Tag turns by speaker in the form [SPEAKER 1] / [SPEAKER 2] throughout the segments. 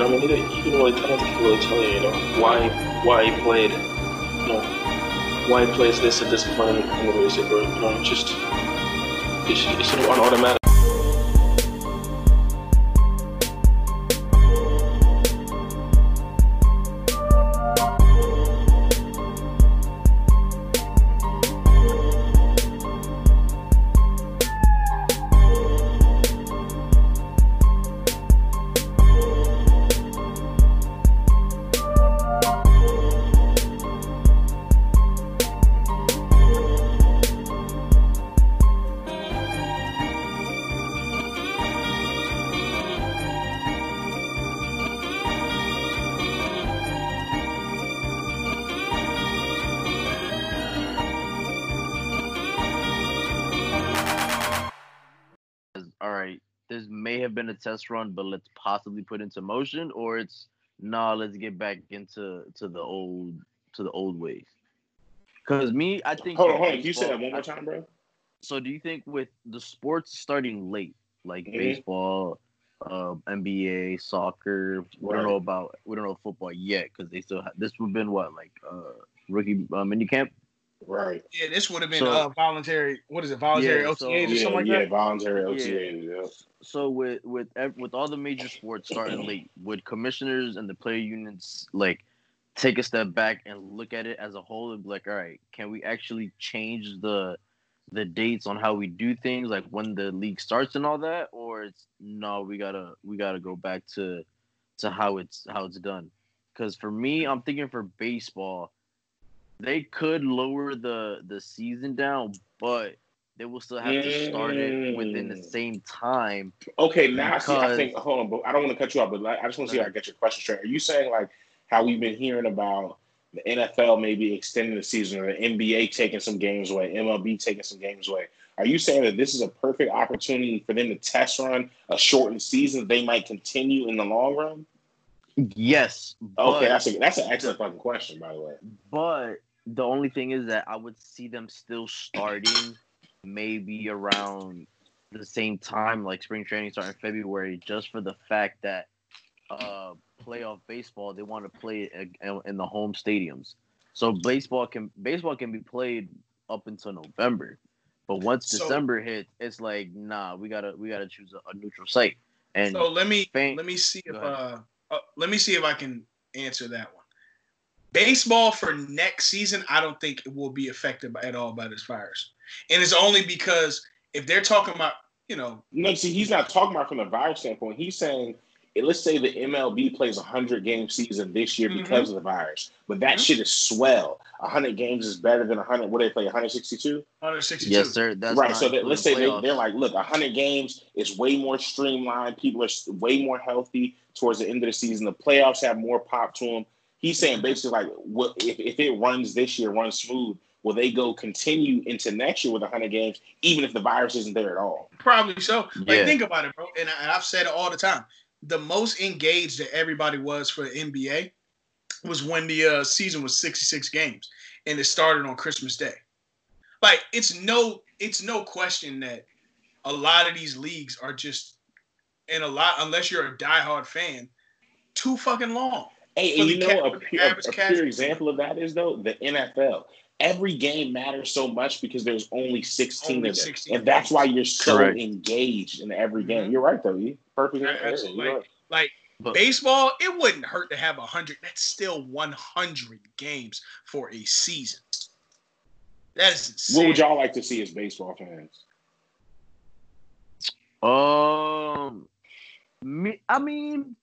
[SPEAKER 1] mean, it, even when I don't think it will tell you, you know, why why he played, you know, why he plays this at this point in the music, or you know, just it's, it's sort of on automatic.
[SPEAKER 2] all right, this may have been a test run, but let's possibly put into motion, or it's nah, let's get back into to the old to the old ways. Cause me, I think
[SPEAKER 3] Hold
[SPEAKER 2] with
[SPEAKER 3] on, hold on. Can you say
[SPEAKER 2] baseball-
[SPEAKER 3] that one more
[SPEAKER 2] I-
[SPEAKER 3] time, bro?
[SPEAKER 2] So do you think with the sports starting late, like
[SPEAKER 3] Mhm.
[SPEAKER 2] baseball, uh, NBA, soccer, we don't
[SPEAKER 3] Right.
[SPEAKER 2] know about we don't know football yet because they still ha- this would have been what like uh, rookie uh, minicamp.
[SPEAKER 3] Right.
[SPEAKER 4] Yeah, this would have been
[SPEAKER 2] So-
[SPEAKER 4] uh, voluntary. What is it? Voluntary
[SPEAKER 2] Yeah,
[SPEAKER 4] OTAs
[SPEAKER 2] so-
[SPEAKER 4] or
[SPEAKER 3] Yeah,
[SPEAKER 4] something like
[SPEAKER 3] yeah,
[SPEAKER 4] that.
[SPEAKER 3] voluntary
[SPEAKER 2] Yeah.
[SPEAKER 3] OTA. Yeah.
[SPEAKER 2] So with with ev- with all the major sports starting late, would commissioners and the player unions like take a step back and look at it as a whole and be like, all right, can we actually change the the dates on how we do things, like when the league starts and all that, or it's no, we gotta we gotta go back to to how it's how it's done. Because for me, I'm thinking for baseball, they could lower the the season down, but they will still have to start it within the
[SPEAKER 3] Mm.
[SPEAKER 2] same time
[SPEAKER 3] Okay, now I see. I
[SPEAKER 2] Because-
[SPEAKER 3] think. Hold on, but I don't want to cut you off. But like, I just want to see if I get your question straight. Are you saying like how we've been hearing about the NFL maybe extending the season, or the NBA taking some games away, MLB taking some games away? Are you saying that this is a perfect opportunity for them to test run a shortened season that they might continue in the long run?
[SPEAKER 2] Yes. But,
[SPEAKER 3] Okay, that's a, that's an excellent fucking question, by the way.
[SPEAKER 2] but the only thing is that I would see them still starting maybe around the same time, like spring training starting February, just for the fact that uh playoff baseball they want to play it in- in the home stadiums. So baseball can baseball can be played up until November, but once
[SPEAKER 4] So-
[SPEAKER 2] December hits, it's like nah, we gotta we gotta choose a, a neutral site. And
[SPEAKER 4] So let me
[SPEAKER 2] Spain-
[SPEAKER 4] let me see if
[SPEAKER 2] Go ahead.
[SPEAKER 4] uh, uh let me see if I can answer that one. Baseball for next season, I don't think it will be affected by, at all by this virus, and it's only because if they're talking about you know
[SPEAKER 3] No, see, he's not talking about from the virus standpoint. He's saying, eh, let's say the MLB plays a hundred game season this year
[SPEAKER 4] Mhm.
[SPEAKER 3] because of the virus, but that
[SPEAKER 4] Mhm.
[SPEAKER 3] shit is swell. hundred games is better than hundred. What do they play? One hundred sixty-two.
[SPEAKER 4] 162.
[SPEAKER 2] yes, sir. That's
[SPEAKER 3] Right.
[SPEAKER 2] not
[SPEAKER 3] So that, let's say
[SPEAKER 2] including
[SPEAKER 3] they, they're
[SPEAKER 2] playoffs.
[SPEAKER 3] like, look, hundred games is way more streamlined. People are s- way more healthy towards the end of the season. The playoffs have more pop to them. He's saying basically like, what if, if it runs this year, runs smooth, will they go continue into next year with hundred games, even if the virus isn't there at all?
[SPEAKER 4] Probably so. Like
[SPEAKER 2] Yeah.
[SPEAKER 4] think about it, bro. And, I, and I've said it all the time. The most engaged that everybody was for the NBA was when the uh, season was 66 games and it started on Christmas Day. Like it's no it's no question that a lot of these leagues are just and a lot unless you're a diehard fan too fucking long.
[SPEAKER 3] Hey,
[SPEAKER 4] For
[SPEAKER 3] and
[SPEAKER 4] the
[SPEAKER 3] you know
[SPEAKER 4] ca-
[SPEAKER 3] a,
[SPEAKER 4] for the
[SPEAKER 3] pure,
[SPEAKER 4] average
[SPEAKER 3] a
[SPEAKER 4] casual.
[SPEAKER 3] pure example of that is though the NFL. Every game matters so much because there's only 16
[SPEAKER 4] Only
[SPEAKER 3] of them,
[SPEAKER 4] 16
[SPEAKER 3] and that's why you're so
[SPEAKER 2] Correct.
[SPEAKER 3] engaged in every game.
[SPEAKER 4] Mhm.
[SPEAKER 3] You're right though. You perfect.
[SPEAKER 4] Yeah,
[SPEAKER 3] Yeah,
[SPEAKER 4] absolutely.
[SPEAKER 3] you're right.
[SPEAKER 4] Like
[SPEAKER 2] But-
[SPEAKER 4] baseball, it wouldn't hurt to have 100. That's still 100 games for a season. That is insane.
[SPEAKER 3] What would y'all like to see as baseball fans?
[SPEAKER 2] Um, me, I mean,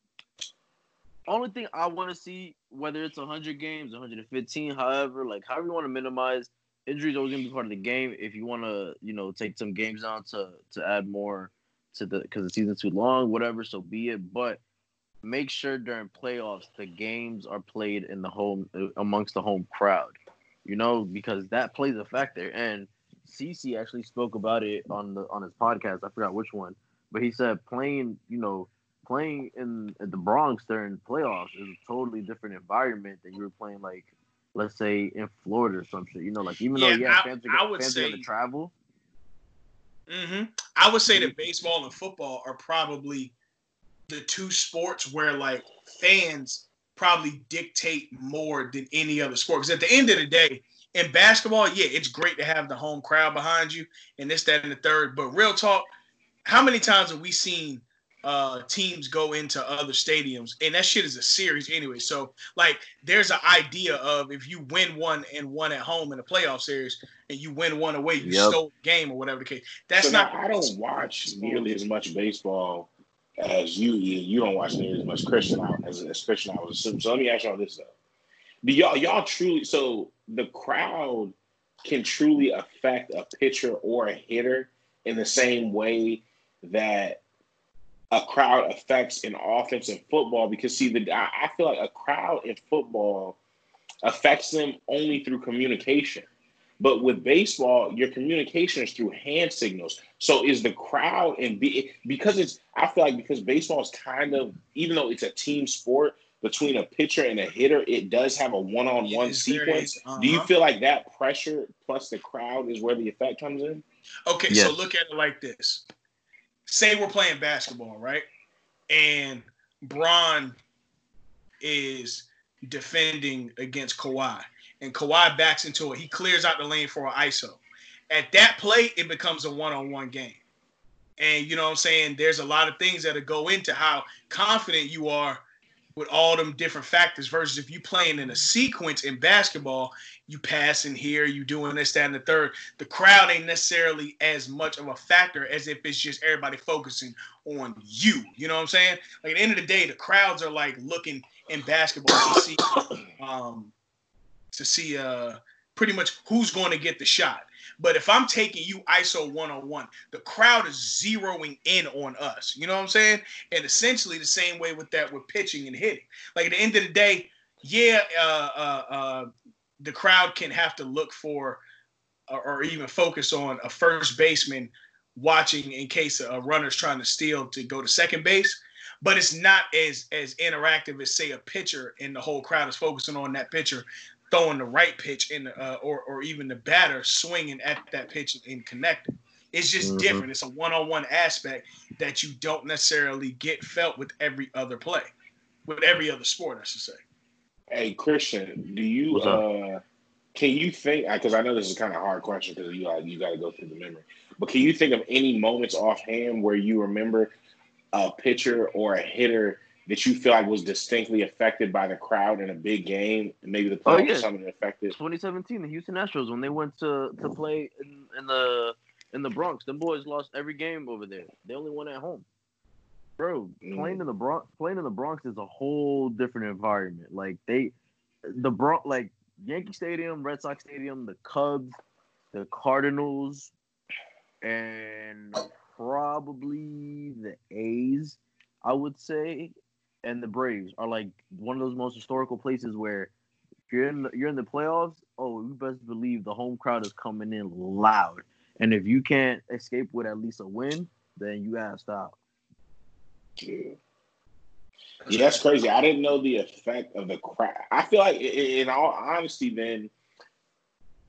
[SPEAKER 2] only thing I want to see whether it's 100 games, 115, however, like however you want to minimize injuries, always gonna be part of the game. If you want to, you know, take some games down to to add more to the because the season's too long, whatever, so be it. But make sure during playoffs the games are played in the home amongst the home crowd, you know, because that plays a factor and. CC actually spoke about it on the on his podcast. I forgot which one, but he said playing, you know, playing in at the Bronx during playoffs is a totally different environment than you were playing like, let's say in Florida or some shit. You know, like even
[SPEAKER 4] Yeah,
[SPEAKER 2] though yeah,
[SPEAKER 4] I-
[SPEAKER 2] fans
[SPEAKER 4] I
[SPEAKER 2] are,
[SPEAKER 4] would
[SPEAKER 2] fans are
[SPEAKER 4] say-
[SPEAKER 2] gonna travel.
[SPEAKER 4] Mm-hmm. hmm I would say that baseball and football are probably the two sports where like fans probably dictate more than any other sport. Because at the end of the day, in basketball, yeah, it's great to have the home crowd behind you and this, that, and the third. But real talk, how many times have we seen uh, teams go into other stadiums? And that shit is a series anyway. So, like, there's an idea of if you win one and one at home in a playoff series and you win one away, you
[SPEAKER 2] Yep.
[SPEAKER 4] stole the game or whatever the case. That's
[SPEAKER 3] So
[SPEAKER 4] not.
[SPEAKER 3] now I don't watch nearly as much baseball as you. Ian. You don't watch nearly as much Christian I- as, as Christian I was assuming. So let me ask y'all this though: Do y'all y'all truly so the crowd can truly affect a pitcher or a hitter in the same way that a crowd affects an offense in football? Because see, the I, I feel like a crowd in football affects them only through communication. But with baseball, your communication is through hand signals. So is the crowd and be because it's I feel like because baseball is kind of even though it's a team sport between a pitcher and a hitter, it does have a one-on-one
[SPEAKER 4] Yes, there
[SPEAKER 3] sequence.
[SPEAKER 4] is. Uh-huh.
[SPEAKER 3] Do you feel like that pressure plus the crowd is where the effect comes in?
[SPEAKER 4] Okay, so
[SPEAKER 2] Yes.
[SPEAKER 4] look at it like this. Say we're playing basketball, right? And Braun is defending against Kawhi. And Kawhi backs into it. He clears out the lane for an ISO. At that play, it becomes a one-on-one game. And you know what I'm saying? There's a lot of things that'll go into how confident you are with all them different factors versus if you playing in a sequence in basketball, you passing here, you doing this, that, and the third the crowd ain't necessarily as much of a factor as if it's just everybody focusing on you. You know what I'm saying? Like at the end of the day, the crowds are like looking in basketball to see um to see uh pretty much who's going to get the shot. But if I'm taking you ISO one on one, the crowd is zeroing in on us. You know what I'm saying? And essentially the same way with that with pitching and hitting. Like at the end of the day, yeah, uh, uh, uh, the crowd can have to look for or, or even focus on a first baseman watching in case a runner's trying to steal to go to second base. But it's not as as interactive as say a pitcher, and the whole crowd is focusing on that pitcher throwing the right pitch and uh, or or even the batter swinging at that pitch and connecting. It's just
[SPEAKER 2] Mhm.
[SPEAKER 4] different. It's a one-on-one aspect that you don't necessarily get felt with every other play, with every other sport, I should say.
[SPEAKER 3] Hey Christian, do you
[SPEAKER 2] What's up?
[SPEAKER 3] uh can you think because I know this is kind of a hard question because you like you got to go through the memory, but can you think of any moments offhand where you remember a pitcher or a hitter that you feel like was distinctly affected by the crowd in a big game, and maybe the
[SPEAKER 2] Oh,
[SPEAKER 3] playoffs
[SPEAKER 2] yeah.
[SPEAKER 3] or something that affected?
[SPEAKER 2] 2017, the Houston Astros when they went to to play in, in the in the Bronx, them boys lost every game over there. They only won at home. Bro,
[SPEAKER 3] Mm.
[SPEAKER 2] playing in the Bronx, playing in the Bronx is a whole different environment. Like they, the Bronx, like Yankee Stadium, Red Sox Stadium, the Cubs, the Cardinals, and probably the A's. I would say, and the Braves are like one of those most historical places where if you're in the, you're in the playoffs, oh, you best believe the home crowd is coming in loud. And if you can't escape with at least a win, then you asked out.
[SPEAKER 3] Yeah. Yeah, that's crazy. I didn't know the effect of the crowd. I feel like, i- i- in all honesty, then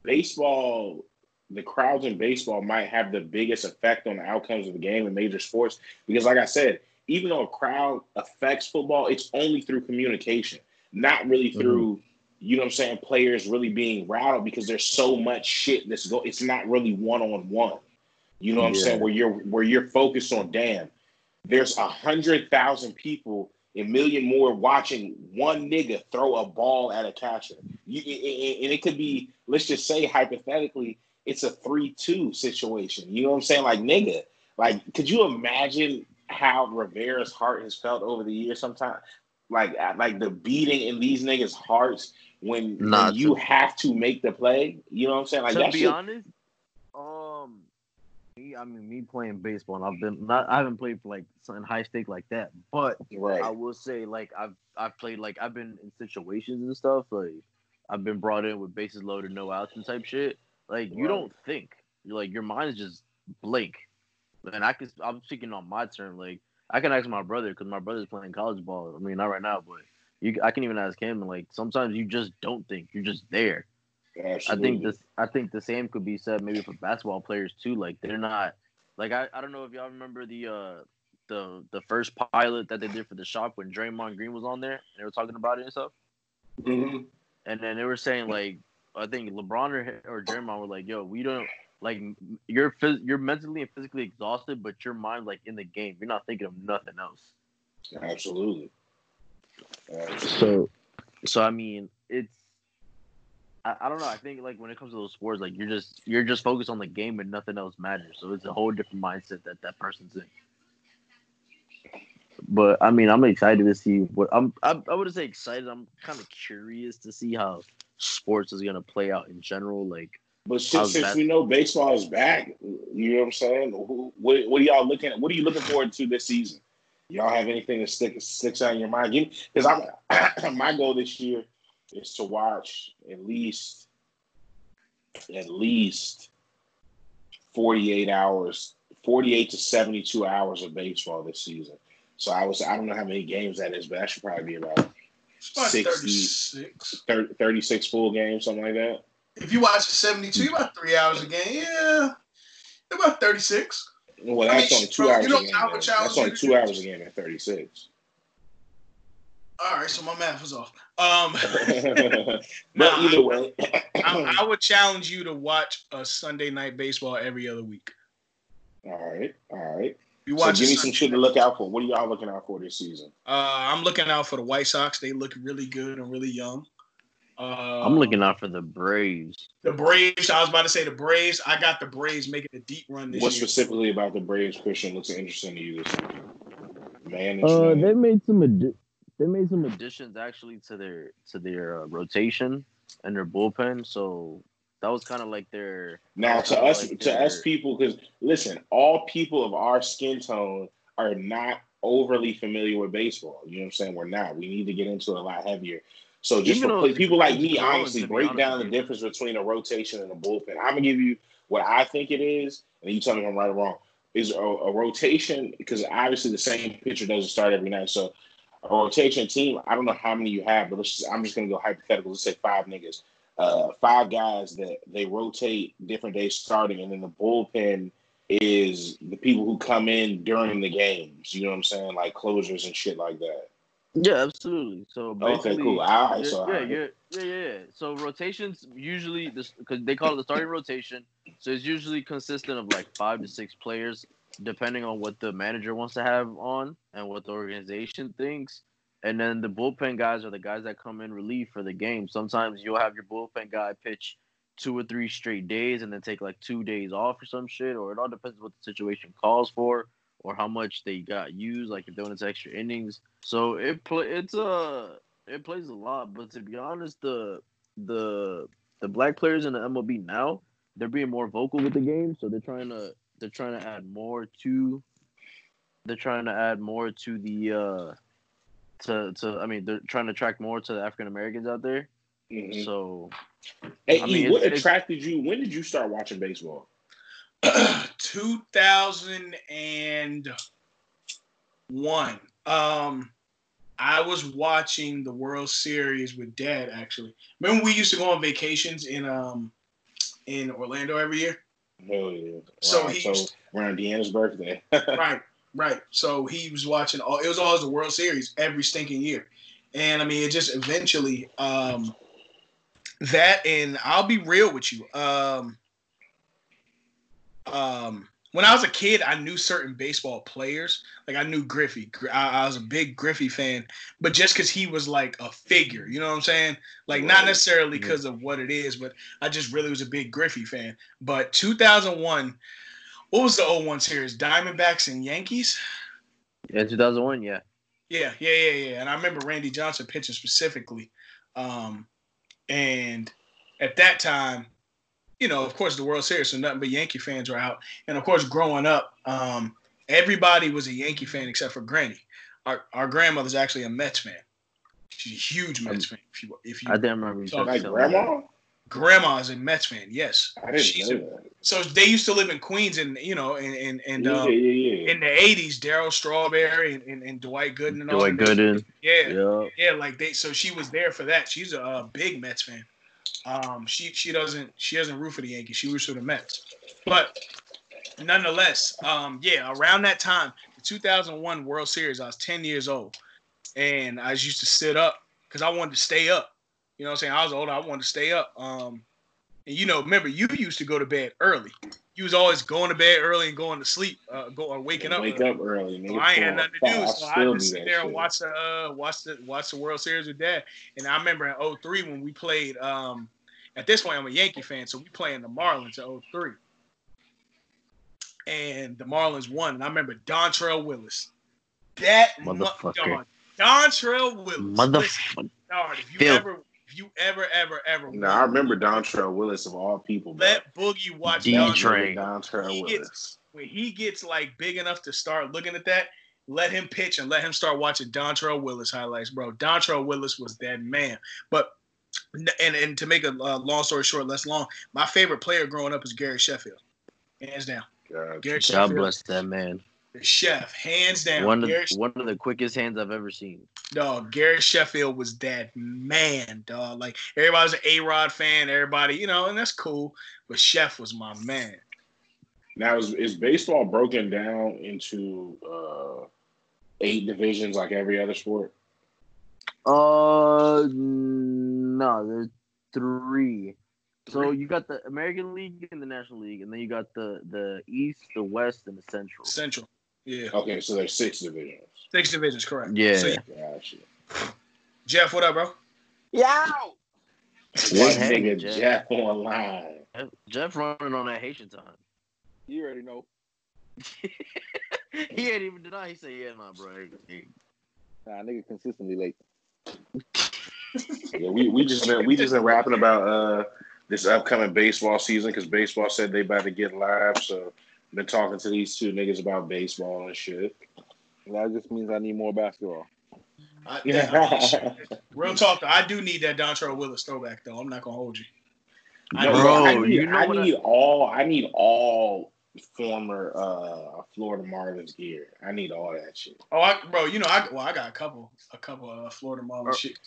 [SPEAKER 3] baseball, the crowds in baseball might have the biggest effect on the outcomes of the game in major sports because, like I said, even though a crowd affects football, it's only through communication, not really through. You know what I'm saying? Players really being rattled because there's so much shit that's go. It's not really one on one. You know what I'm
[SPEAKER 2] Yeah.
[SPEAKER 3] saying? Where you're where you're focused on damn. There's a hundred thousand people a million more watching one nigga throw a ball at a catcher. You, i- i- i- and it could be, let's just say hypothetically, it's a 3 2 situation. You know what I'm saying? Like, nigga, like, could you imagine how Rivera's heart has felt over the years sometimes? Like, I- like the beating in these niggas' hearts when, when
[SPEAKER 2] Nah,
[SPEAKER 3] you have to make the play. You know what I'm saying? Like,
[SPEAKER 2] to
[SPEAKER 3] that
[SPEAKER 2] be
[SPEAKER 3] shit,
[SPEAKER 2] honest, um, me, I mean, me playing baseball, and I've been not, I haven't played for like something high stake like that, but I
[SPEAKER 3] right.
[SPEAKER 2] will say, like, I've I've played like I've been in situations and stuff. Like, I've been brought in with bases loaded, no outs and type shit. Like, you
[SPEAKER 3] Right.
[SPEAKER 2] don't think. You're like your mind is just blank. And I can I'm speaking on my term. Like, I can ask my brother because my brother's playing college ball. I mean, not right now, but you I can even ask him. And like, sometimes you just don't think. You're just there. I think
[SPEAKER 3] Absolutely.
[SPEAKER 2] this. I think the same could be said maybe for basketball players too. Like they're not. Like I, I don't know if y'all remember the uh the the first pilot that they did for the shop when Draymond Green was on there, and they were talking about it and stuff.
[SPEAKER 1] Mm-hmm.
[SPEAKER 2] And then they were saying like, I think LeBron or, or Draymond were like, "Yo, we don't like you're phys- you're mentally and physically exhausted, but your mind's like in the game. You're not thinking of nothing else."
[SPEAKER 3] Absolutely. Uh, Absolutely.
[SPEAKER 2] So, so I mean, it's I, I don't know. I think like when it comes to those sports, like you're just you're just focused on the game and nothing else matters. So it's a whole different mindset that that person's in. But I mean, I'm excited to see what I'm. I, I wouldn't say excited. I'm kind of curious to see how sports is gonna play out in general. Like,
[SPEAKER 3] But since,
[SPEAKER 2] How's
[SPEAKER 3] since
[SPEAKER 2] that?
[SPEAKER 3] we know baseball is back, you know what I'm saying. Who, what, what are y'all looking? What are you looking forward to this season? Y'all have anything that stick, sticks out in your mind? Because I'm my goal this year is to watch at least at least 48 hours, 48 to 72 hours of baseball this season. So I was I don't know how many games that is, but that should probably be about
[SPEAKER 4] It's about
[SPEAKER 3] 60.
[SPEAKER 4] 36.
[SPEAKER 3] 30, 36 full games, something like that.
[SPEAKER 4] If you watch 72, you're about three hours a game. Yeah. About 36.
[SPEAKER 3] Well,
[SPEAKER 4] I mean,
[SPEAKER 3] that's only two
[SPEAKER 4] bro, you
[SPEAKER 3] hours.
[SPEAKER 4] know
[SPEAKER 3] a game,
[SPEAKER 4] how
[SPEAKER 3] man.
[SPEAKER 4] much I
[SPEAKER 3] that's
[SPEAKER 4] was
[SPEAKER 3] only
[SPEAKER 4] gonna
[SPEAKER 3] two
[SPEAKER 4] do?
[SPEAKER 3] hours a game at thirty six.
[SPEAKER 4] All right, so my math was off. Um,
[SPEAKER 3] but
[SPEAKER 4] Nah,
[SPEAKER 3] either way, Oh.
[SPEAKER 4] I, I would challenge you to watch a Sunday night baseball every other week.
[SPEAKER 3] all right, all right.
[SPEAKER 4] You
[SPEAKER 3] So
[SPEAKER 4] watch.
[SPEAKER 3] give
[SPEAKER 4] a
[SPEAKER 3] me
[SPEAKER 4] Sunday
[SPEAKER 3] some shit to look out for. What are y'all looking out for this season?
[SPEAKER 4] Uh, I'm looking out for the White Sox. They look really good and really young. Uh,
[SPEAKER 2] I'm looking out for the Braves.
[SPEAKER 4] the Braves. I was about to say the Braves. I got the Braves making a deep run this
[SPEAKER 3] What
[SPEAKER 4] year.
[SPEAKER 3] specifically about the Braves, Christian, looks interesting to you this season? Management.
[SPEAKER 2] Uh, they made some addi- they made some additions actually to their to their uh, rotation and their bullpen. So that was kind of like their
[SPEAKER 3] now
[SPEAKER 2] that's
[SPEAKER 3] to
[SPEAKER 2] kinda
[SPEAKER 3] us,
[SPEAKER 2] like
[SPEAKER 3] to
[SPEAKER 2] their-
[SPEAKER 3] us people, because listen, all people of our skin tone are not overly familiar with baseball. You know what I'm saying? We're not. We need to get into it a lot heavier. So just
[SPEAKER 2] Even
[SPEAKER 3] for
[SPEAKER 2] though
[SPEAKER 3] pla-
[SPEAKER 2] it's-
[SPEAKER 3] people like
[SPEAKER 2] it's
[SPEAKER 3] me,
[SPEAKER 2] growing,
[SPEAKER 3] honestly,
[SPEAKER 2] to be
[SPEAKER 3] break
[SPEAKER 2] honest
[SPEAKER 3] down the
[SPEAKER 2] with you.
[SPEAKER 3] difference between a rotation and a bullpen. I'm gonna give you what I think it is, and you tell me if I'm right or wrong. Is a, a rotation because obviously the same pitcher doesn't start every night. So a rotation team, I don't know how many you have, but let's just, I'm just gonna go hypothetical. Let's say five niggas, uh, five guys that they rotate different days starting, and then the bullpen is the people who come in during the games. You know what I'm saying? Like closers and shit like that.
[SPEAKER 2] Yeah, absolutely. So basically,
[SPEAKER 3] Okay, cool. All right,
[SPEAKER 2] you're-
[SPEAKER 3] so all
[SPEAKER 2] Oh, yeah,
[SPEAKER 3] right.
[SPEAKER 2] you're- yeah, yeah, yeah. So rotations usually this because they call it the starting rotation. So it's usually consistent of like five to six players, depending on what the manager wants to have on and what the organization thinks. And then the bullpen guys are the guys that come in relief for the game. Sometimes you'll have your bullpen guy pitch two or three straight days and then take like two days off or some shit. Or it all depends what the situation calls for or how much they got used. Like if they went into extra innings. So it play it's uh it plays a lot, but to be honest, the the the black players in the MLB now they're being more vocal with the game, so they're trying to they're trying to add more to they're trying to add more to the uh to to I mean they're trying to attract more to the African Americans out there.
[SPEAKER 3] Mhm.
[SPEAKER 4] Mm-hmm.
[SPEAKER 2] So
[SPEAKER 3] Hey,
[SPEAKER 2] I
[SPEAKER 3] E,
[SPEAKER 2] mean,
[SPEAKER 3] what
[SPEAKER 2] it's- it's-
[SPEAKER 3] attracted you? When did you start watching baseball?
[SPEAKER 4] 2001. Um, I was watching the World Series with Dad. Actually, remember we used to go on vacations in um in Orlando every year.
[SPEAKER 3] Hell yeah.
[SPEAKER 4] So
[SPEAKER 3] Around-
[SPEAKER 4] he-
[SPEAKER 3] so around Deanna's birthday.
[SPEAKER 4] right, right. So he was watching all. It was always the World Series every stinking year, and I mean, it just eventually um, that. And I'll be real with you. Um, um, when I was a kid, I knew certain baseball players. Like I knew Griffey. Gr- I, I was a big Griffey fan, but just because he was like a figure, you know what I'm saying? Like not
[SPEAKER 3] Right.
[SPEAKER 4] necessarily because of what it is, but I just really was a big Griffey fan. But 2001, what was the 01 series? Diamondbacks and Yankees.
[SPEAKER 2] in 2001, yeah,
[SPEAKER 4] Yeah, yeah, yeah, yeah. And I remember Randy Johnson pitching specifically. Um, and at that time, you know, of course, the World Series, so nothing but Yankee fans were out. And of course, growing up, um, everybody was a Yankee fan except for Granny. Our, our grandmother's actually a Mets fan. She's a huge Mets fan. If you, if you,
[SPEAKER 2] I didn't remember. You
[SPEAKER 4] So,
[SPEAKER 2] guys
[SPEAKER 3] like
[SPEAKER 2] telling me that.
[SPEAKER 3] grandma?
[SPEAKER 4] grandma's a Mets fan, yes.
[SPEAKER 3] I didn't
[SPEAKER 4] She's
[SPEAKER 3] know
[SPEAKER 4] a-
[SPEAKER 3] that.
[SPEAKER 4] so they used to live in Queens, and you know, and and and
[SPEAKER 3] yeah,
[SPEAKER 4] um,
[SPEAKER 3] yeah, yeah.
[SPEAKER 4] in the '80s, Daryl Strawberry and, and, and Dwight Gooden and all
[SPEAKER 2] Dwight
[SPEAKER 4] them-
[SPEAKER 2] Gooden,
[SPEAKER 4] Yeah,
[SPEAKER 2] yeah.
[SPEAKER 4] yeah, like they. So she was there for that. She's a uh, big Mets fan. Um, she she doesn't she doesn't root for the Yankees. She roots for the Mets. But nonetheless, um, yeah, around that time, 2001 World Series, I was 10 years old, and I used to sit up because I wanted to stay up. You know what I'm saying? I was older, I wanted to stay up. Um, and you know, remember you used to go to bed early. You was always going to bed early and going to sleep, uh, go or waking up.
[SPEAKER 3] Wake
[SPEAKER 4] early.
[SPEAKER 3] up early. Nigga,
[SPEAKER 4] So I ain't had nothing to do,
[SPEAKER 3] I
[SPEAKER 4] so I
[SPEAKER 3] still do
[SPEAKER 4] just sit
[SPEAKER 3] that
[SPEAKER 4] there and
[SPEAKER 3] shit.
[SPEAKER 4] watch the uh, watch the watch the World Series with Dad. And I remember in 03 when we played. Um, at this point, I'm a Yankee fan, so we playing the Marlins in 03. And the Marlins won, and I remember Dontrell Willis. That mu-
[SPEAKER 2] Motherfucker.
[SPEAKER 4] dog, Dontrell Willis. Listen,
[SPEAKER 2] Motherfucker.
[SPEAKER 4] dog, if you
[SPEAKER 2] Phil.
[SPEAKER 4] ever, if you ever, ever, ever,
[SPEAKER 3] No, I remember Dontrell Willis of all people. bro.
[SPEAKER 4] let Boogie watch
[SPEAKER 2] D
[SPEAKER 4] Dontrell
[SPEAKER 2] Train.
[SPEAKER 3] Dontrell
[SPEAKER 4] He
[SPEAKER 3] Willis.
[SPEAKER 4] when he gets like big enough to start looking at that, let him pitch and let him start watching Dontrell Willis highlights, bro. Dontrell Willis was that man. But and and to make a uh, long story short, less long, my favorite player growing up is Gary Sheffield, hands down.
[SPEAKER 3] God.
[SPEAKER 4] Gary
[SPEAKER 2] God
[SPEAKER 4] Sheffield,
[SPEAKER 2] bless that man.
[SPEAKER 4] the chef, hands down.
[SPEAKER 2] One of
[SPEAKER 4] Gary,
[SPEAKER 2] one of the quickest hands I've ever seen.
[SPEAKER 4] dog, Gary Sheffield was that man, dog. Like everybody was an A Rod fan, everybody, you know, and that's cool. But Chef was my man.
[SPEAKER 3] Now is, is baseball broken down into uh, eight divisions like every other sport?
[SPEAKER 2] Uh, no, there's three. So you got the American League and the National League, and then you got the the East, the West, and the Central.
[SPEAKER 4] Central, yeah,
[SPEAKER 3] Okay, so there's six divisions.
[SPEAKER 4] six divisions, correct?
[SPEAKER 2] Yeah.
[SPEAKER 4] So,
[SPEAKER 3] Gotcha.
[SPEAKER 4] Jeff, what up, bro?
[SPEAKER 3] That
[SPEAKER 2] hey,
[SPEAKER 3] nigga
[SPEAKER 2] Jeff.
[SPEAKER 3] Jeff online.
[SPEAKER 2] Jeff- Jeff running on that Haitian time.
[SPEAKER 5] You already know.
[SPEAKER 2] he ain't even deny. He said, "Yeah, nah, bro."
[SPEAKER 5] Nah, nigga consistently late.
[SPEAKER 3] Yeah, we, we just been we just been rapping about uh this upcoming baseball season because baseball said they about to get live. So been talking to these two niggas about baseball and shit.
[SPEAKER 5] That just means I need more basketball.
[SPEAKER 4] I,
[SPEAKER 3] Yeah.
[SPEAKER 4] yeah. Real talk, though, I do need that Dontrell Willis throwback, though. I'm not gonna hold you. I
[SPEAKER 3] No,
[SPEAKER 4] do.
[SPEAKER 2] Bro,
[SPEAKER 3] I need,
[SPEAKER 2] you know
[SPEAKER 3] I
[SPEAKER 2] what I-
[SPEAKER 3] need all I need all former uh Florida Marlins gear. I need all that shit.
[SPEAKER 4] Oh, I, bro, you know, I well, I got a couple, a couple of uh, Florida Marlins
[SPEAKER 2] Uh,
[SPEAKER 4] shit.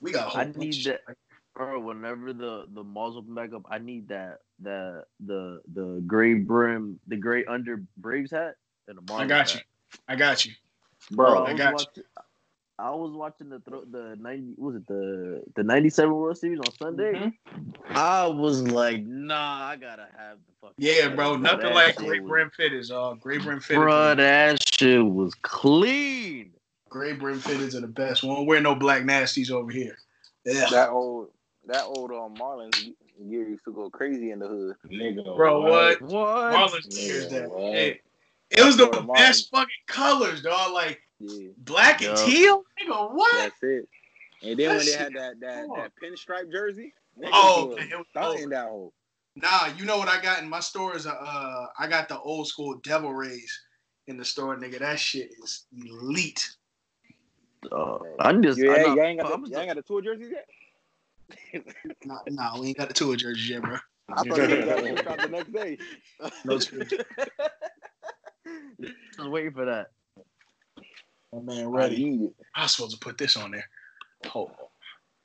[SPEAKER 4] We got. a whole
[SPEAKER 2] I
[SPEAKER 4] bunch of
[SPEAKER 2] need
[SPEAKER 4] shit.
[SPEAKER 2] that. Bro, whenever the the malls open back up, I need that that the the gray brim, the gray under Braves hat, and the Marlins
[SPEAKER 4] I got
[SPEAKER 2] hat.
[SPEAKER 4] you. I got you.
[SPEAKER 3] Bro,
[SPEAKER 2] I,
[SPEAKER 4] I
[SPEAKER 2] was
[SPEAKER 4] got you.
[SPEAKER 2] watching, I was watching the thro- the ninety what was it the the ninety seven World Series on Sunday.
[SPEAKER 4] Mhm.
[SPEAKER 2] Mm-hmm. I was like, nah, I gotta have the fucking.
[SPEAKER 4] Yeah, bro, nothing
[SPEAKER 2] That
[SPEAKER 4] like
[SPEAKER 2] shit
[SPEAKER 4] Great
[SPEAKER 2] was-
[SPEAKER 4] Brim Fitters, uh, Great Brim Fitters.
[SPEAKER 2] Bro, that shit was clean.
[SPEAKER 4] Great Brim Fitters are the best. We don't wear no black nasties over here. Yeah,
[SPEAKER 5] That old that old um, Marlins gear used to go crazy in the hood.
[SPEAKER 3] nigga,
[SPEAKER 4] bro, what?
[SPEAKER 2] What?
[SPEAKER 4] Marlins
[SPEAKER 3] Yeah,
[SPEAKER 4] tears that.
[SPEAKER 3] what?
[SPEAKER 4] Hey, it was the
[SPEAKER 5] Florida Marlins.
[SPEAKER 4] best fucking colors, dog. Like
[SPEAKER 5] Yeah,
[SPEAKER 4] black and
[SPEAKER 2] Yeah.
[SPEAKER 4] teal. Nigga, what?
[SPEAKER 5] that's it. And then when they
[SPEAKER 4] That
[SPEAKER 5] had that that,
[SPEAKER 4] hard.
[SPEAKER 5] that pinstripe jersey, niggas
[SPEAKER 4] Oh,
[SPEAKER 5] was
[SPEAKER 4] man, it was
[SPEAKER 5] stunting that hole.
[SPEAKER 4] Nah, you know what I got in my store is a, uh, I got the old school Devil Rays in the store, nigga. That shit is elite.
[SPEAKER 2] Uh, I'm just.
[SPEAKER 5] You,
[SPEAKER 2] I'm
[SPEAKER 5] ain't-
[SPEAKER 2] not-
[SPEAKER 5] you ain't
[SPEAKER 2] I'm
[SPEAKER 5] got the,
[SPEAKER 2] just-
[SPEAKER 5] you ain't got the tour jersey yet.
[SPEAKER 4] Nah, nah we ain't got the tour jerseys yet, bro.
[SPEAKER 5] I thought you got it out the next day.
[SPEAKER 4] No tour jerseys.
[SPEAKER 2] just waiting for that.
[SPEAKER 4] Oh, man,
[SPEAKER 5] I
[SPEAKER 4] ready.
[SPEAKER 5] need it.
[SPEAKER 4] I was supposed to put this on there. Hold on.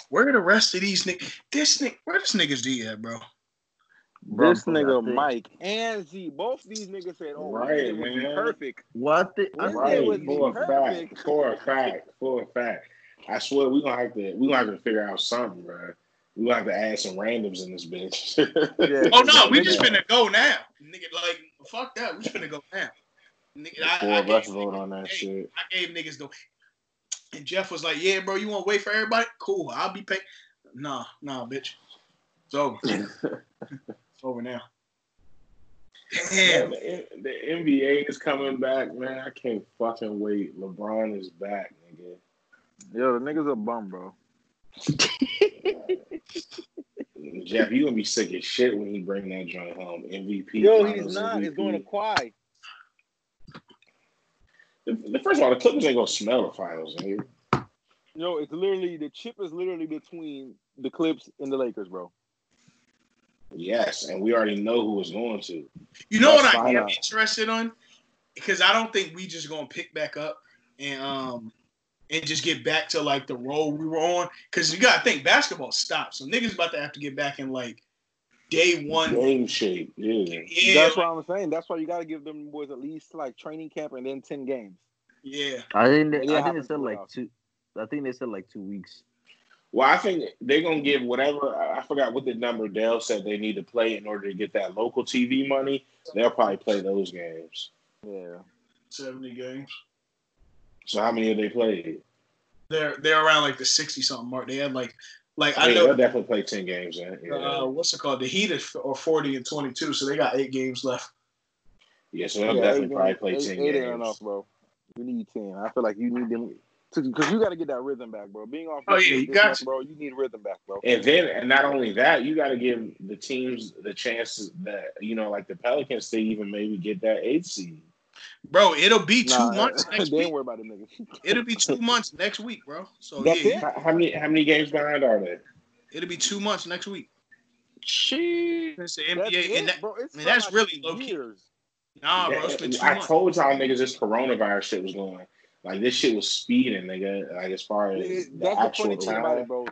[SPEAKER 4] Where are the rest of these niggas? This nigga, where this niggas D at, bro?
[SPEAKER 2] Bro,
[SPEAKER 5] this nigga
[SPEAKER 2] I think-
[SPEAKER 5] Mike and Z, both these niggas said, "Oh,
[SPEAKER 3] Right,
[SPEAKER 5] Wednesday would be
[SPEAKER 3] man.
[SPEAKER 5] perfect."
[SPEAKER 2] What the? I
[SPEAKER 5] This
[SPEAKER 2] think-
[SPEAKER 5] day
[SPEAKER 3] Right,
[SPEAKER 5] was
[SPEAKER 3] for a
[SPEAKER 5] perfect.
[SPEAKER 3] fact, for a fact, for a fact. I swear we gonna have to we gonna have to figure out something, bro. We gonna have to add some randoms in this bitch.
[SPEAKER 5] Yeah.
[SPEAKER 4] Oh no, we just
[SPEAKER 5] Nigga.
[SPEAKER 4] finna go now, nigga. Like fuck that, we just finna go now. Nigga, I,
[SPEAKER 3] Four
[SPEAKER 4] I
[SPEAKER 3] of us
[SPEAKER 4] gave-
[SPEAKER 3] vote on that shit.
[SPEAKER 4] I gave niggas the. And Jeff was like, "Yeah, bro, you want to wait for everybody? Cool, I'll be paid." Nah, nah, bitch. It's over. it's over now.
[SPEAKER 3] Man,
[SPEAKER 4] Damn.
[SPEAKER 3] the, the NBA is coming back, man. I can't fucking wait. LeBron is back, nigga.
[SPEAKER 5] Yo, the niggas a bum, bro.
[SPEAKER 3] Jeff, you gonna be sick as shit when he bring that joint home. MVP.
[SPEAKER 5] Yo, he's
[SPEAKER 3] Finals
[SPEAKER 5] not. He's
[SPEAKER 3] MVP.
[SPEAKER 5] going to Kawhi.
[SPEAKER 3] The, the- first of all, the Clippers ain't gonna smell the finals, nigga.
[SPEAKER 5] Yo, it's literally the chip is literally between the Clips and the Lakers, bro.
[SPEAKER 3] Yes, and we already know who it's going to.
[SPEAKER 4] You know what
[SPEAKER 3] Let's
[SPEAKER 4] I
[SPEAKER 3] find
[SPEAKER 4] am
[SPEAKER 3] out.
[SPEAKER 4] interested on? Because I don't think we just gonna pick back up and um and just get back to like the role we were on. Because you gotta think basketball stopped, so niggas about to have to get back in like day one.
[SPEAKER 3] Game shape. Yeah.
[SPEAKER 4] Yeah,
[SPEAKER 5] That's why I'm saying. That's why you got to give them boys at least like training camp and then ten games.
[SPEAKER 4] yeah.
[SPEAKER 2] I think they,
[SPEAKER 5] Yeah,
[SPEAKER 2] I think they
[SPEAKER 5] happens
[SPEAKER 2] said
[SPEAKER 5] in
[SPEAKER 2] like
[SPEAKER 5] playoffs.
[SPEAKER 2] two. I think they said like two weeks.
[SPEAKER 3] Well, I think they're gonna give whatever I I forgot what the number Dell said they need to play in order to get that local TV money. They'll probably play those games.
[SPEAKER 5] Yeah.
[SPEAKER 4] Seventy games.
[SPEAKER 3] So how many have they played?
[SPEAKER 4] They're they're around like the sixty something mark. They had like like I
[SPEAKER 3] yeah,
[SPEAKER 4] know
[SPEAKER 3] they'll definitely play ten games. Then. Yeah.
[SPEAKER 4] uh, what's it called? The Heat is- are forty and twenty two, so they got eight games left.
[SPEAKER 3] yeah, so they'll
[SPEAKER 5] Yeah,
[SPEAKER 3] definitely
[SPEAKER 5] eight
[SPEAKER 3] probably
[SPEAKER 5] games-
[SPEAKER 3] play
[SPEAKER 5] eight-
[SPEAKER 3] ten
[SPEAKER 5] eight ain't
[SPEAKER 3] games.
[SPEAKER 5] enough, bro. You need ten. I feel like you need them because you got to get that rhythm back, bro. Being off,
[SPEAKER 4] Oh,
[SPEAKER 5] this-
[SPEAKER 4] yeah, you
[SPEAKER 5] this
[SPEAKER 4] got
[SPEAKER 5] much,
[SPEAKER 4] to.
[SPEAKER 5] bro. You need rhythm back, bro.
[SPEAKER 3] And then, and not only that, you got to give the teams the chances that you know, like the Pelicans, they even maybe get that eight seed.
[SPEAKER 4] Bro, it'll be two
[SPEAKER 5] Nah,
[SPEAKER 4] months
[SPEAKER 5] they
[SPEAKER 4] next
[SPEAKER 5] ain't
[SPEAKER 4] week.
[SPEAKER 5] worry about it, nigga.
[SPEAKER 4] It'll be two months next week, bro. So
[SPEAKER 5] That's
[SPEAKER 4] yeah,
[SPEAKER 5] it?
[SPEAKER 3] How, how many how many games behind are they?
[SPEAKER 4] it'll be two months next week.
[SPEAKER 2] She.
[SPEAKER 4] It's the
[SPEAKER 5] That's
[SPEAKER 4] NBA,
[SPEAKER 5] it,
[SPEAKER 4] and that,
[SPEAKER 5] bro. It's
[SPEAKER 4] and that's
[SPEAKER 5] not
[SPEAKER 4] really low-key.
[SPEAKER 5] years.
[SPEAKER 4] nah, bro, it's been two
[SPEAKER 3] I
[SPEAKER 4] months.
[SPEAKER 3] told y'all niggas this coronavirus shit was going. Like this shit was speeding, nigga. Like as far as
[SPEAKER 5] It-
[SPEAKER 3] the
[SPEAKER 5] That's the
[SPEAKER 3] actual
[SPEAKER 5] funny thing about
[SPEAKER 3] time,
[SPEAKER 5] it, bro.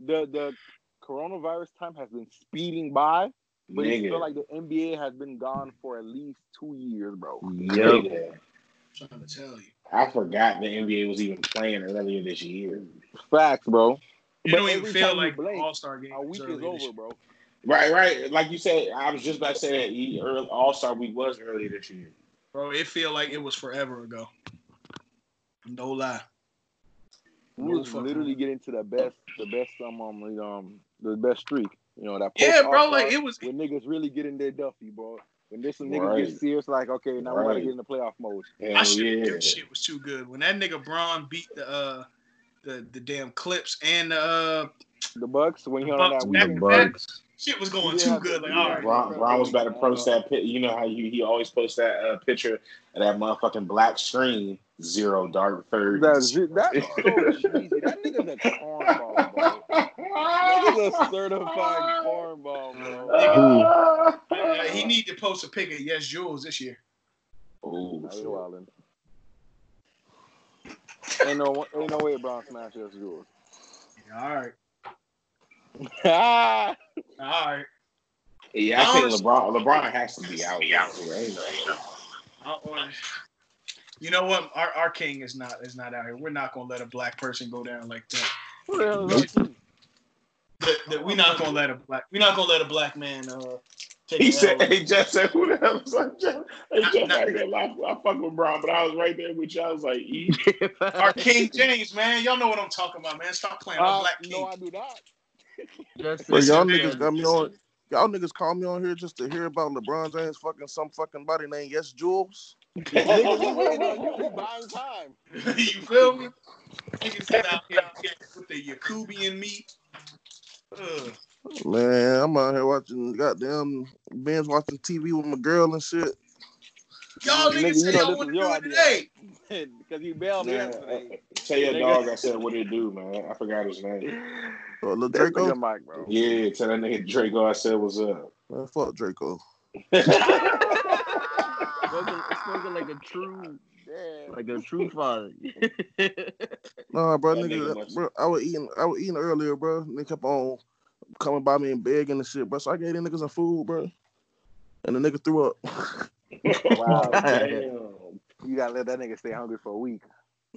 [SPEAKER 5] The the coronavirus time has been speeding by, but it's
[SPEAKER 3] nigga.
[SPEAKER 5] still like the NBA has been gone for at least two years, bro.
[SPEAKER 2] Yep.
[SPEAKER 3] Nigga.
[SPEAKER 4] I'm trying to tell you.
[SPEAKER 3] I forgot the NBA was even playing earlier this year.
[SPEAKER 5] Facts, bro.
[SPEAKER 4] You
[SPEAKER 5] But
[SPEAKER 4] don't even
[SPEAKER 5] every
[SPEAKER 4] feel
[SPEAKER 5] time you
[SPEAKER 4] like
[SPEAKER 5] blink,
[SPEAKER 4] All Star game.
[SPEAKER 5] Our
[SPEAKER 4] is
[SPEAKER 5] week is
[SPEAKER 4] early this
[SPEAKER 5] over,
[SPEAKER 4] year.
[SPEAKER 5] bro.
[SPEAKER 3] Right, right. Like you said, I was just about to say that All Star Week was earlier this year.
[SPEAKER 4] bro. It feel like it was forever ago. No lie.
[SPEAKER 5] We was
[SPEAKER 4] Motherfucker.
[SPEAKER 5] literally getting to the best, the best um, um, you know, um the best streak. You know that.
[SPEAKER 4] Yeah, bro.
[SPEAKER 5] post-All-Star
[SPEAKER 4] Like it was.
[SPEAKER 5] when niggas really getting their duffy, bro. When this some niggas
[SPEAKER 3] Right.
[SPEAKER 5] get serious, like okay, now we gotta
[SPEAKER 3] Right.
[SPEAKER 5] get in the playoff mode.
[SPEAKER 3] Hell
[SPEAKER 4] I should
[SPEAKER 3] Oh, yeah.
[SPEAKER 4] that shit was too good. When that nigga Braun beat the uh the the damn clips and the uh
[SPEAKER 5] The Bucks when he
[SPEAKER 4] The
[SPEAKER 5] on
[SPEAKER 4] Bucks
[SPEAKER 5] that
[SPEAKER 4] back
[SPEAKER 5] week.
[SPEAKER 4] to
[SPEAKER 2] Bugs.
[SPEAKER 4] shit was going
[SPEAKER 5] Yeah,
[SPEAKER 4] too good. Like
[SPEAKER 5] yeah.
[SPEAKER 4] all right.
[SPEAKER 3] Ron, Ron was about to post that. Pic, you know how he, he always posts that uh, picture of that motherfucking black screen, zero dark thirds.
[SPEAKER 5] That's that's so cheesy. That nigga's a cornball, bro.
[SPEAKER 3] Oh,
[SPEAKER 5] Nigga's a certified cornball, bro.
[SPEAKER 4] Oh, Uh, he need to post a pic of Yes Jules this year.
[SPEAKER 3] Ooh,
[SPEAKER 5] Nah, you wildin'. Ain't no, ain't no way Brown smash us yours.
[SPEAKER 4] Yeah, all right.
[SPEAKER 5] Ah,
[SPEAKER 4] All right.
[SPEAKER 3] yeah, I think
[SPEAKER 4] Honest-
[SPEAKER 3] LeBron LeBron has to be out. There ain't no way.
[SPEAKER 4] I'll order. You know what? Our our king is not is not out here. We're not gonna let a black person go down like that.
[SPEAKER 5] who the hell is that?
[SPEAKER 4] That- that we're not gonna let a black we're not gonna let a black man uh take
[SPEAKER 3] He
[SPEAKER 4] an
[SPEAKER 3] said,
[SPEAKER 4] L.
[SPEAKER 3] "Hey Jeff, said who the hell is that?" Jeff? Hey
[SPEAKER 4] Not-
[SPEAKER 3] Jeff,
[SPEAKER 4] not-
[SPEAKER 3] I, ain't gonna lie, I fuck with Bron, but I was right there with you. I was like, "E."
[SPEAKER 4] Our King James, man. Y'all know what I'm talking about, man. Stop playing. Our
[SPEAKER 5] Uh,
[SPEAKER 4] black king.
[SPEAKER 5] no, I do not.
[SPEAKER 2] Yes,
[SPEAKER 6] But y'all
[SPEAKER 4] Listen,
[SPEAKER 6] niggas
[SPEAKER 4] man,
[SPEAKER 6] got me on. Y'all niggas call me on here just to hear about LeBron James fucking some fucking body named Yes Jules.
[SPEAKER 5] Nigga, we waiting on you. We buying time.
[SPEAKER 4] you feel me? Niggas get out here with the Yakubian meat. Ugh.
[SPEAKER 6] Man, I'm out here watching goddamn Ben's watching TV with my girl and shit.
[SPEAKER 4] Y'all
[SPEAKER 5] Nigga, you
[SPEAKER 4] niggas say
[SPEAKER 5] know
[SPEAKER 4] y'all
[SPEAKER 5] this
[SPEAKER 4] want to
[SPEAKER 5] is
[SPEAKER 4] do
[SPEAKER 5] your
[SPEAKER 4] it
[SPEAKER 5] idea.
[SPEAKER 4] today.
[SPEAKER 5] Because you bailed me
[SPEAKER 3] Man,
[SPEAKER 5] out today.
[SPEAKER 3] tell your dog I said, "What did it do, man?" I forgot his name.
[SPEAKER 6] Oh, little
[SPEAKER 5] That's
[SPEAKER 6] Draco.
[SPEAKER 5] nigga Mike, bro.
[SPEAKER 3] Yeah, tell that nigga Draco I said, "What's up?"
[SPEAKER 6] Man, fuck Draco.
[SPEAKER 2] Spoken, spoken like a true,
[SPEAKER 5] Damn.
[SPEAKER 2] like a true father.
[SPEAKER 6] Nah, bro,
[SPEAKER 3] That nigga
[SPEAKER 6] nigga,
[SPEAKER 3] must-
[SPEAKER 6] bro, I was eating, I was eating earlier, bro. And they kept on coming by me and begging and shit, bro. So I gave them niggas some food, bro. And the nigga threw up.
[SPEAKER 5] Wow.
[SPEAKER 3] Damn.
[SPEAKER 5] You gotta let that nigga stay hungry for a week.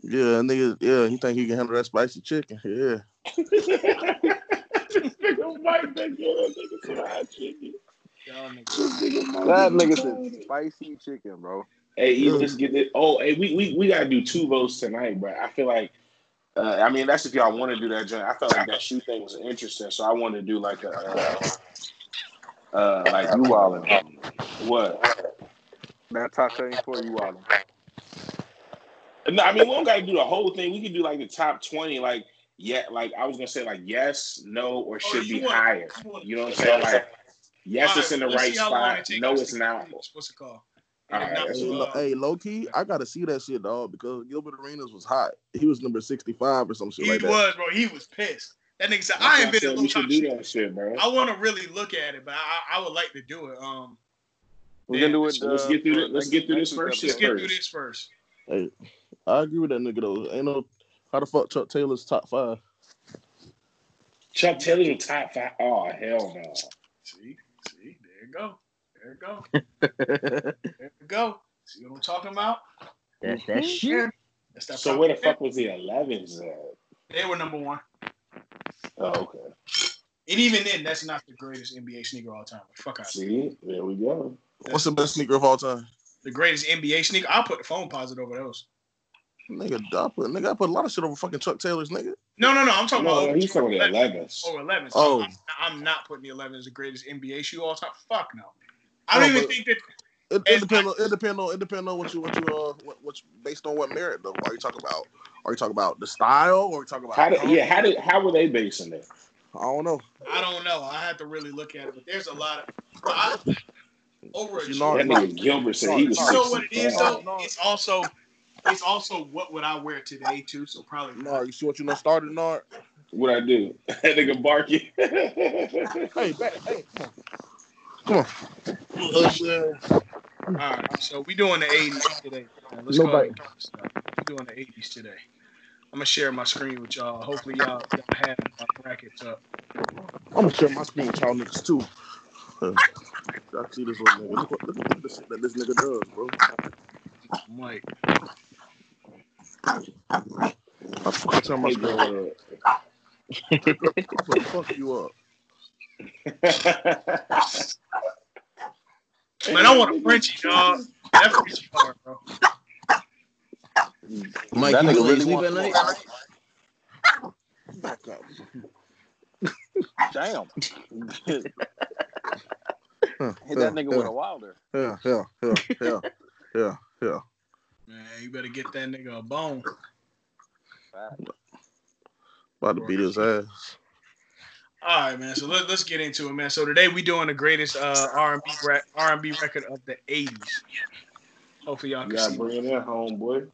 [SPEAKER 6] yeah, nigga, yeah, he think he can handle that spicy chicken. Yeah.
[SPEAKER 3] this nigga Mike, that nigga, that nigga some
[SPEAKER 4] "Ah,
[SPEAKER 3] hot chicken.
[SPEAKER 4] Y'all niggas.
[SPEAKER 3] This nigga Mike
[SPEAKER 5] That
[SPEAKER 3] is
[SPEAKER 5] nigga
[SPEAKER 3] retarded.
[SPEAKER 5] said spicy chicken, bro.
[SPEAKER 3] Hey, you just get it. Oh, hey, we, we we gotta do two votes tonight, bro. I feel like, uh, I mean, that's if y'all want to do that. Joint. I felt like that shoe thing was interesting, so I wanted to do like a, uh, uh like you all and what?
[SPEAKER 5] That top thing for you, Wallen.
[SPEAKER 3] No, I mean, we don't gotta do the whole thing. We could do like the top twenty, like yeah, like I was gonna say like yes, no, or should
[SPEAKER 4] Oh, you
[SPEAKER 3] be
[SPEAKER 4] want-
[SPEAKER 3] higher.
[SPEAKER 4] you want-
[SPEAKER 3] You know what I'm saying? Like yes,
[SPEAKER 4] All
[SPEAKER 3] it's in the
[SPEAKER 4] let's
[SPEAKER 3] right
[SPEAKER 4] see how long
[SPEAKER 3] spot.
[SPEAKER 4] it take
[SPEAKER 3] No,
[SPEAKER 4] us
[SPEAKER 3] it's
[SPEAKER 4] to-
[SPEAKER 3] not.
[SPEAKER 4] What's it called?
[SPEAKER 3] All right,
[SPEAKER 6] Hey,
[SPEAKER 3] that's
[SPEAKER 6] lo-
[SPEAKER 4] Uh,
[SPEAKER 6] hey, low key, I gotta see that shit, dog, because Gilbert Arenas was hot. He was number sixty five or some shit
[SPEAKER 4] He
[SPEAKER 6] like that.
[SPEAKER 4] was, bro. He was pissed. That nigga said, I ain't
[SPEAKER 3] that's
[SPEAKER 4] been
[SPEAKER 3] why
[SPEAKER 4] in
[SPEAKER 3] said we should
[SPEAKER 4] low top
[SPEAKER 3] do
[SPEAKER 4] shit.
[SPEAKER 3] that shit, bro.
[SPEAKER 4] I want to really look at it, but I, I would like to do it. Um,
[SPEAKER 5] We can do it. uh,
[SPEAKER 3] So let's get through this- let's get through this first
[SPEAKER 4] let's
[SPEAKER 3] shit
[SPEAKER 4] get through
[SPEAKER 3] first.
[SPEAKER 4] this first.
[SPEAKER 6] Hey, I agree with that nigga though. Ain't no how the fuck Chuck Taylor's top five.
[SPEAKER 3] Chuck Taylor in top five. Oh hell no.
[SPEAKER 4] See, See, there you go. There you go. There you go. See what I'm talking about?
[SPEAKER 2] That's that shit.
[SPEAKER 4] That's that
[SPEAKER 3] So where the fuck was the 11s at?
[SPEAKER 4] They were number one.
[SPEAKER 3] Oh, okay.
[SPEAKER 4] And even then, that's not the greatest NBA sneaker of all time. Fuck out.
[SPEAKER 3] See, there we go.
[SPEAKER 6] What's the best sneaker of all time?
[SPEAKER 4] The greatest NBA sneaker. I'll put the phone posit over those.
[SPEAKER 6] Nigga, I put, nigga, I put a lot of shit over fucking Chuck Taylor's nigga.
[SPEAKER 4] No, no, no. I'm talking
[SPEAKER 3] No,
[SPEAKER 4] about
[SPEAKER 3] he's talking about the 11s.
[SPEAKER 4] over 11. oh.
[SPEAKER 6] Oh.
[SPEAKER 4] I'm, I'm not putting the 11 as the greatest NBA shoe all time. Fuck no. I don't
[SPEAKER 6] No,
[SPEAKER 4] even
[SPEAKER 6] but-
[SPEAKER 4] think that.
[SPEAKER 6] It, it
[SPEAKER 4] It's
[SPEAKER 6] depends. On, it depend on. It depend on what you what you uh what, what's based on what merit though. Are you talking about? Are you talking about the style or are you talking about?
[SPEAKER 3] How did, yeah, how did how were they basing it?
[SPEAKER 6] I don't know.
[SPEAKER 4] I don't know. I have to really look at it, but there's a lot of. Bro, I, over a
[SPEAKER 6] You
[SPEAKER 4] shoe.
[SPEAKER 6] know-
[SPEAKER 3] That nigga Gilbert said he was.
[SPEAKER 4] You know what it is
[SPEAKER 3] 65.
[SPEAKER 4] though? It's also it's also what would I wear today too. So probably
[SPEAKER 6] No, you see what you know started, Nard.
[SPEAKER 3] What I do? That nigga barking.
[SPEAKER 6] Hey, back, hey. Come on. Uh,
[SPEAKER 4] All right. So we doing the eighties today. man. Let's
[SPEAKER 6] Nobody-
[SPEAKER 4] call it we doing the eighties today. I'm gonna share my screen with y'all. Hopefully y'all, y'all have my brackets up.
[SPEAKER 6] I'm gonna share my screen with y'all niggas too. Uh, y'all see this little nigga? Look, what- look at the shit that this nigga does, bro.
[SPEAKER 4] I'm like,
[SPEAKER 6] I fucking tell my
[SPEAKER 3] Hey,
[SPEAKER 6] screen.
[SPEAKER 3] Gilbert.
[SPEAKER 6] I'm gonna fuck you up.
[SPEAKER 4] man, I want a Frenchie, dog. That Frenchie hard, bro.
[SPEAKER 6] Mike,
[SPEAKER 5] That
[SPEAKER 6] you
[SPEAKER 5] nigga
[SPEAKER 6] really
[SPEAKER 5] really
[SPEAKER 6] sleep at
[SPEAKER 5] wants
[SPEAKER 6] night? Back up.
[SPEAKER 5] Damn. Hit
[SPEAKER 6] Huh,
[SPEAKER 5] that nigga
[SPEAKER 6] uh.
[SPEAKER 5] with a wilder.
[SPEAKER 6] yeah, yeah, yeah, yeah, yeah, yeah.
[SPEAKER 4] Man, you better get that nigga a bone.
[SPEAKER 6] About to beat his ass.
[SPEAKER 4] All right, man. So let, let's get into it, man. So today we doing the greatest uh, R&B ra- R&B record of the '80s. Hopefully y'all
[SPEAKER 3] you
[SPEAKER 4] can
[SPEAKER 3] gotta
[SPEAKER 4] see.
[SPEAKER 3] bring it in, homeboy.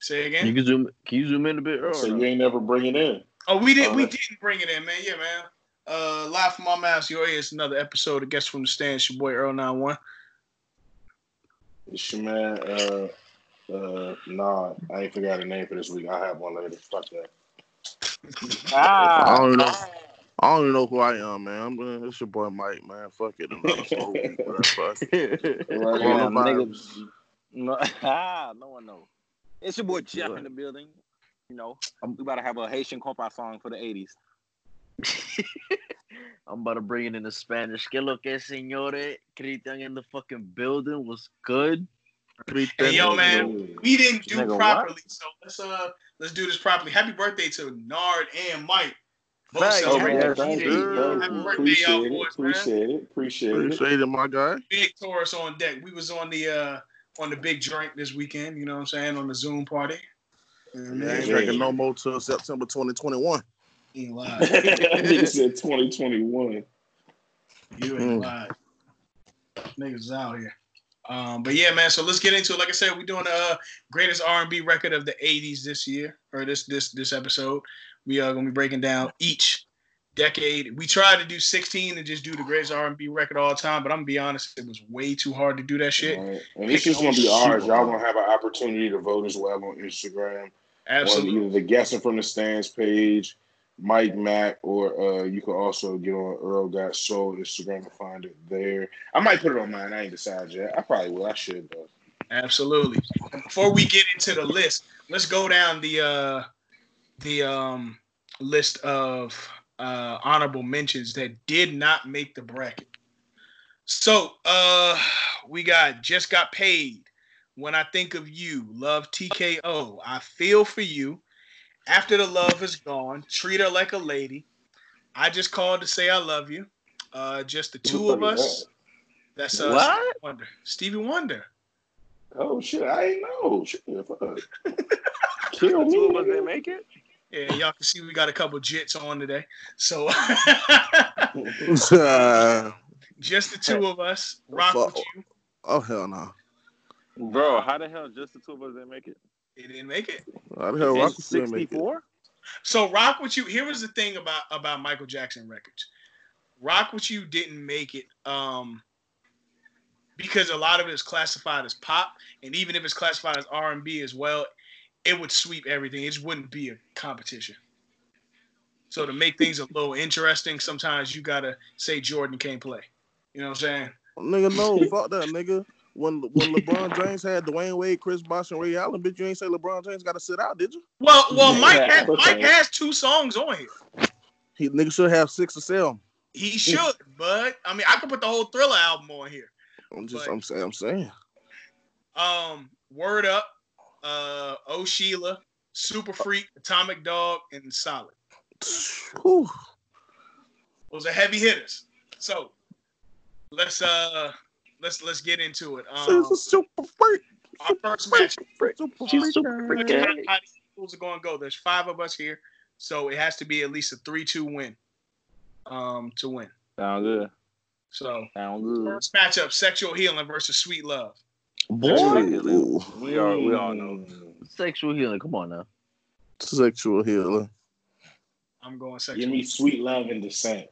[SPEAKER 4] Say
[SPEAKER 2] You
[SPEAKER 4] again.
[SPEAKER 2] can zoom. Can you zoom in a bit? Or
[SPEAKER 3] So
[SPEAKER 2] no?
[SPEAKER 3] you ain't never bring it in.
[SPEAKER 4] Oh, we didn't.
[SPEAKER 3] Oh,
[SPEAKER 4] we
[SPEAKER 3] that's-
[SPEAKER 4] didn't bring it in, man. Yeah, man. Uh, live from my mouth. Your ears. Another episode of Guest from the Stands. Your boy Earl 91.
[SPEAKER 3] It's your man. Uh, uh, nah, I ain't forgot a name for this week. I have one later. Fuck that.
[SPEAKER 6] I
[SPEAKER 5] Ah,
[SPEAKER 6] don't even know. I don't even know who I am, man. I'm uh, it's your boy Mike, man. Fuck it. I'm just so weak, man. Fuck it.
[SPEAKER 3] Right
[SPEAKER 5] Yeah,
[SPEAKER 3] on.
[SPEAKER 6] Coronavirus.
[SPEAKER 5] nigga. no, ah, no one knows. It's your boy Jeff in the building. You know, we about to have a Haitian compa song for the '80s.
[SPEAKER 2] I'm about to bring it in the Spanish. Que lo que señores? Cristian in the fucking building was good.
[SPEAKER 6] Three
[SPEAKER 4] Hey, yo,
[SPEAKER 6] things.
[SPEAKER 4] man. We didn't do
[SPEAKER 5] Nigga, what?
[SPEAKER 4] properly. So let's uh let's do this properly. Happy birthday to Nard and Mike. Both
[SPEAKER 6] Thanks,
[SPEAKER 4] said
[SPEAKER 3] Oh,
[SPEAKER 4] happy
[SPEAKER 3] man,
[SPEAKER 6] man.
[SPEAKER 4] birthday.
[SPEAKER 3] thank you.
[SPEAKER 6] Yeah.
[SPEAKER 3] Thank you.
[SPEAKER 4] Happy birthday,
[SPEAKER 3] Appreciate
[SPEAKER 4] y'all
[SPEAKER 3] it.
[SPEAKER 4] boys, man.
[SPEAKER 3] Appreciate it. Appreciate it.
[SPEAKER 6] Appreciate it, my guy.
[SPEAKER 4] Big Taurus on deck. We was on the uh on the big drink this weekend. You know what I'm saying? On the Zoom party. You know what I mean?
[SPEAKER 6] I ain't
[SPEAKER 3] Yeah.
[SPEAKER 6] drinking no more till September 2021.
[SPEAKER 4] You ain't lying.
[SPEAKER 3] Nigga said 2021.
[SPEAKER 4] You ain't
[SPEAKER 6] Mm.
[SPEAKER 4] lying. Niggas out here. Um, but yeah, man. So let's get into it. Like I said, we're doing the uh, greatest R and B record of the '80s this year, or this this this episode. We are gonna be breaking down each decade. We tried to do 16 and just do the greatest R and B record all time, but I'm gonna be honest, it was way too hard to do that shit.
[SPEAKER 3] Right. And this is gonna be ours. Y'all gonna have an opportunity to vote as well on Instagram
[SPEAKER 4] Absolutely.
[SPEAKER 3] on either the guessing from the stands page, Mike Mack, or uh, you can also get on Earl Got Soul Instagram and find it there. I might put it on mine. I ain't decided yet. I probably will. I should though.
[SPEAKER 4] Absolutely. Before we get into the list, let's go down the uh the um list of uh honorable mentions that did not make the bracket. So uh we got just got paid. When I think of you, love TKO. I feel for you. After the love is gone, treat her like a lady. I just called to say I love you. Uh just the two of us. That's uh
[SPEAKER 2] What?
[SPEAKER 4] Stevie Wonder. Stevie Wonder.
[SPEAKER 3] Oh shit! I ain't know. Shit, fuck. Kill
[SPEAKER 5] Two of us
[SPEAKER 3] me.
[SPEAKER 5] didn't make it.
[SPEAKER 4] Yeah, y'all can see we got a couple jits on today. So
[SPEAKER 6] Uh,
[SPEAKER 4] just the two of us rock with you.
[SPEAKER 6] oh hell no!
[SPEAKER 5] Bro, how the hell just the two of us didn't make it?
[SPEAKER 4] It didn't make it.
[SPEAKER 6] How the hell
[SPEAKER 5] In
[SPEAKER 6] Rock still make it?
[SPEAKER 5] 64?
[SPEAKER 4] So rock with you. Here was the thing about about Michael Jackson records. Rock with you didn't make it um because a lot of it is classified as pop, and even if it's classified as R and B as well, it would sweep everything. It just wouldn't be a competition. So to make things a little interesting, sometimes you gotta say Jordan can't play. You know what I'm saying?
[SPEAKER 6] Nigga, no, fuck that, nigga. When when LeBron James had Dwayne Wade, Chris Bosh, and Ray Allen, bitch, you ain't say LeBron James got to sit out, did you?
[SPEAKER 4] Well, well,
[SPEAKER 3] Yeah,
[SPEAKER 4] Mike, has,
[SPEAKER 3] okay.
[SPEAKER 4] Mike has two songs on here.
[SPEAKER 6] He nigga should have six or seven.
[SPEAKER 4] He should, but I mean, I could put the whole Thriller album on here.
[SPEAKER 6] I'm just,
[SPEAKER 4] But-
[SPEAKER 6] I'm saying, I'm saying.
[SPEAKER 4] Um, Word Up, uh, Oh Sheila, Super Freak, Atomic Dog, and Solid.
[SPEAKER 6] Whew.
[SPEAKER 4] Those are heavy hitters. So let's uh let's let's get into it. Um,
[SPEAKER 6] She's a super freak.
[SPEAKER 4] our first match
[SPEAKER 6] Super
[SPEAKER 4] She's
[SPEAKER 6] freak.
[SPEAKER 4] How how these rules are going to go? There's five of us here, so it has to be at least a three-two win, um, to win.
[SPEAKER 5] Sound good.
[SPEAKER 4] So
[SPEAKER 5] Sound good.
[SPEAKER 4] first matchup: Sexual Healing versus Sweet Love.
[SPEAKER 5] Boy.
[SPEAKER 6] Ooh.
[SPEAKER 5] We are. We all know.
[SPEAKER 3] Mm.
[SPEAKER 2] Sexual healing. Come on now.
[SPEAKER 6] Sexual healer.
[SPEAKER 4] I'm going
[SPEAKER 3] Give
[SPEAKER 4] sexual.
[SPEAKER 3] me sweet love and descent.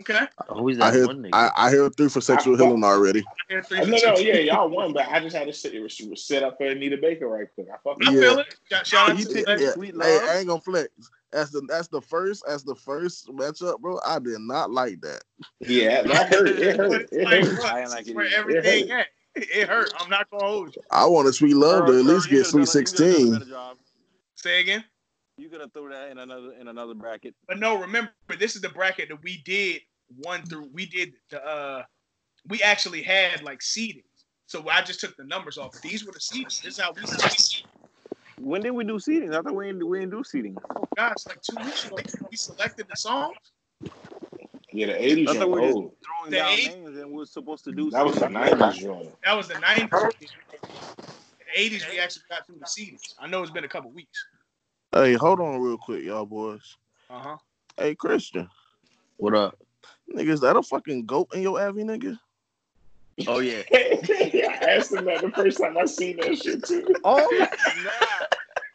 [SPEAKER 4] Okay, I
[SPEAKER 2] Always that
[SPEAKER 6] I hear,
[SPEAKER 2] one nigga.
[SPEAKER 6] I, I hear three for sexual
[SPEAKER 3] I fuck-
[SPEAKER 6] healing already.
[SPEAKER 4] hear three.
[SPEAKER 3] No,
[SPEAKER 4] for
[SPEAKER 3] no,
[SPEAKER 4] sexual-
[SPEAKER 3] yeah, y'all won, but I just had to sit, sit up for Anita Baker right quick. I fucking
[SPEAKER 4] I
[SPEAKER 6] yeah.
[SPEAKER 4] feel it. Shout, shout out
[SPEAKER 5] You
[SPEAKER 4] to
[SPEAKER 5] pick
[SPEAKER 6] Yeah.
[SPEAKER 5] sweet
[SPEAKER 6] Hey,
[SPEAKER 5] love.
[SPEAKER 6] I ain't gonna flex. That's the that's the first that's the first matchup, bro. I did not like that.
[SPEAKER 3] yeah, that hurt. It hurt. It
[SPEAKER 4] Like,
[SPEAKER 3] hurt.
[SPEAKER 4] bro,
[SPEAKER 5] I ain't
[SPEAKER 4] this
[SPEAKER 5] like
[SPEAKER 4] is
[SPEAKER 5] it
[SPEAKER 4] where
[SPEAKER 5] either.
[SPEAKER 4] everything at. It hurt. I'm not gonna hold you.
[SPEAKER 6] I want a sweet love to at least get sweet sixteen.
[SPEAKER 4] Say again.
[SPEAKER 5] You could have threw that in another in another bracket.
[SPEAKER 4] But no, remember this is the bracket that we did one through. We did the uh, we actually had like seedings. So I just took the numbers off. These were the seedings. This is how we selected
[SPEAKER 5] When did we do seedings? I thought we didn't, we didn't do seedings.
[SPEAKER 4] guys like two weeks ago. We selected the song.
[SPEAKER 3] Yeah, the eighties
[SPEAKER 5] I thought we
[SPEAKER 3] joint.
[SPEAKER 5] Throwing
[SPEAKER 4] The
[SPEAKER 5] down
[SPEAKER 4] eight-
[SPEAKER 5] names and we are supposed to
[SPEAKER 3] Oh,
[SPEAKER 5] do.
[SPEAKER 3] that was the
[SPEAKER 5] seedings.
[SPEAKER 3] nineties joint.
[SPEAKER 4] That was the '90s. In the '80s, we actually got through the seedings. I know it's been a couple weeks.
[SPEAKER 6] Hey, hold on real quick, y'all boys.
[SPEAKER 4] Uh huh.
[SPEAKER 6] Hey, Christian,
[SPEAKER 2] What up?
[SPEAKER 6] nigga, is that a fucking goat in your Avi, nigga?
[SPEAKER 2] Oh yeah.
[SPEAKER 3] I asked him that the first time I seen that shit too.
[SPEAKER 5] Oh nah.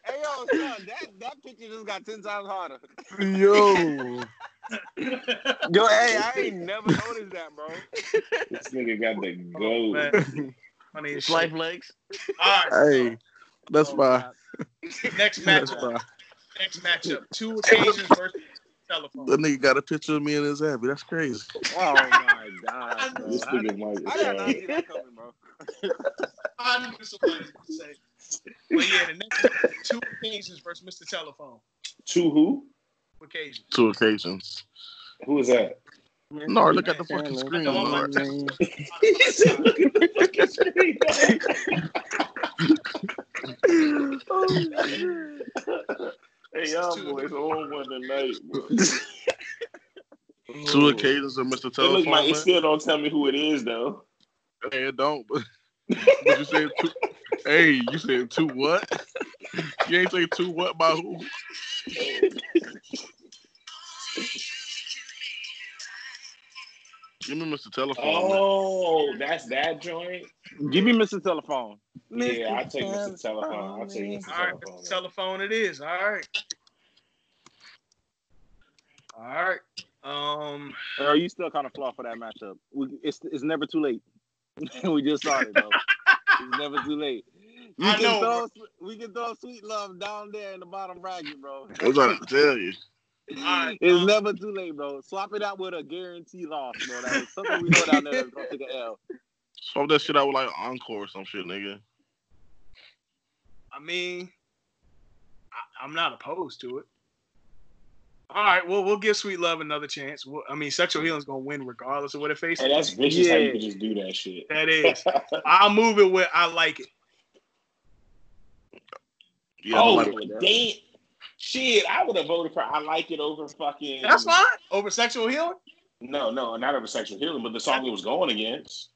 [SPEAKER 5] Hey yo, son, that, that picture just got ten times harder.
[SPEAKER 6] Yo,
[SPEAKER 5] Yo, hey, I ain't never noticed that, bro.
[SPEAKER 3] This nigga got the
[SPEAKER 4] Oh,
[SPEAKER 3] gold.
[SPEAKER 4] man. Funny as
[SPEAKER 2] It's
[SPEAKER 4] shit.
[SPEAKER 2] life legs.
[SPEAKER 4] All right.
[SPEAKER 6] hey,
[SPEAKER 2] Oh,
[SPEAKER 6] that's fine.
[SPEAKER 4] Next
[SPEAKER 6] That's
[SPEAKER 4] matchup.
[SPEAKER 6] fine.
[SPEAKER 4] Next matchup. Two occasions versus telephone.
[SPEAKER 6] The nigga got a picture of me and his Avi. That's crazy.
[SPEAKER 5] Oh my god, bro.
[SPEAKER 3] This
[SPEAKER 5] I,
[SPEAKER 3] nigga Mike.
[SPEAKER 5] I did not see that coming, bro.
[SPEAKER 4] I knew somebody was gonna say. it. But yeah, the next one, two occasions versus Mr. Telephone.
[SPEAKER 3] Two who?
[SPEAKER 4] Two occasions.
[SPEAKER 6] Two occasions.
[SPEAKER 3] Who is that?
[SPEAKER 6] No, look at the fucking screen,
[SPEAKER 4] I want my
[SPEAKER 6] Lord.
[SPEAKER 4] text.
[SPEAKER 3] he said, "Look at the fucking screen." hey, y'all boys on one tonight. Bro.
[SPEAKER 6] Two occasions of Mr.
[SPEAKER 3] It look
[SPEAKER 6] Telephone.
[SPEAKER 3] like it
[SPEAKER 6] Man.
[SPEAKER 3] still don't tell me who it is though.
[SPEAKER 6] Hey, it don't. But, but you said two. hey, you said two what? You ain't say two what by who? Give me Mr. Telephone. man.
[SPEAKER 3] Oh, that's that joint.
[SPEAKER 5] Give me Mr. Telephone.
[SPEAKER 3] Yeah, I take Mr. Telephone. I'll take Mr.
[SPEAKER 4] All right,
[SPEAKER 3] Telephone.
[SPEAKER 4] Mr. Telephone it is. All right. All right. Um
[SPEAKER 5] Or you still kind of flawed for that matchup? We, it's it's never too late. we just started, bro. it's never too late. You
[SPEAKER 4] I
[SPEAKER 5] can
[SPEAKER 4] know,
[SPEAKER 5] Throw, we can throw sweet love down there in the bottom bracket, bro.
[SPEAKER 6] I'm trying to tell you.
[SPEAKER 4] right,
[SPEAKER 5] it's
[SPEAKER 4] um,
[SPEAKER 5] never too late, bro. Swap it out with a guarantee loss, bro. That is something we know down there is gonna take an L.
[SPEAKER 6] Swap that shit out with like Encore or some shit, nigga.
[SPEAKER 4] I mean I, I'm not opposed to it. All right, well we'll give Sweet Love another chance. We'll, I mean sexual healing's gonna win regardless of what it faces.
[SPEAKER 3] Hey, that's vicious how you
[SPEAKER 5] Yeah.
[SPEAKER 3] can just do that shit.
[SPEAKER 4] That is. I'll move it where I like it.
[SPEAKER 6] Yeah,
[SPEAKER 3] oh,
[SPEAKER 6] I like,
[SPEAKER 3] damn. Shit, I would have voted for I Like It over fucking.
[SPEAKER 4] That's fine. Over sexual healing?
[SPEAKER 3] No, no, not over Sexual Healing, but the song it was going against.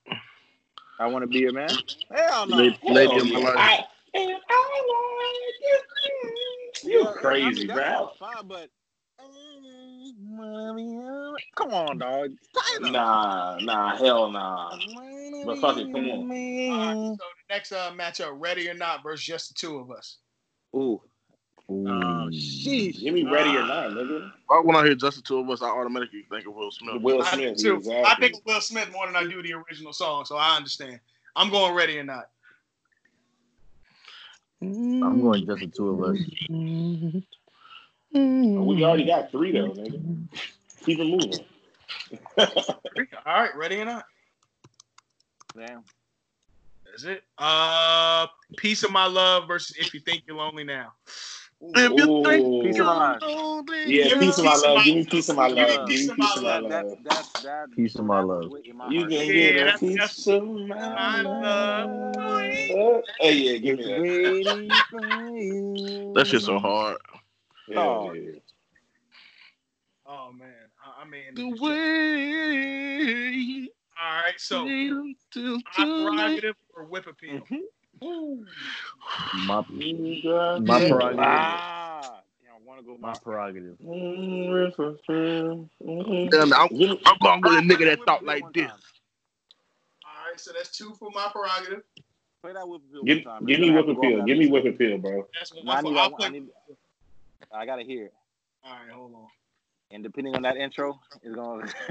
[SPEAKER 5] I want to be a man. Hell no.
[SPEAKER 6] Lady- Lady
[SPEAKER 3] Hell
[SPEAKER 6] of my
[SPEAKER 3] yeah.
[SPEAKER 6] life.
[SPEAKER 3] I, and I like it.
[SPEAKER 5] Yeah,
[SPEAKER 3] You're
[SPEAKER 5] I mean,
[SPEAKER 3] crazy,
[SPEAKER 5] that
[SPEAKER 3] bro.
[SPEAKER 5] song's Fine, but come on, dog. Tighten up.
[SPEAKER 3] Nah, nah, hell nah. But fuck it, come on.
[SPEAKER 4] All right, so the next uh, matchup, ready or not, versus just the two of us.
[SPEAKER 5] Ooh.
[SPEAKER 2] Oh,
[SPEAKER 5] Sheesh.
[SPEAKER 3] Give me ready or not, nigga.
[SPEAKER 6] Why when I hear just the two of us, I automatically think of Will Smith.
[SPEAKER 3] Will
[SPEAKER 4] I, do
[SPEAKER 3] Smith,
[SPEAKER 4] too.
[SPEAKER 3] exactly.
[SPEAKER 4] I think of Will Smith more than I do the original song, so I understand. I'm going ready or not.
[SPEAKER 2] I'm going just the two of us.
[SPEAKER 3] we already got three though, nigga. Keep it moving.
[SPEAKER 4] All right, ready or not?
[SPEAKER 5] Damn.
[SPEAKER 4] That's it. Uh, Peace of My Love versus If You Think You're Lonely Now.
[SPEAKER 6] If you think
[SPEAKER 3] Ooh.
[SPEAKER 5] Peace of my life.
[SPEAKER 3] Yeah,
[SPEAKER 4] Give me
[SPEAKER 3] peace of my
[SPEAKER 4] peace of
[SPEAKER 3] love.
[SPEAKER 4] my-
[SPEAKER 3] Give me peace of my
[SPEAKER 5] Give me
[SPEAKER 3] love. Give
[SPEAKER 4] peace
[SPEAKER 3] me
[SPEAKER 4] of
[SPEAKER 3] peace of my
[SPEAKER 4] my
[SPEAKER 5] That, that,
[SPEAKER 3] love.
[SPEAKER 5] that, that,
[SPEAKER 2] Peace of my
[SPEAKER 5] that was
[SPEAKER 2] love.
[SPEAKER 5] wit in my
[SPEAKER 3] You
[SPEAKER 5] heart.
[SPEAKER 3] can
[SPEAKER 4] Yeah,
[SPEAKER 3] get a
[SPEAKER 4] that's-
[SPEAKER 3] piece
[SPEAKER 4] that's-
[SPEAKER 3] of my
[SPEAKER 4] my
[SPEAKER 3] love. Hey, yeah, give me that.
[SPEAKER 5] Waiting for you.
[SPEAKER 6] that shit so hard.
[SPEAKER 3] Yeah, yeah.
[SPEAKER 4] Oh, man. I, I mean,
[SPEAKER 6] The way
[SPEAKER 4] all right. So,
[SPEAKER 6] till
[SPEAKER 4] my prerogative or whip appeal?
[SPEAKER 2] My
[SPEAKER 3] You got
[SPEAKER 2] My
[SPEAKER 3] me
[SPEAKER 2] prerogative.
[SPEAKER 5] Ah, I want to go.
[SPEAKER 2] my prerogative.
[SPEAKER 3] Mm, if I feel- mm.
[SPEAKER 6] And I'm,
[SPEAKER 3] Give me-
[SPEAKER 6] I'm going with a nigga that thought like this.
[SPEAKER 4] All right. So, that's two for my prerogative.
[SPEAKER 5] Play that whip appeal
[SPEAKER 3] Give,
[SPEAKER 5] one time.
[SPEAKER 3] give me whip appeal. Give me whip appeal, bro.
[SPEAKER 4] That's one
[SPEAKER 5] I,
[SPEAKER 4] for
[SPEAKER 5] need,
[SPEAKER 4] I'll
[SPEAKER 5] I,
[SPEAKER 4] play.
[SPEAKER 5] I, need, I gotta hear it.
[SPEAKER 4] All right, hold on.
[SPEAKER 5] And depending on that intro, it's gonna.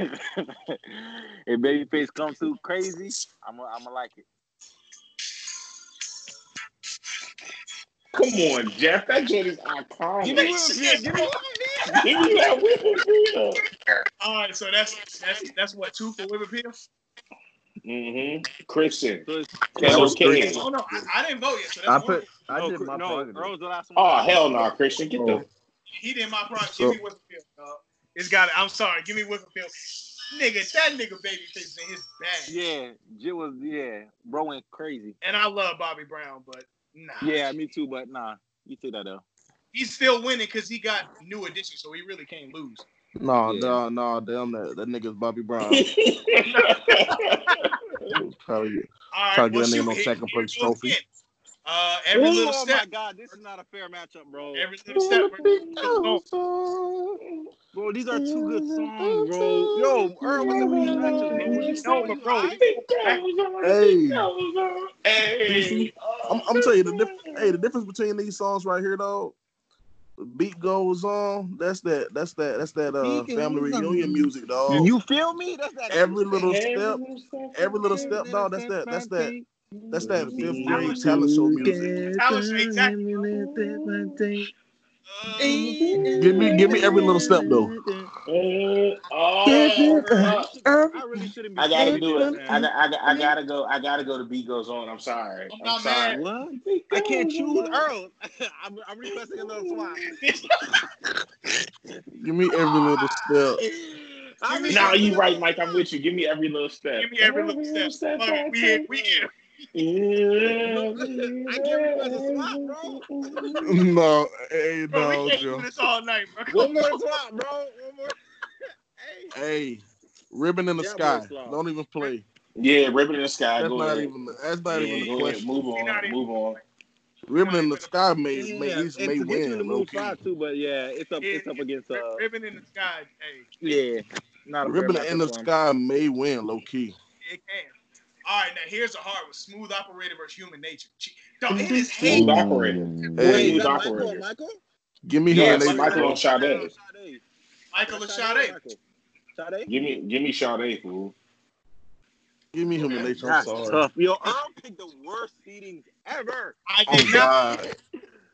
[SPEAKER 5] if Babyface comes through crazy, I'm gonna I'm gonna like it.
[SPEAKER 3] Come on, Jeff. That joint is iconic.
[SPEAKER 4] Give
[SPEAKER 3] Give me
[SPEAKER 4] me whip appeal, give me
[SPEAKER 3] that whip appeal.
[SPEAKER 4] All right. So, that's that's that's what two for whip appeal.
[SPEAKER 3] Mm-hmm. Christian.
[SPEAKER 5] So it's,
[SPEAKER 3] That's
[SPEAKER 2] That was
[SPEAKER 3] okay.
[SPEAKER 2] Christian.
[SPEAKER 4] Oh no, I, I didn't vote yet. So that's
[SPEAKER 2] I
[SPEAKER 4] one.
[SPEAKER 2] put. I
[SPEAKER 5] no,
[SPEAKER 2] did
[SPEAKER 5] Cr-
[SPEAKER 2] my
[SPEAKER 5] no,
[SPEAKER 2] prerogative.
[SPEAKER 5] Earl's the last one.
[SPEAKER 3] Oh hell no, Christian. Get the
[SPEAKER 4] He did my product.
[SPEAKER 2] So-
[SPEAKER 4] give me whip appeal, dog. It's got. I'm sorry. Give me whip appeal. Nigga, that nigga baby face in his bag.
[SPEAKER 5] Yeah, Jit was yeah, bro went crazy.
[SPEAKER 4] And I love Bobby Brown, but nah.
[SPEAKER 5] Yeah, me too, but nah, you took that though.
[SPEAKER 4] He's still winning because he got new additions, so he really can't lose.
[SPEAKER 6] No,
[SPEAKER 5] Yeah.
[SPEAKER 6] no, no, damn that that nigga's Bobby Brown. Probably-
[SPEAKER 4] All right,
[SPEAKER 6] Try to get
[SPEAKER 4] well,
[SPEAKER 6] that nigga
[SPEAKER 4] shoot,
[SPEAKER 6] no
[SPEAKER 4] here-
[SPEAKER 6] second
[SPEAKER 4] here
[SPEAKER 6] place
[SPEAKER 4] it goes
[SPEAKER 6] trophy.
[SPEAKER 4] again. Uh, every
[SPEAKER 5] Ooh,
[SPEAKER 4] little
[SPEAKER 5] oh
[SPEAKER 4] step,
[SPEAKER 5] my god, this is not a fair matchup, bro.
[SPEAKER 4] every little step. Oh,
[SPEAKER 5] Bro, these are two good songs, bro. Yo, Earl, what's up with these matchups, bro? What you
[SPEAKER 4] No,
[SPEAKER 5] saying?
[SPEAKER 4] but
[SPEAKER 5] You
[SPEAKER 4] bro,
[SPEAKER 5] aight?
[SPEAKER 6] Hey,
[SPEAKER 3] Hey.
[SPEAKER 6] I'm, I'm telling you the difference. Hey, the difference between these songs right here, though. Beat goes on. That's that. That's that. That's that. Uh,
[SPEAKER 5] Beat
[SPEAKER 6] family
[SPEAKER 5] goes on.
[SPEAKER 6] reunion music, dog.
[SPEAKER 5] You feel me? That's that
[SPEAKER 6] Every little step, every little step, dog. That's that. That's that. That's that fifth grade talent show music.
[SPEAKER 4] Talent show, exactly. Uh,
[SPEAKER 6] Give me, give me every little step though.
[SPEAKER 3] Oh,
[SPEAKER 5] I really shouldn't be.
[SPEAKER 3] Uh, I gotta
[SPEAKER 5] saying
[SPEAKER 3] do
[SPEAKER 5] this,
[SPEAKER 3] it. I,
[SPEAKER 5] man.
[SPEAKER 3] I, I gotta go. I gotta go. The beat goes on. I'm sorry.
[SPEAKER 4] I'm
[SPEAKER 3] I'm
[SPEAKER 4] not
[SPEAKER 3] sorry.
[SPEAKER 4] mad.
[SPEAKER 5] What? I can't choose Earl. I'm, I'm requesting another slot.
[SPEAKER 6] Give me every little step.
[SPEAKER 5] I really-
[SPEAKER 3] No, you right, Mike. I'm with you. Give me every little step.
[SPEAKER 4] Give me every little step. Fuck it, we here, we here.
[SPEAKER 5] I can't request a slot, bro.
[SPEAKER 6] No, hey,
[SPEAKER 4] Bro,
[SPEAKER 6] no,
[SPEAKER 4] we can't do
[SPEAKER 6] Joe.
[SPEAKER 4] this all night, bro.
[SPEAKER 5] One more slot, bro. One more. Hey.
[SPEAKER 6] Hey, ribbon in the
[SPEAKER 5] Yeah,
[SPEAKER 6] sky.
[SPEAKER 5] boy, slide.
[SPEAKER 6] Don't even play.
[SPEAKER 3] Yeah, ribbon in the sky.
[SPEAKER 6] That's
[SPEAKER 3] go
[SPEAKER 6] not
[SPEAKER 3] ahead.
[SPEAKER 6] even. That's not
[SPEAKER 3] Yeah,
[SPEAKER 6] even
[SPEAKER 3] go
[SPEAKER 6] a
[SPEAKER 3] ahead.
[SPEAKER 6] question.
[SPEAKER 3] Move on. Move on.
[SPEAKER 6] Ribbon in the sky may may
[SPEAKER 5] Yeah,
[SPEAKER 6] east
[SPEAKER 5] and
[SPEAKER 6] may
[SPEAKER 5] to get you in the
[SPEAKER 6] win.
[SPEAKER 5] mood
[SPEAKER 6] low-key.
[SPEAKER 5] five too, but yeah, it's up, it's up against uh,
[SPEAKER 4] Rib- ribbon in the sky. Hey,
[SPEAKER 5] yeah, not a fair
[SPEAKER 6] Ribbon in the
[SPEAKER 5] matchup for him.
[SPEAKER 6] sky may win. Low key.
[SPEAKER 4] it can. All right, now here's a hard one: smooth operator versus human nature. Gee, Dog, it is hate.
[SPEAKER 3] Smooth operator.
[SPEAKER 6] Hey.
[SPEAKER 5] Wait,
[SPEAKER 3] Smooth
[SPEAKER 5] is that Michael or
[SPEAKER 3] operator.
[SPEAKER 5] Michael?
[SPEAKER 6] Give me
[SPEAKER 3] Yes,
[SPEAKER 6] her.
[SPEAKER 3] Michael on Sade.
[SPEAKER 5] Sade.
[SPEAKER 4] Michael and Sade.
[SPEAKER 5] Sade?
[SPEAKER 3] Give me, give me Sade, fool.
[SPEAKER 6] Give me human nature. I'm
[SPEAKER 5] That's
[SPEAKER 6] sorry.
[SPEAKER 5] tough. Yo, Earl picked the worst seedings ever.
[SPEAKER 4] I
[SPEAKER 6] Oh
[SPEAKER 4] did not.
[SPEAKER 6] God,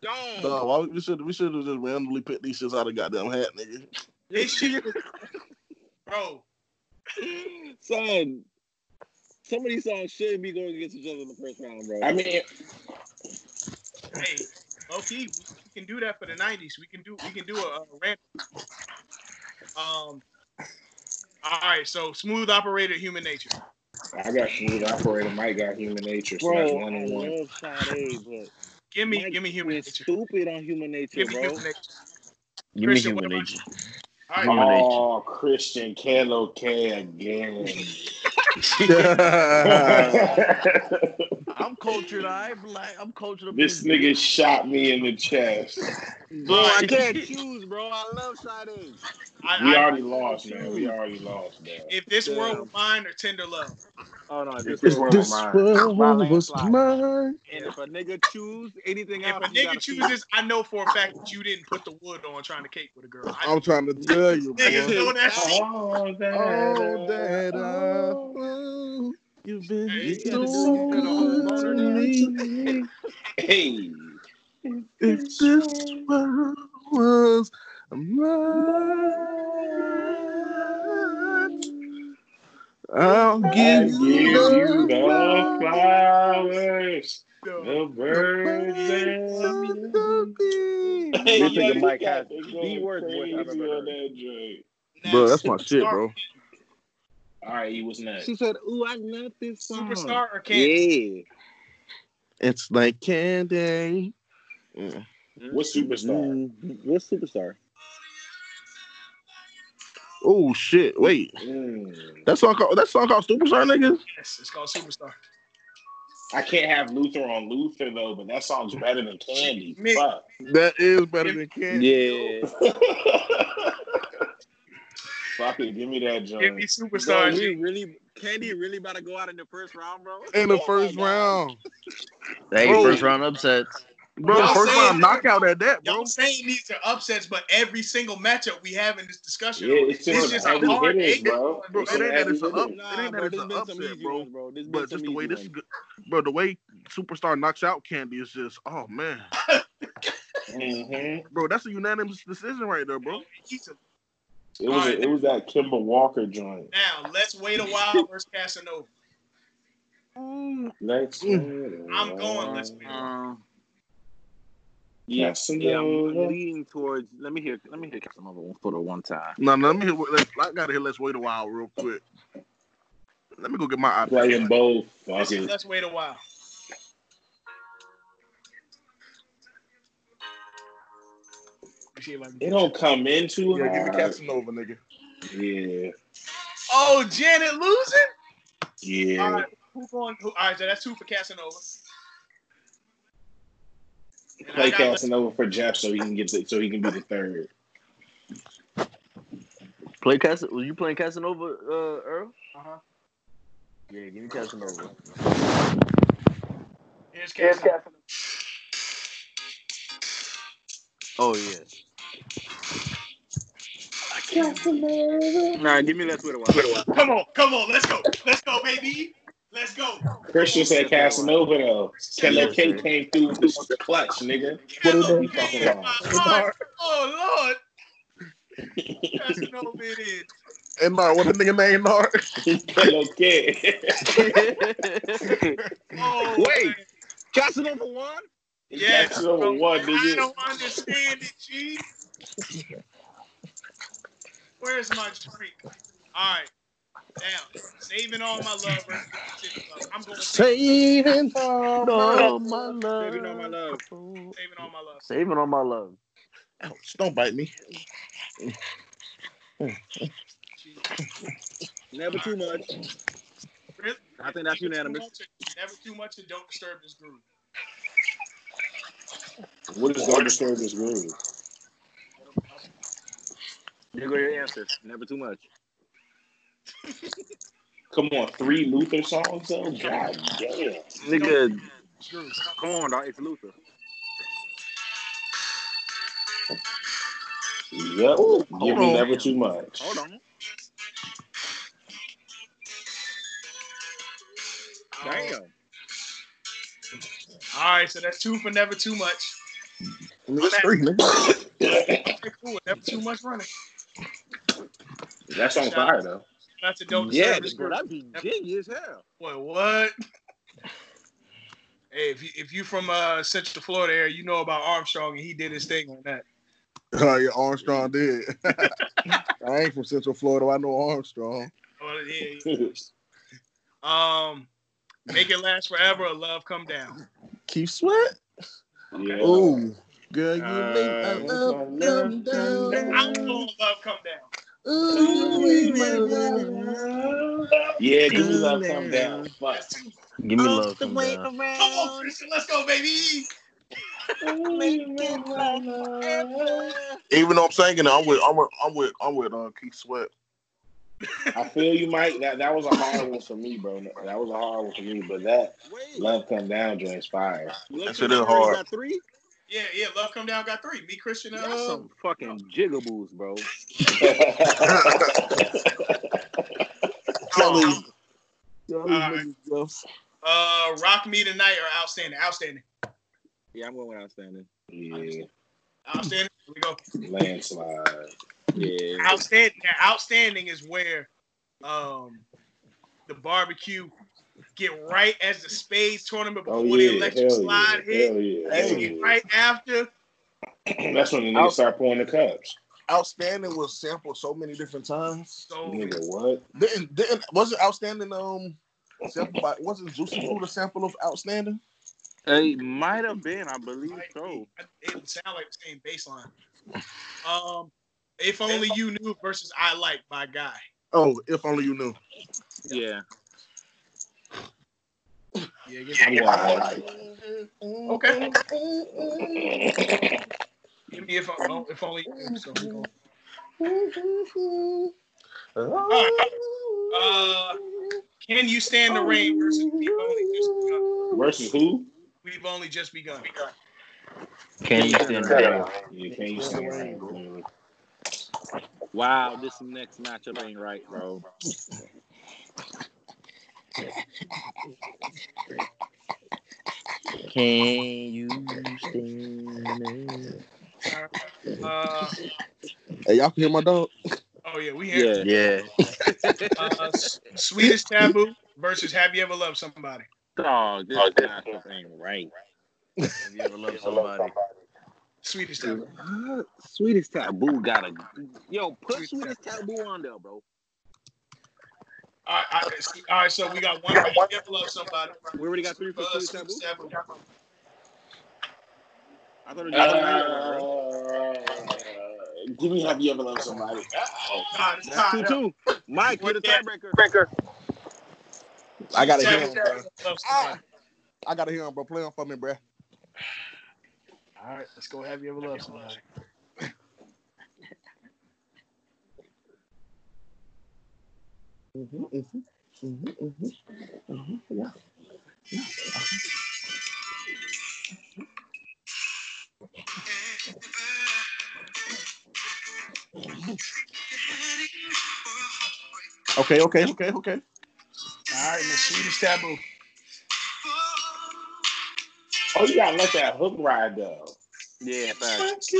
[SPEAKER 5] Dog.
[SPEAKER 6] no, why we should we should have just randomly picked these shits out of goddamn hat, nigga.
[SPEAKER 4] This shit, bro.
[SPEAKER 5] Son, some of these songs shouldn't be going against each other in the first round, bro.
[SPEAKER 3] I mean,
[SPEAKER 4] Hey, okay, we can do that for the '90s. We can do, we can do a, a random. Um. All right, so smooth operator, human nature.
[SPEAKER 3] I got smooth operator. Mike got human nature. So that's
[SPEAKER 5] bro,
[SPEAKER 3] one
[SPEAKER 5] I
[SPEAKER 3] on one.
[SPEAKER 5] love Sade, but
[SPEAKER 4] Give me,
[SPEAKER 5] Mike
[SPEAKER 4] give me human
[SPEAKER 5] we're
[SPEAKER 4] nature.
[SPEAKER 5] stupid on human nature,
[SPEAKER 4] Give me
[SPEAKER 5] bro.
[SPEAKER 4] human nature.
[SPEAKER 2] Give
[SPEAKER 4] Christian,
[SPEAKER 2] me
[SPEAKER 4] what
[SPEAKER 2] human
[SPEAKER 4] about
[SPEAKER 2] nature.
[SPEAKER 4] All right,
[SPEAKER 2] Human nature.
[SPEAKER 3] Oh, Christian Kalo K again.
[SPEAKER 2] I'm cultured. I'm black. I'm cultured. Up
[SPEAKER 3] this
[SPEAKER 2] in-
[SPEAKER 3] nigga shot me in the chest.
[SPEAKER 5] Bro, I can't choose, bro. I love Sade.
[SPEAKER 3] We
[SPEAKER 4] I, I,
[SPEAKER 3] already lost, man. We already lost, man.
[SPEAKER 4] if this world
[SPEAKER 5] Damn.
[SPEAKER 4] were mine or tender love.
[SPEAKER 5] Oh no,
[SPEAKER 3] If
[SPEAKER 5] this
[SPEAKER 3] this
[SPEAKER 5] is
[SPEAKER 3] were
[SPEAKER 6] This
[SPEAKER 3] mine,
[SPEAKER 6] world
[SPEAKER 5] Violent
[SPEAKER 6] was
[SPEAKER 5] slide.
[SPEAKER 6] mine.
[SPEAKER 5] And if a nigga choose anything
[SPEAKER 4] If
[SPEAKER 5] else,
[SPEAKER 4] a
[SPEAKER 5] you gotta
[SPEAKER 4] nigga chooses, I know for a fact that you didn't put the wood on trying to cake with a girl. I,
[SPEAKER 6] I'm trying to tell you,
[SPEAKER 4] niggas
[SPEAKER 6] boy.
[SPEAKER 4] know that shit.
[SPEAKER 3] oh, that,
[SPEAKER 6] Oh, that I
[SPEAKER 3] oh,
[SPEAKER 6] oh, you've been
[SPEAKER 4] Hey,
[SPEAKER 5] you gotta
[SPEAKER 6] so
[SPEAKER 5] do it for the whole
[SPEAKER 6] good
[SPEAKER 5] boner
[SPEAKER 6] to
[SPEAKER 5] now.
[SPEAKER 6] me.
[SPEAKER 3] Hey,
[SPEAKER 6] If this world was mine, I'll
[SPEAKER 3] I
[SPEAKER 6] give
[SPEAKER 3] give
[SPEAKER 6] you
[SPEAKER 3] you
[SPEAKER 6] the
[SPEAKER 3] the
[SPEAKER 6] flowers.
[SPEAKER 3] flowers,
[SPEAKER 4] Yo,
[SPEAKER 3] the birds and the
[SPEAKER 6] Bro,
[SPEAKER 5] This nigga
[SPEAKER 3] Yo,
[SPEAKER 5] Mike
[SPEAKER 3] he got
[SPEAKER 5] has
[SPEAKER 3] to
[SPEAKER 5] the
[SPEAKER 3] go
[SPEAKER 5] worst voice I've
[SPEAKER 3] crazy
[SPEAKER 5] ever
[SPEAKER 3] on
[SPEAKER 5] heard.
[SPEAKER 3] that joint.
[SPEAKER 4] now,
[SPEAKER 6] that's my shit,
[SPEAKER 4] Superstar-
[SPEAKER 6] bro.
[SPEAKER 3] All right, he was next.
[SPEAKER 5] She said, "Ooh, I love this song."
[SPEAKER 4] Superstar or Candace?
[SPEAKER 5] Yeah.
[SPEAKER 6] It's like candy. Mm.
[SPEAKER 3] What superstar?
[SPEAKER 5] Mm, What's superstar?
[SPEAKER 6] Oh shit! Wait,
[SPEAKER 3] Mm.
[SPEAKER 6] that song called that song called Superstar niggas.
[SPEAKER 4] Yes, it's called Superstar.
[SPEAKER 3] I can't have Luther on Luther though, but that song's better than Candy.
[SPEAKER 4] Me-
[SPEAKER 3] Fuck.
[SPEAKER 6] That is better than candy.
[SPEAKER 5] Yeah.
[SPEAKER 3] Fuck it, give me that
[SPEAKER 4] Give me
[SPEAKER 3] joint.
[SPEAKER 5] Bro,
[SPEAKER 4] Superstar.
[SPEAKER 5] we
[SPEAKER 4] G.
[SPEAKER 5] really Candy really about to go out in the first round, bro.
[SPEAKER 6] In the
[SPEAKER 5] Oh
[SPEAKER 6] first
[SPEAKER 5] my God.
[SPEAKER 6] round,
[SPEAKER 2] Hey,
[SPEAKER 6] Bro.
[SPEAKER 2] first round upsets.
[SPEAKER 6] bro,
[SPEAKER 4] Y'all
[SPEAKER 6] first
[SPEAKER 4] saying-
[SPEAKER 6] round knockout at that, bro.
[SPEAKER 4] Y'all saying these are upsets, but every single matchup we have in this discussion,
[SPEAKER 3] Yeah, it's just,
[SPEAKER 4] it's just a
[SPEAKER 3] heavy
[SPEAKER 4] hard
[SPEAKER 3] hitters,
[SPEAKER 4] game.
[SPEAKER 3] bro.
[SPEAKER 6] Bro, it
[SPEAKER 3] an
[SPEAKER 6] ain't that
[SPEAKER 3] heavy
[SPEAKER 6] it's an
[SPEAKER 3] hitter.
[SPEAKER 6] up- It
[SPEAKER 5] Nah,
[SPEAKER 6] ain't that
[SPEAKER 5] bro,
[SPEAKER 6] it's
[SPEAKER 5] there's
[SPEAKER 6] an
[SPEAKER 5] been some
[SPEAKER 6] upset,
[SPEAKER 5] easy
[SPEAKER 6] bro.
[SPEAKER 5] ones, bro. There's been
[SPEAKER 6] But
[SPEAKER 5] some
[SPEAKER 6] just the way
[SPEAKER 5] easy
[SPEAKER 6] this,
[SPEAKER 5] ones.
[SPEAKER 6] bro, the way Superstar knocks out Candy is just, oh man,
[SPEAKER 3] Mhm.
[SPEAKER 6] bro, that's a unanimous decision right there, bro.
[SPEAKER 4] He's a-
[SPEAKER 3] It was it was that Kimber Walker joint.
[SPEAKER 4] Now let's wait a while versus Casanova.
[SPEAKER 6] Ooh,
[SPEAKER 3] Next,
[SPEAKER 4] Mm. I'm going. Let's wait.
[SPEAKER 2] Um,
[SPEAKER 3] Yes,
[SPEAKER 5] Yeah, I'm, I'm leaning towards. Let me hear. Let me hear some other one for the one time.
[SPEAKER 6] no, no, let me. Hear, what- let's, I gotta hear. Let's wait a while, real quick. Let me go get my iPad.
[SPEAKER 3] playing both. Fuck
[SPEAKER 4] Let's,
[SPEAKER 3] it.
[SPEAKER 4] let's wait a while. Let me see if I can-
[SPEAKER 3] It don't come in too
[SPEAKER 6] Yeah, give me
[SPEAKER 3] hard.
[SPEAKER 6] Casanova, nigga.
[SPEAKER 3] Yeah,
[SPEAKER 4] Oh, Janet losing? All
[SPEAKER 3] yeah.
[SPEAKER 4] right, who going? Who, all right, so that's two for Casanova. And I
[SPEAKER 3] Play
[SPEAKER 4] got-
[SPEAKER 3] Casanova for Jeff so he can get the, so he can be the third.
[SPEAKER 2] play Cas. Was you playing Casanova, uh, Earl?
[SPEAKER 4] Uh-huh.
[SPEAKER 2] Yeah, give me Casanova.
[SPEAKER 4] Here's Casanova.
[SPEAKER 2] Oh yeah.
[SPEAKER 5] Nah, give me less with a while.
[SPEAKER 4] Come on, come on, let's go, let's go, baby, let's go.
[SPEAKER 3] Christian said Casanova though. Kello
[SPEAKER 2] Yes,
[SPEAKER 3] K
[SPEAKER 2] sir.
[SPEAKER 3] came through with the clutch, nigga. What
[SPEAKER 4] Hello,
[SPEAKER 3] are you
[SPEAKER 4] baby,
[SPEAKER 3] talking
[SPEAKER 4] in
[SPEAKER 3] about?
[SPEAKER 4] my heart. Oh Lord, Casanova it is.
[SPEAKER 6] And no, what the nigga name are?
[SPEAKER 3] Kello K.
[SPEAKER 4] Oh
[SPEAKER 5] Wait.
[SPEAKER 4] man.
[SPEAKER 5] Casanova one.
[SPEAKER 4] Yes,
[SPEAKER 3] Casanova
[SPEAKER 4] bro.
[SPEAKER 3] one,
[SPEAKER 4] I
[SPEAKER 3] Oh, nigga.
[SPEAKER 4] don't understand it, G. Where's my drink? All right, now saving all my love. versus Saving All My Love. I'm
[SPEAKER 2] No, my
[SPEAKER 4] going to
[SPEAKER 6] Saving all my
[SPEAKER 5] Saving all my
[SPEAKER 2] love.
[SPEAKER 5] love.
[SPEAKER 4] saving all my love.
[SPEAKER 2] Saving all my love.
[SPEAKER 6] Ouch, don't bite me.
[SPEAKER 4] G.
[SPEAKER 5] Never too much.
[SPEAKER 4] Really?
[SPEAKER 5] I think
[SPEAKER 4] Never
[SPEAKER 5] that's
[SPEAKER 4] too
[SPEAKER 5] unanimous.
[SPEAKER 4] much or- Never too much and don't disturb this groove.
[SPEAKER 3] What is going to disturb this groove?
[SPEAKER 5] Here go your answer. Never too much.
[SPEAKER 3] Come on, three Luther songs though. God damn.
[SPEAKER 5] Nigga,
[SPEAKER 4] This groove.
[SPEAKER 5] come on, dog. It's Luther.
[SPEAKER 3] Yep. Give
[SPEAKER 6] on.
[SPEAKER 3] me never too much.
[SPEAKER 5] Hold on. Damn.
[SPEAKER 4] All right, so that's two for never too much.
[SPEAKER 6] It's three, nigga.
[SPEAKER 4] Okay, cool. Never too much running.
[SPEAKER 3] That's on fire though.
[SPEAKER 4] That's a don't disturb
[SPEAKER 5] Yeah,
[SPEAKER 4] this
[SPEAKER 5] bro,
[SPEAKER 4] groove.
[SPEAKER 5] that'd be jiggy as hell.
[SPEAKER 4] Boy, what? Hey, if you if you from uh Central Florida area, you know about Armstrong and he did his thing on that.
[SPEAKER 6] Oh, yeah, Armstrong did. I ain't from Central Florida. I know Armstrong.
[SPEAKER 4] Oh, yeah, yeah. Um, make it last forever or love come down.
[SPEAKER 6] Keep sweat.
[SPEAKER 3] Yeah.
[SPEAKER 6] Ooh, girl, you
[SPEAKER 3] Uh,
[SPEAKER 6] make my
[SPEAKER 3] it's
[SPEAKER 6] love
[SPEAKER 3] my
[SPEAKER 6] come
[SPEAKER 3] love come
[SPEAKER 4] I'm
[SPEAKER 6] down.
[SPEAKER 3] down.
[SPEAKER 4] going love come down.
[SPEAKER 6] Ooh, you make my love
[SPEAKER 3] Yeah, give me love come down. Fuck.
[SPEAKER 4] That's two.
[SPEAKER 2] Give me love. Come down.
[SPEAKER 4] Come on, Christian, let's go, baby.
[SPEAKER 6] Even though I'm singing, it, I'm with, I'm with, I'm with, I'm with uh, Keith Sweat.
[SPEAKER 3] I feel you, Mike. That that was a hard one for me, bro. That was a hard one for me, but that
[SPEAKER 5] Wait.
[SPEAKER 3] love come down joint is fire.
[SPEAKER 5] Lil
[SPEAKER 6] shit
[SPEAKER 5] Kim
[SPEAKER 6] is
[SPEAKER 5] already
[SPEAKER 6] hard.
[SPEAKER 5] Got three?
[SPEAKER 4] Yeah, yeah, love come down got three. Me, Christian, and
[SPEAKER 5] That's
[SPEAKER 4] uh,
[SPEAKER 5] some fucking jigaboos, bro.
[SPEAKER 6] Kelly,
[SPEAKER 4] right. uh, rock me tonight or outstanding, outstanding,
[SPEAKER 5] Yeah, I'm going with outstanding.
[SPEAKER 3] yeah,
[SPEAKER 4] outstanding. Here we go.
[SPEAKER 3] landslide.
[SPEAKER 5] Yeah.
[SPEAKER 4] Outstanding. Now, outstanding is where um the barbecue, get right as the spades tournament before
[SPEAKER 3] Oh
[SPEAKER 4] the
[SPEAKER 3] yeah,
[SPEAKER 4] electric
[SPEAKER 3] hell
[SPEAKER 4] slide
[SPEAKER 3] yeah,
[SPEAKER 4] hit.
[SPEAKER 3] hell yeah,
[SPEAKER 4] Let's
[SPEAKER 3] hell
[SPEAKER 6] Hey.
[SPEAKER 4] get
[SPEAKER 3] yeah.
[SPEAKER 4] right after.
[SPEAKER 3] That's when the niggas start pouring the cups.
[SPEAKER 6] Outstanding was sampled so many different times.
[SPEAKER 4] So
[SPEAKER 3] Nigga, what?
[SPEAKER 6] Didn't didn't wasn't outstanding um sampled by wasn't Juicy Fruit a sample of outstanding?
[SPEAKER 5] It might have been, I believe
[SPEAKER 4] might
[SPEAKER 5] so.
[SPEAKER 4] be- it would sound like the same baseline. Um, if only you knew versus I like by guy.
[SPEAKER 6] Oh, if only you knew.
[SPEAKER 5] Yeah.
[SPEAKER 4] Yeah, give,
[SPEAKER 3] I'm wild.
[SPEAKER 4] Okay. give me if, oh, if only you knew. So we go. Uh, can you stand the rain versus we've only just begun?
[SPEAKER 3] Versus who?
[SPEAKER 4] We've only just begun.
[SPEAKER 2] Can you stand
[SPEAKER 3] Yeah, can you stand around?
[SPEAKER 5] Wow, this next matchup ain't right, bro.
[SPEAKER 2] Can you stand?
[SPEAKER 4] Uh,
[SPEAKER 6] Hey, y'all can hear my dog.
[SPEAKER 4] oh yeah, we here.
[SPEAKER 5] Yeah.
[SPEAKER 2] Yeah.
[SPEAKER 4] Uh, S- Swedish taboo versus have you ever loved somebody?
[SPEAKER 5] Dog, Oh, this
[SPEAKER 1] Dog, this
[SPEAKER 5] matchup ain't right.
[SPEAKER 2] Have you ever loved somebody?
[SPEAKER 4] Swedish taboo.
[SPEAKER 5] Sweetest Taboo got a yo. Put Sweetest Taboo on there, bro.
[SPEAKER 4] All right, all right, all right, so we got one. Have you ever loved somebody?
[SPEAKER 5] We already got three for
[SPEAKER 4] Uh,
[SPEAKER 5] Sweetest
[SPEAKER 4] Swedish
[SPEAKER 5] Taboo.
[SPEAKER 4] taboo.
[SPEAKER 5] I thought it was just one.
[SPEAKER 3] Uh, Give me have you ever loved somebody?
[SPEAKER 4] Oh God, it's
[SPEAKER 5] That's
[SPEAKER 4] tied
[SPEAKER 5] two
[SPEAKER 4] up.
[SPEAKER 5] two. Mike, you're the
[SPEAKER 4] Yeah.
[SPEAKER 5] tiebreaker.
[SPEAKER 6] I gotta hear
[SPEAKER 4] Seven
[SPEAKER 6] him, bro.
[SPEAKER 4] loves somebody.
[SPEAKER 6] I gotta hear him, bro. Play him for me, bro.
[SPEAKER 4] All right, let's go. Have you ever loved somebody?
[SPEAKER 6] Okay, okay, okay, okay.
[SPEAKER 4] All right, Miss Swedish taboo.
[SPEAKER 3] Oh, you gotta let that hook ride though.
[SPEAKER 5] Yeah, facts.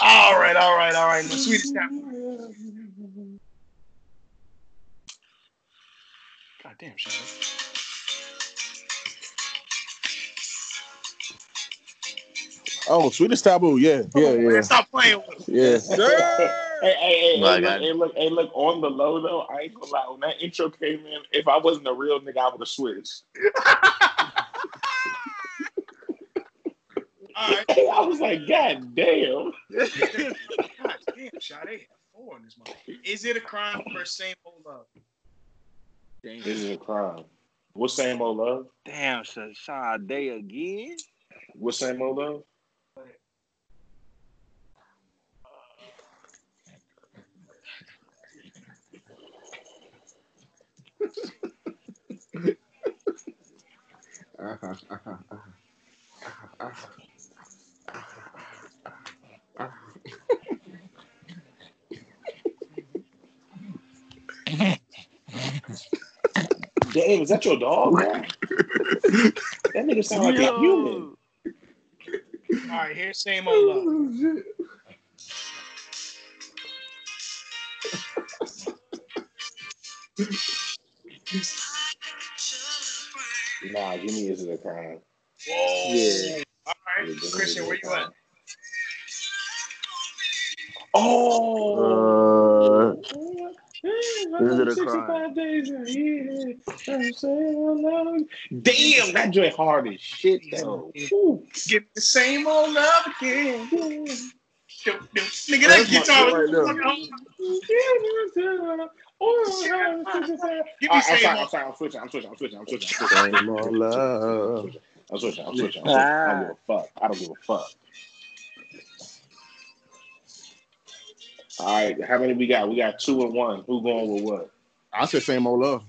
[SPEAKER 4] All right, all right, all right. Miss Swedish taboo. God damn, Sean.
[SPEAKER 6] Oh, sweetest taboo, yeah, yeah, yeah,
[SPEAKER 4] Stop playing with him.
[SPEAKER 6] yeah.
[SPEAKER 3] Sir. hey, hey, hey,
[SPEAKER 2] My
[SPEAKER 3] hey, look,
[SPEAKER 2] God.
[SPEAKER 3] hey, look, hey, look, on the low though, I ain't gonna lie. When that intro came in, if I wasn't a real nigga, I would have switched.
[SPEAKER 4] All right.
[SPEAKER 3] I was like, God damn.
[SPEAKER 4] God damn, Sean. They had four in this month. Is it a crime for same old love?
[SPEAKER 3] This is a crime. What's same old love?
[SPEAKER 5] Damn, Sha- Sade again.
[SPEAKER 3] What's same old love? Damn, is that your dog? man? that nigga sound like a human.
[SPEAKER 4] All right, here's same old love.
[SPEAKER 3] Nah, give me this is a crime.
[SPEAKER 4] Whoa.
[SPEAKER 5] Yeah.
[SPEAKER 4] All right, Christian, where you at?
[SPEAKER 3] Oh,
[SPEAKER 2] Uh,
[SPEAKER 3] is
[SPEAKER 2] it a crime?
[SPEAKER 3] Days a year, I'm so alone. Damn, that joint hard as shit though. Ooh.
[SPEAKER 4] Get the same old love again. Dum, dum. Nigga, that
[SPEAKER 6] That's my
[SPEAKER 4] guitar
[SPEAKER 6] shit
[SPEAKER 4] was
[SPEAKER 6] right there.
[SPEAKER 4] fucking- Give
[SPEAKER 3] All
[SPEAKER 4] me
[SPEAKER 3] right, I'm
[SPEAKER 4] same
[SPEAKER 3] sorry, I'm
[SPEAKER 4] old.
[SPEAKER 3] sorry, I'm switching, I'm switching, I'm switching, I'm switching, I'm switching.
[SPEAKER 6] Same old love.
[SPEAKER 3] I'm switching, I'm switching, I'm switching. I don't give a fuck. I don't give a fuck. All right, how many we got? We got two and one. Who going with what?
[SPEAKER 6] I said same old love.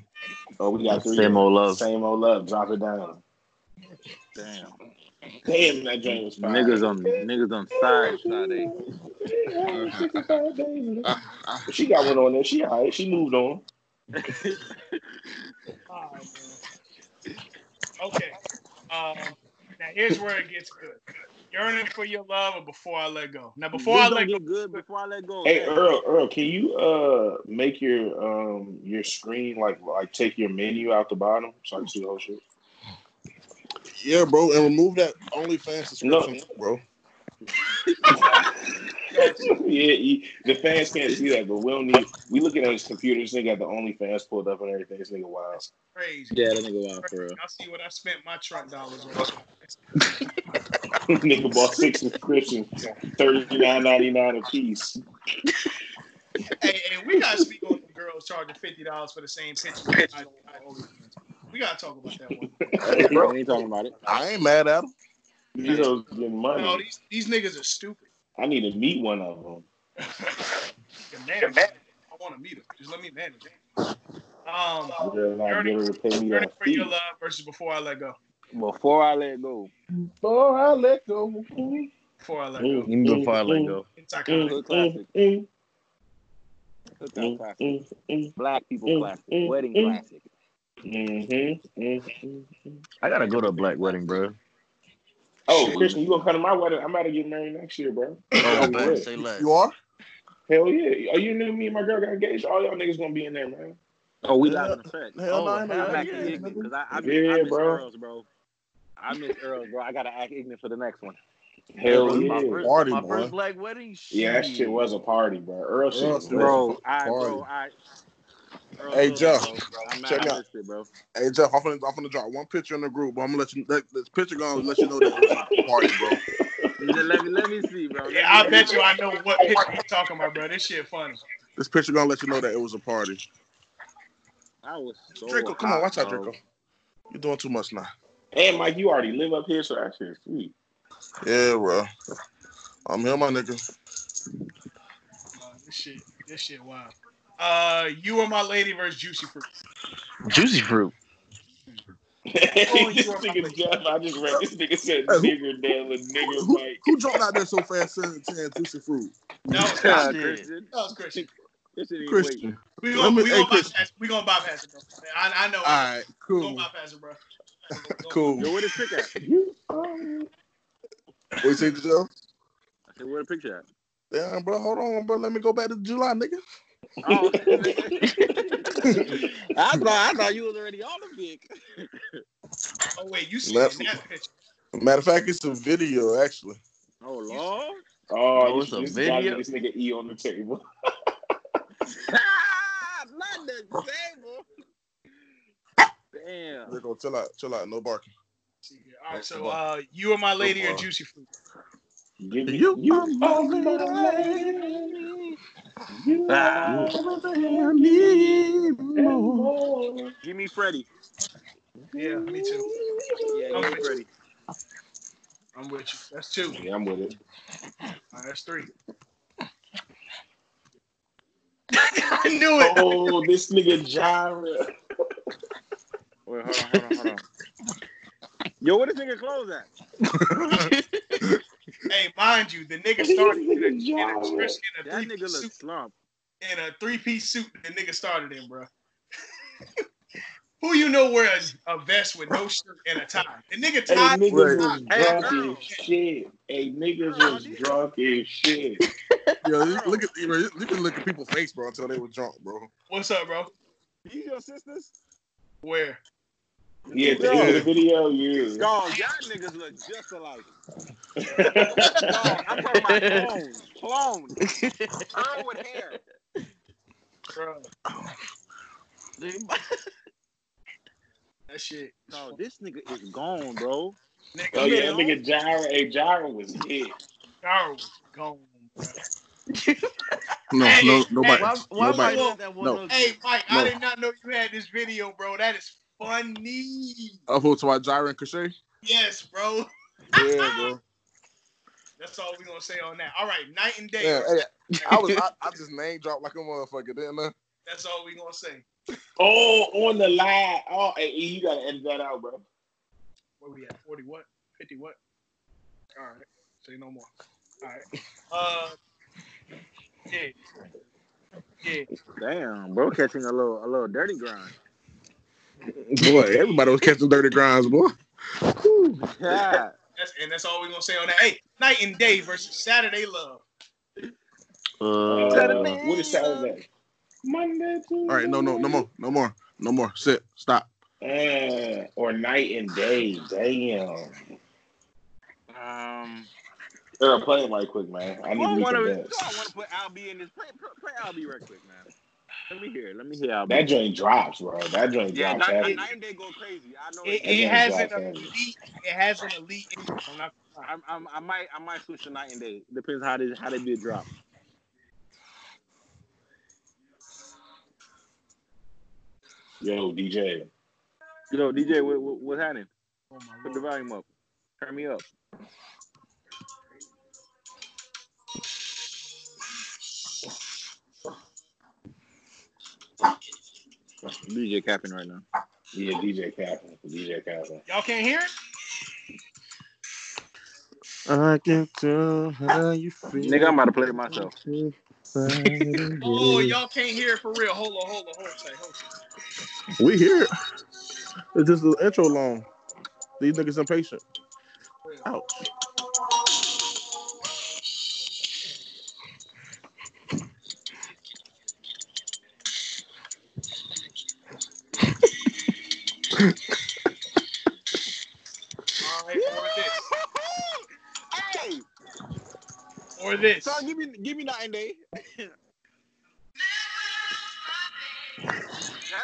[SPEAKER 3] Oh, we got three.
[SPEAKER 2] Same old love.
[SPEAKER 3] Same old love. Drop it down.
[SPEAKER 5] Damn.
[SPEAKER 3] Damn, that joint was fire.
[SPEAKER 2] Niggas on niggas on side Sade.
[SPEAKER 3] She got one on there. She all right. She moved on.
[SPEAKER 7] Oh, man. Okay. Um, now here's where it gets good. Yearning for your love or before I let go. Now before
[SPEAKER 2] This
[SPEAKER 7] I
[SPEAKER 2] don't
[SPEAKER 7] let go,
[SPEAKER 2] get good before I let go.
[SPEAKER 3] Hey
[SPEAKER 2] man.
[SPEAKER 3] Earl, Earl, can you uh make your um your screen like like take your menu out the bottom so I can see the whole shit?
[SPEAKER 6] Yeah, bro, and remove that OnlyFans subscription, bro.
[SPEAKER 3] yeah, he, the fans can't see that, but we don't need. We looking at his computer. This nigga got the OnlyFans pulled up and everything. This nigga wild.
[SPEAKER 4] Crazy.
[SPEAKER 2] Yeah, that nigga wild for real.
[SPEAKER 4] Y'all see what I spent my truck dollars on.
[SPEAKER 3] nigga bought six subscriptions, thirty nine ninety nine a piece.
[SPEAKER 4] hey, hey, we gotta speak on the girls charging fifty dollars for the same picture. I- I- We gotta talk about that one.
[SPEAKER 5] We ain't talking about it.
[SPEAKER 6] I ain't mad at him.
[SPEAKER 3] These hoes getting
[SPEAKER 4] No,
[SPEAKER 3] money.
[SPEAKER 4] these these niggas are stupid.
[SPEAKER 3] I need to meet one of them.
[SPEAKER 4] The man, I want to meet him. Just let me manage it. Um,
[SPEAKER 3] Girl, like, get her to pay me
[SPEAKER 4] yearning
[SPEAKER 3] that
[SPEAKER 4] for
[SPEAKER 3] fee.
[SPEAKER 4] your love versus before I let go.
[SPEAKER 5] Before I let go,
[SPEAKER 3] Before I let go.
[SPEAKER 4] Before I let go.
[SPEAKER 2] Even before I let go.
[SPEAKER 4] It's like,
[SPEAKER 5] Mm. classic.
[SPEAKER 3] mm,
[SPEAKER 5] look how
[SPEAKER 3] mm,
[SPEAKER 5] classic.
[SPEAKER 3] mm, mm,
[SPEAKER 5] Black people
[SPEAKER 3] Mm,
[SPEAKER 5] classic,
[SPEAKER 3] mm,
[SPEAKER 5] wedding
[SPEAKER 3] mm.
[SPEAKER 5] classic.
[SPEAKER 3] mhm, mhm.
[SPEAKER 2] I gotta go to a black wedding, bro.
[SPEAKER 3] Oh, Christian, you gonna come to my wedding? I'm about to get married next year, bro.
[SPEAKER 2] Oh,
[SPEAKER 3] Hell
[SPEAKER 2] bet.
[SPEAKER 3] yeah.
[SPEAKER 2] Say less.
[SPEAKER 6] You are?
[SPEAKER 3] Hell yeah. Oh, you knew me and my girl got engaged. All y'all niggas gonna be in there, man.
[SPEAKER 5] Oh, we
[SPEAKER 6] Yeah.
[SPEAKER 5] live in effect.
[SPEAKER 6] Hell
[SPEAKER 2] Oh,
[SPEAKER 6] no, I ain't
[SPEAKER 2] hell
[SPEAKER 5] I'm
[SPEAKER 6] mad
[SPEAKER 5] acting
[SPEAKER 2] yeah,
[SPEAKER 6] at
[SPEAKER 5] ignorant
[SPEAKER 6] you.
[SPEAKER 5] because I, I miss,
[SPEAKER 3] Yeah,
[SPEAKER 5] I miss
[SPEAKER 3] bro.
[SPEAKER 5] Earls, bro. I miss Earls, bro. I gotta act ignorant for the next one.
[SPEAKER 3] Hell
[SPEAKER 2] Bro, my
[SPEAKER 3] yeah.
[SPEAKER 2] first,
[SPEAKER 6] Party,
[SPEAKER 2] my
[SPEAKER 6] boy.
[SPEAKER 2] first black wedding.
[SPEAKER 3] Yeah, that shit
[SPEAKER 2] shit.
[SPEAKER 3] was a party, bro. Earl shit was
[SPEAKER 6] Earl shit.
[SPEAKER 3] lit.
[SPEAKER 5] Bro, I, bro,
[SPEAKER 6] Party.
[SPEAKER 5] I. Earl,
[SPEAKER 6] Hey,
[SPEAKER 5] chill out,
[SPEAKER 6] Jeff,
[SPEAKER 5] bro. I'm mad
[SPEAKER 6] check
[SPEAKER 5] I
[SPEAKER 6] me out.
[SPEAKER 5] missed it, bro.
[SPEAKER 6] Hey Jeff, I'm finna, I'm finna drop one picture in the group, but I'm gonna let you that, this picture gonna let you know that it's a party, bro.
[SPEAKER 5] let me let me see, bro. Let
[SPEAKER 4] yeah,
[SPEAKER 5] me-
[SPEAKER 4] I bet you I know what picture you're talking about, bro. This shit funny.
[SPEAKER 6] This picture gonna let you know that it was a party.
[SPEAKER 5] I was so
[SPEAKER 6] Draco, come
[SPEAKER 5] hot,
[SPEAKER 6] on, watch out,
[SPEAKER 5] bro.
[SPEAKER 6] Draco. You're doing too much now.
[SPEAKER 3] And Mike, you already live up here, so that shit is sweet.
[SPEAKER 6] Yeah, bro. I'm here, my nigga.
[SPEAKER 4] Uh, this shit, this shit, wild. Uh, you are my lady versus Juicy Fruit.
[SPEAKER 2] Juicy fruit.
[SPEAKER 4] Oh,
[SPEAKER 3] this
[SPEAKER 4] you are
[SPEAKER 3] nigga
[SPEAKER 4] right.
[SPEAKER 3] Jeff, I just read this nigga said
[SPEAKER 6] Hey, who-
[SPEAKER 3] nigger damn and nigger
[SPEAKER 6] Who,
[SPEAKER 3] Mike.
[SPEAKER 6] who jumped out there so fast saying saying juicy fruit?
[SPEAKER 4] That was, that
[SPEAKER 5] God,
[SPEAKER 2] Shit.
[SPEAKER 5] Christian.
[SPEAKER 4] was Christian.
[SPEAKER 5] This shit ain't
[SPEAKER 6] Christian.
[SPEAKER 5] wait.
[SPEAKER 4] We
[SPEAKER 6] Let
[SPEAKER 4] gonna,
[SPEAKER 6] me-
[SPEAKER 4] we,
[SPEAKER 6] hey,
[SPEAKER 4] gonna
[SPEAKER 6] Chris.
[SPEAKER 4] bypass, we gonna bypass it, bro. I, I know.
[SPEAKER 6] All right,
[SPEAKER 4] we gonna
[SPEAKER 6] cool,
[SPEAKER 4] bypass it, bro.
[SPEAKER 6] cool.
[SPEAKER 5] Yo, where the trick at?
[SPEAKER 3] You um,
[SPEAKER 6] What you say, Joe?
[SPEAKER 5] I said, where the picture at?
[SPEAKER 6] Damn, bro, hold on, bro. Let me go back to July, nigga.
[SPEAKER 5] Oh. I thought I thought you was already on the pic.
[SPEAKER 4] Oh wait, you seen
[SPEAKER 6] Left.
[SPEAKER 4] that picture?
[SPEAKER 6] Matter of fact, it's a video actually.
[SPEAKER 5] Oh lord.
[SPEAKER 3] Oh,
[SPEAKER 2] Oh,
[SPEAKER 3] you
[SPEAKER 2] it's a
[SPEAKER 3] should just gotta
[SPEAKER 2] video?
[SPEAKER 3] leave this nigga E on the table.
[SPEAKER 5] Ah, not the table. Damn.
[SPEAKER 6] Rico, chill out, chill out, no barking.
[SPEAKER 4] All right, so uh, you are my lady or
[SPEAKER 6] Football.
[SPEAKER 4] Juicy Fruit?
[SPEAKER 3] Give me
[SPEAKER 6] You-
[SPEAKER 3] you
[SPEAKER 6] I'm
[SPEAKER 3] are
[SPEAKER 6] only
[SPEAKER 3] my
[SPEAKER 6] lady.
[SPEAKER 3] You
[SPEAKER 5] Ah.
[SPEAKER 3] are everything I need and more.
[SPEAKER 5] Give me Freddy.
[SPEAKER 4] Yeah, me too.
[SPEAKER 5] Yeah,
[SPEAKER 4] I'm
[SPEAKER 5] give me
[SPEAKER 4] with
[SPEAKER 5] Freddy.
[SPEAKER 4] I'm with you. That's two.
[SPEAKER 3] Yeah, I'm with it.
[SPEAKER 4] All right, that's three. I knew it.
[SPEAKER 3] Oh, this nigga Jira.
[SPEAKER 5] Wait, hold on, hold on, hold on. Yo, where this nigga clothes at?
[SPEAKER 6] Oh.
[SPEAKER 4] Hey, mind you, the nigga started in a, in a,
[SPEAKER 3] Job.
[SPEAKER 4] dress- in a
[SPEAKER 5] That
[SPEAKER 4] three
[SPEAKER 5] nigga
[SPEAKER 4] piece
[SPEAKER 5] look
[SPEAKER 4] suit.
[SPEAKER 5] slump.
[SPEAKER 4] In a three piece suit, the nigga started in, bro. Who you know wears a vest with no shirt and a tie? The nigga
[SPEAKER 3] Hey,
[SPEAKER 4] tied.
[SPEAKER 3] niggas
[SPEAKER 6] Right.
[SPEAKER 3] was
[SPEAKER 5] Hey,
[SPEAKER 3] drunk
[SPEAKER 5] Earl.
[SPEAKER 3] as shit. Hey, niggas
[SPEAKER 5] Earl,
[SPEAKER 3] was
[SPEAKER 5] these-
[SPEAKER 3] drunk as shit.
[SPEAKER 6] Yo, you- look at you know, you can look at people's face, bro, until they were drunk, bro.
[SPEAKER 4] What's up, bro?
[SPEAKER 5] These your sisters?
[SPEAKER 4] Where?
[SPEAKER 3] Yeah, at the end of the video, yeah.
[SPEAKER 5] Dog, y'all niggas look just alike. Dog, I'm talking about clones. Clones. Earl with hair.
[SPEAKER 4] Bro,
[SPEAKER 2] Nigga,
[SPEAKER 4] that shit.
[SPEAKER 5] Dog, this nigga is gone, bro.
[SPEAKER 3] oh,
[SPEAKER 4] Nigga,
[SPEAKER 3] yeah, that nigga Jira. Hey, Jira was hit.
[SPEAKER 4] Darryl was gone, bro.
[SPEAKER 6] No,
[SPEAKER 4] Hey,
[SPEAKER 6] no, nobody,
[SPEAKER 2] Why, why am I
[SPEAKER 6] nobody.
[SPEAKER 4] Nobody.
[SPEAKER 2] not that one?
[SPEAKER 6] No.
[SPEAKER 2] of-
[SPEAKER 4] Hey, Mike, I
[SPEAKER 6] No.
[SPEAKER 4] did not know you had this video, bro. That is funny.
[SPEAKER 6] I vote to my Jira and Cachet.
[SPEAKER 4] Yes, bro.
[SPEAKER 6] Yeah, bro.
[SPEAKER 4] That's all we're gonna say on that. All right, night and day.
[SPEAKER 6] Yeah,
[SPEAKER 4] bro.
[SPEAKER 6] hey, I was, I, I just name dropped like a motherfucker, didn't I?
[SPEAKER 4] That's all we're gonna say.
[SPEAKER 3] Oh, on the line. Oh, hey, E, you gotta edit that out, bro.
[SPEAKER 4] Where we at? 40 what? 50 what? All right. Say no more. All right. Uh yeah. Yeah.
[SPEAKER 5] Damn, bro, catching a little a little dirty grind.
[SPEAKER 6] Boy, everybody was catching dirty grinds, boy. Whew.
[SPEAKER 5] Yeah.
[SPEAKER 8] That's, and that's all we're gonna say on that. Hey, night and day versus Saturday love.
[SPEAKER 2] Uh,
[SPEAKER 3] Uh, what is Saturday? Monday. All
[SPEAKER 6] All right, no, no, no more, no more, no more. Sit, stop.
[SPEAKER 3] Uh, or night and day. Damn.
[SPEAKER 5] Um,
[SPEAKER 3] They're playing right quick, man. I
[SPEAKER 5] I
[SPEAKER 3] need to
[SPEAKER 5] don't
[SPEAKER 3] look
[SPEAKER 5] want
[SPEAKER 3] at
[SPEAKER 5] to
[SPEAKER 3] that.
[SPEAKER 5] put Albie in this. Play, play Albie right quick, man. Let me hear. Let me hear
[SPEAKER 3] That
[SPEAKER 5] Albie.
[SPEAKER 3] joint drops, bro. That joint
[SPEAKER 5] Yeah,
[SPEAKER 3] drops.
[SPEAKER 5] nine,
[SPEAKER 3] heavy.
[SPEAKER 5] nine day go crazy. I know.
[SPEAKER 4] It,
[SPEAKER 5] It,
[SPEAKER 4] it
[SPEAKER 3] That
[SPEAKER 4] has
[SPEAKER 3] game's
[SPEAKER 4] an
[SPEAKER 3] out there.
[SPEAKER 4] elite. It has an elite. impact. I'm not-
[SPEAKER 5] I'm, I'm, I might I might switch to night and day. Depends how they how they do a drop.
[SPEAKER 3] Yo, DJ.
[SPEAKER 5] Yo, DJ, what what, what happening?
[SPEAKER 4] oh my
[SPEAKER 5] Put the
[SPEAKER 4] Lord.
[SPEAKER 5] volume up. Turn me up. DJ capping right now.
[SPEAKER 3] Yeah, DJ Kaplan. DJ Kaplan.
[SPEAKER 4] Y'all can't hear it?
[SPEAKER 6] I can tell how you feel.
[SPEAKER 5] Nigga, I'm about to play it myself.
[SPEAKER 8] Oh, y'all can't hear it for real. Hold on, hold on, hold on, say, hold on.
[SPEAKER 6] We here. It's just the intro long. These niggas impatient. Ouch.
[SPEAKER 4] All right, or
[SPEAKER 5] Hey,
[SPEAKER 4] this, or this.
[SPEAKER 5] so give me give me nine day. that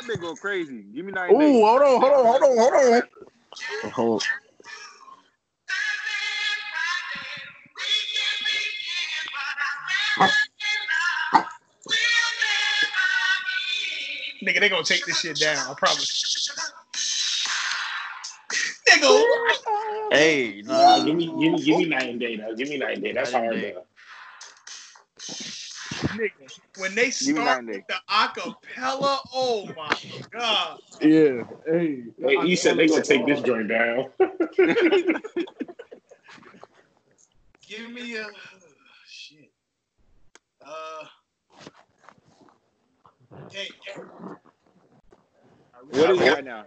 [SPEAKER 5] big go crazy. Give me nine
[SPEAKER 6] Ooh,
[SPEAKER 5] day.
[SPEAKER 6] hold on, hold on, hold on, hold on.
[SPEAKER 2] hold
[SPEAKER 4] Nigga, they gonna take this shit down. I promise. Nigga,
[SPEAKER 2] Hey,
[SPEAKER 3] Nah,
[SPEAKER 2] nah,
[SPEAKER 3] give me, give me, give me night and day. Now, give me night and day. That's
[SPEAKER 2] Uh, Night and
[SPEAKER 3] hard.
[SPEAKER 2] day.
[SPEAKER 3] though.
[SPEAKER 4] nigga. When they
[SPEAKER 5] Give me
[SPEAKER 4] start
[SPEAKER 5] nine day.
[SPEAKER 4] the acapella, oh my god.
[SPEAKER 6] Yeah. Hey.
[SPEAKER 3] Hey, you said they gonna take this joint down.
[SPEAKER 4] Give me a shit. Uh. Hey,
[SPEAKER 5] What is that now?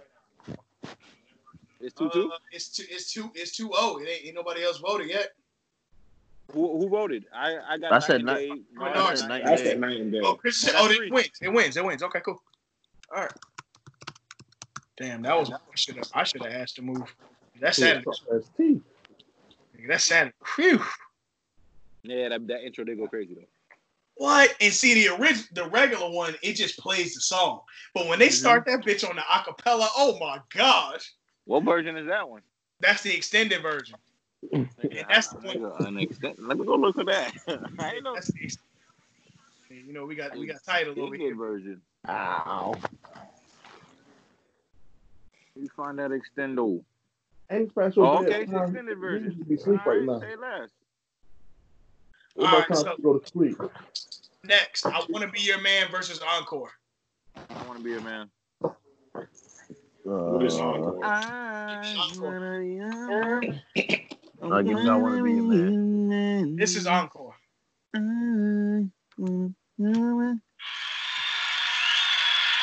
[SPEAKER 5] It's two two.
[SPEAKER 4] Uh, it's two. It's two. It's two zero. It ain't, ain't nobody else voted yet.
[SPEAKER 5] Who, who voted? I I got.
[SPEAKER 2] I said
[SPEAKER 5] nine
[SPEAKER 2] ni-
[SPEAKER 5] day,
[SPEAKER 4] I
[SPEAKER 5] Marvin
[SPEAKER 4] said
[SPEAKER 2] night
[SPEAKER 5] Night Day.
[SPEAKER 3] That's that night and day.
[SPEAKER 4] Oh, Chris.
[SPEAKER 5] Well, that's
[SPEAKER 4] oh,
[SPEAKER 5] three.
[SPEAKER 4] it wins. It wins. It wins. Okay, cool. All right. Damn, that was I should have. I should have asked to move. That's Saturday. Nigga, That's Saturday. Phew.
[SPEAKER 5] Yeah, that, that intro did go crazy though.
[SPEAKER 4] What? And see the original, the regular one, it just plays the song. But when they start that bitch on the acapella, oh my gosh,
[SPEAKER 5] What version is that one?
[SPEAKER 4] that's the extended version. Yeah, that's the one.
[SPEAKER 5] Nigga, an extent- Let me go look at that. I ain't know
[SPEAKER 4] That's the ex- you know, we got we got title over here.
[SPEAKER 5] extended version.
[SPEAKER 2] ow.
[SPEAKER 5] You find that extendo.
[SPEAKER 6] Ain't special.
[SPEAKER 5] Oh, okay, it's extended version. All right, say less.
[SPEAKER 4] All right, so
[SPEAKER 6] go to sleep.
[SPEAKER 4] next, I want to be your man versus encore.
[SPEAKER 5] I want to be a man.
[SPEAKER 3] What is on?
[SPEAKER 5] Uh,
[SPEAKER 2] I give me I want to be a man.
[SPEAKER 4] This is encore.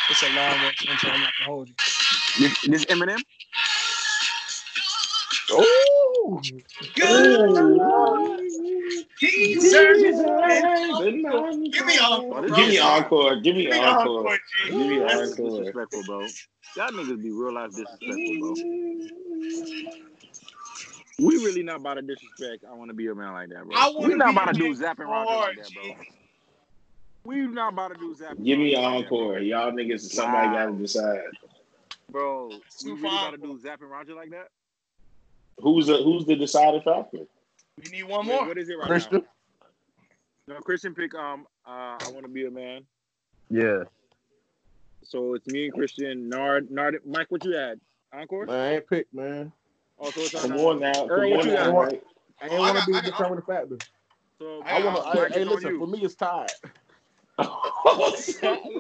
[SPEAKER 4] It's a long way intro. I'm not gonna hold you.
[SPEAKER 5] This, this Eminem?
[SPEAKER 6] Oh,
[SPEAKER 4] Good. Deserve Give me
[SPEAKER 5] Oh,
[SPEAKER 4] encore.
[SPEAKER 5] this
[SPEAKER 3] Give me
[SPEAKER 5] is-
[SPEAKER 3] encore. Give me
[SPEAKER 4] Give me
[SPEAKER 3] encore.
[SPEAKER 4] encore, G.
[SPEAKER 3] Give me
[SPEAKER 5] That's
[SPEAKER 3] encore.
[SPEAKER 5] disrespectful, bro. Y'all niggas be real life disrespectful, bro. We really not about to disrespect. I want to be a man like that, bro.
[SPEAKER 4] I wanna
[SPEAKER 5] we not
[SPEAKER 4] be
[SPEAKER 5] about to
[SPEAKER 4] a
[SPEAKER 5] do
[SPEAKER 4] man
[SPEAKER 5] zapping Rogers like that, bro. We not about to do zapping.
[SPEAKER 3] Give me
[SPEAKER 5] Rogers like that, bro.
[SPEAKER 3] encore. Y'all niggas, somebody
[SPEAKER 5] Wow.
[SPEAKER 3] gotta decide
[SPEAKER 5] bro. We
[SPEAKER 4] Too
[SPEAKER 5] really about to
[SPEAKER 4] far.
[SPEAKER 5] do zapping Roger like that.
[SPEAKER 3] who's the who's the deciding factor.
[SPEAKER 4] We need one
[SPEAKER 5] Wait,
[SPEAKER 4] more.
[SPEAKER 5] what is it right
[SPEAKER 6] Christian.
[SPEAKER 5] now? No, Christian pick. Um, uh, I want to be a man.
[SPEAKER 2] Yeah.
[SPEAKER 5] So it's me and Christian. Nard, Nard, Mike, what you had? Encore.
[SPEAKER 6] Man, I ain't picked, man.
[SPEAKER 5] Oh, so it's on
[SPEAKER 3] Come
[SPEAKER 5] us.
[SPEAKER 3] on now. Come
[SPEAKER 5] Earl, what
[SPEAKER 3] on
[SPEAKER 5] you
[SPEAKER 3] now.
[SPEAKER 6] got?
[SPEAKER 3] right?
[SPEAKER 6] I
[SPEAKER 4] Oh,
[SPEAKER 6] ain't
[SPEAKER 4] I
[SPEAKER 6] want
[SPEAKER 4] got-
[SPEAKER 6] to be
[SPEAKER 4] I
[SPEAKER 6] a
[SPEAKER 4] got-
[SPEAKER 6] determining factor.
[SPEAKER 5] So
[SPEAKER 6] I want
[SPEAKER 4] got-
[SPEAKER 5] Mike,
[SPEAKER 6] to.
[SPEAKER 5] it's
[SPEAKER 6] Hey,
[SPEAKER 5] on
[SPEAKER 6] listen.
[SPEAKER 5] you.
[SPEAKER 6] For me, it's tied.
[SPEAKER 5] this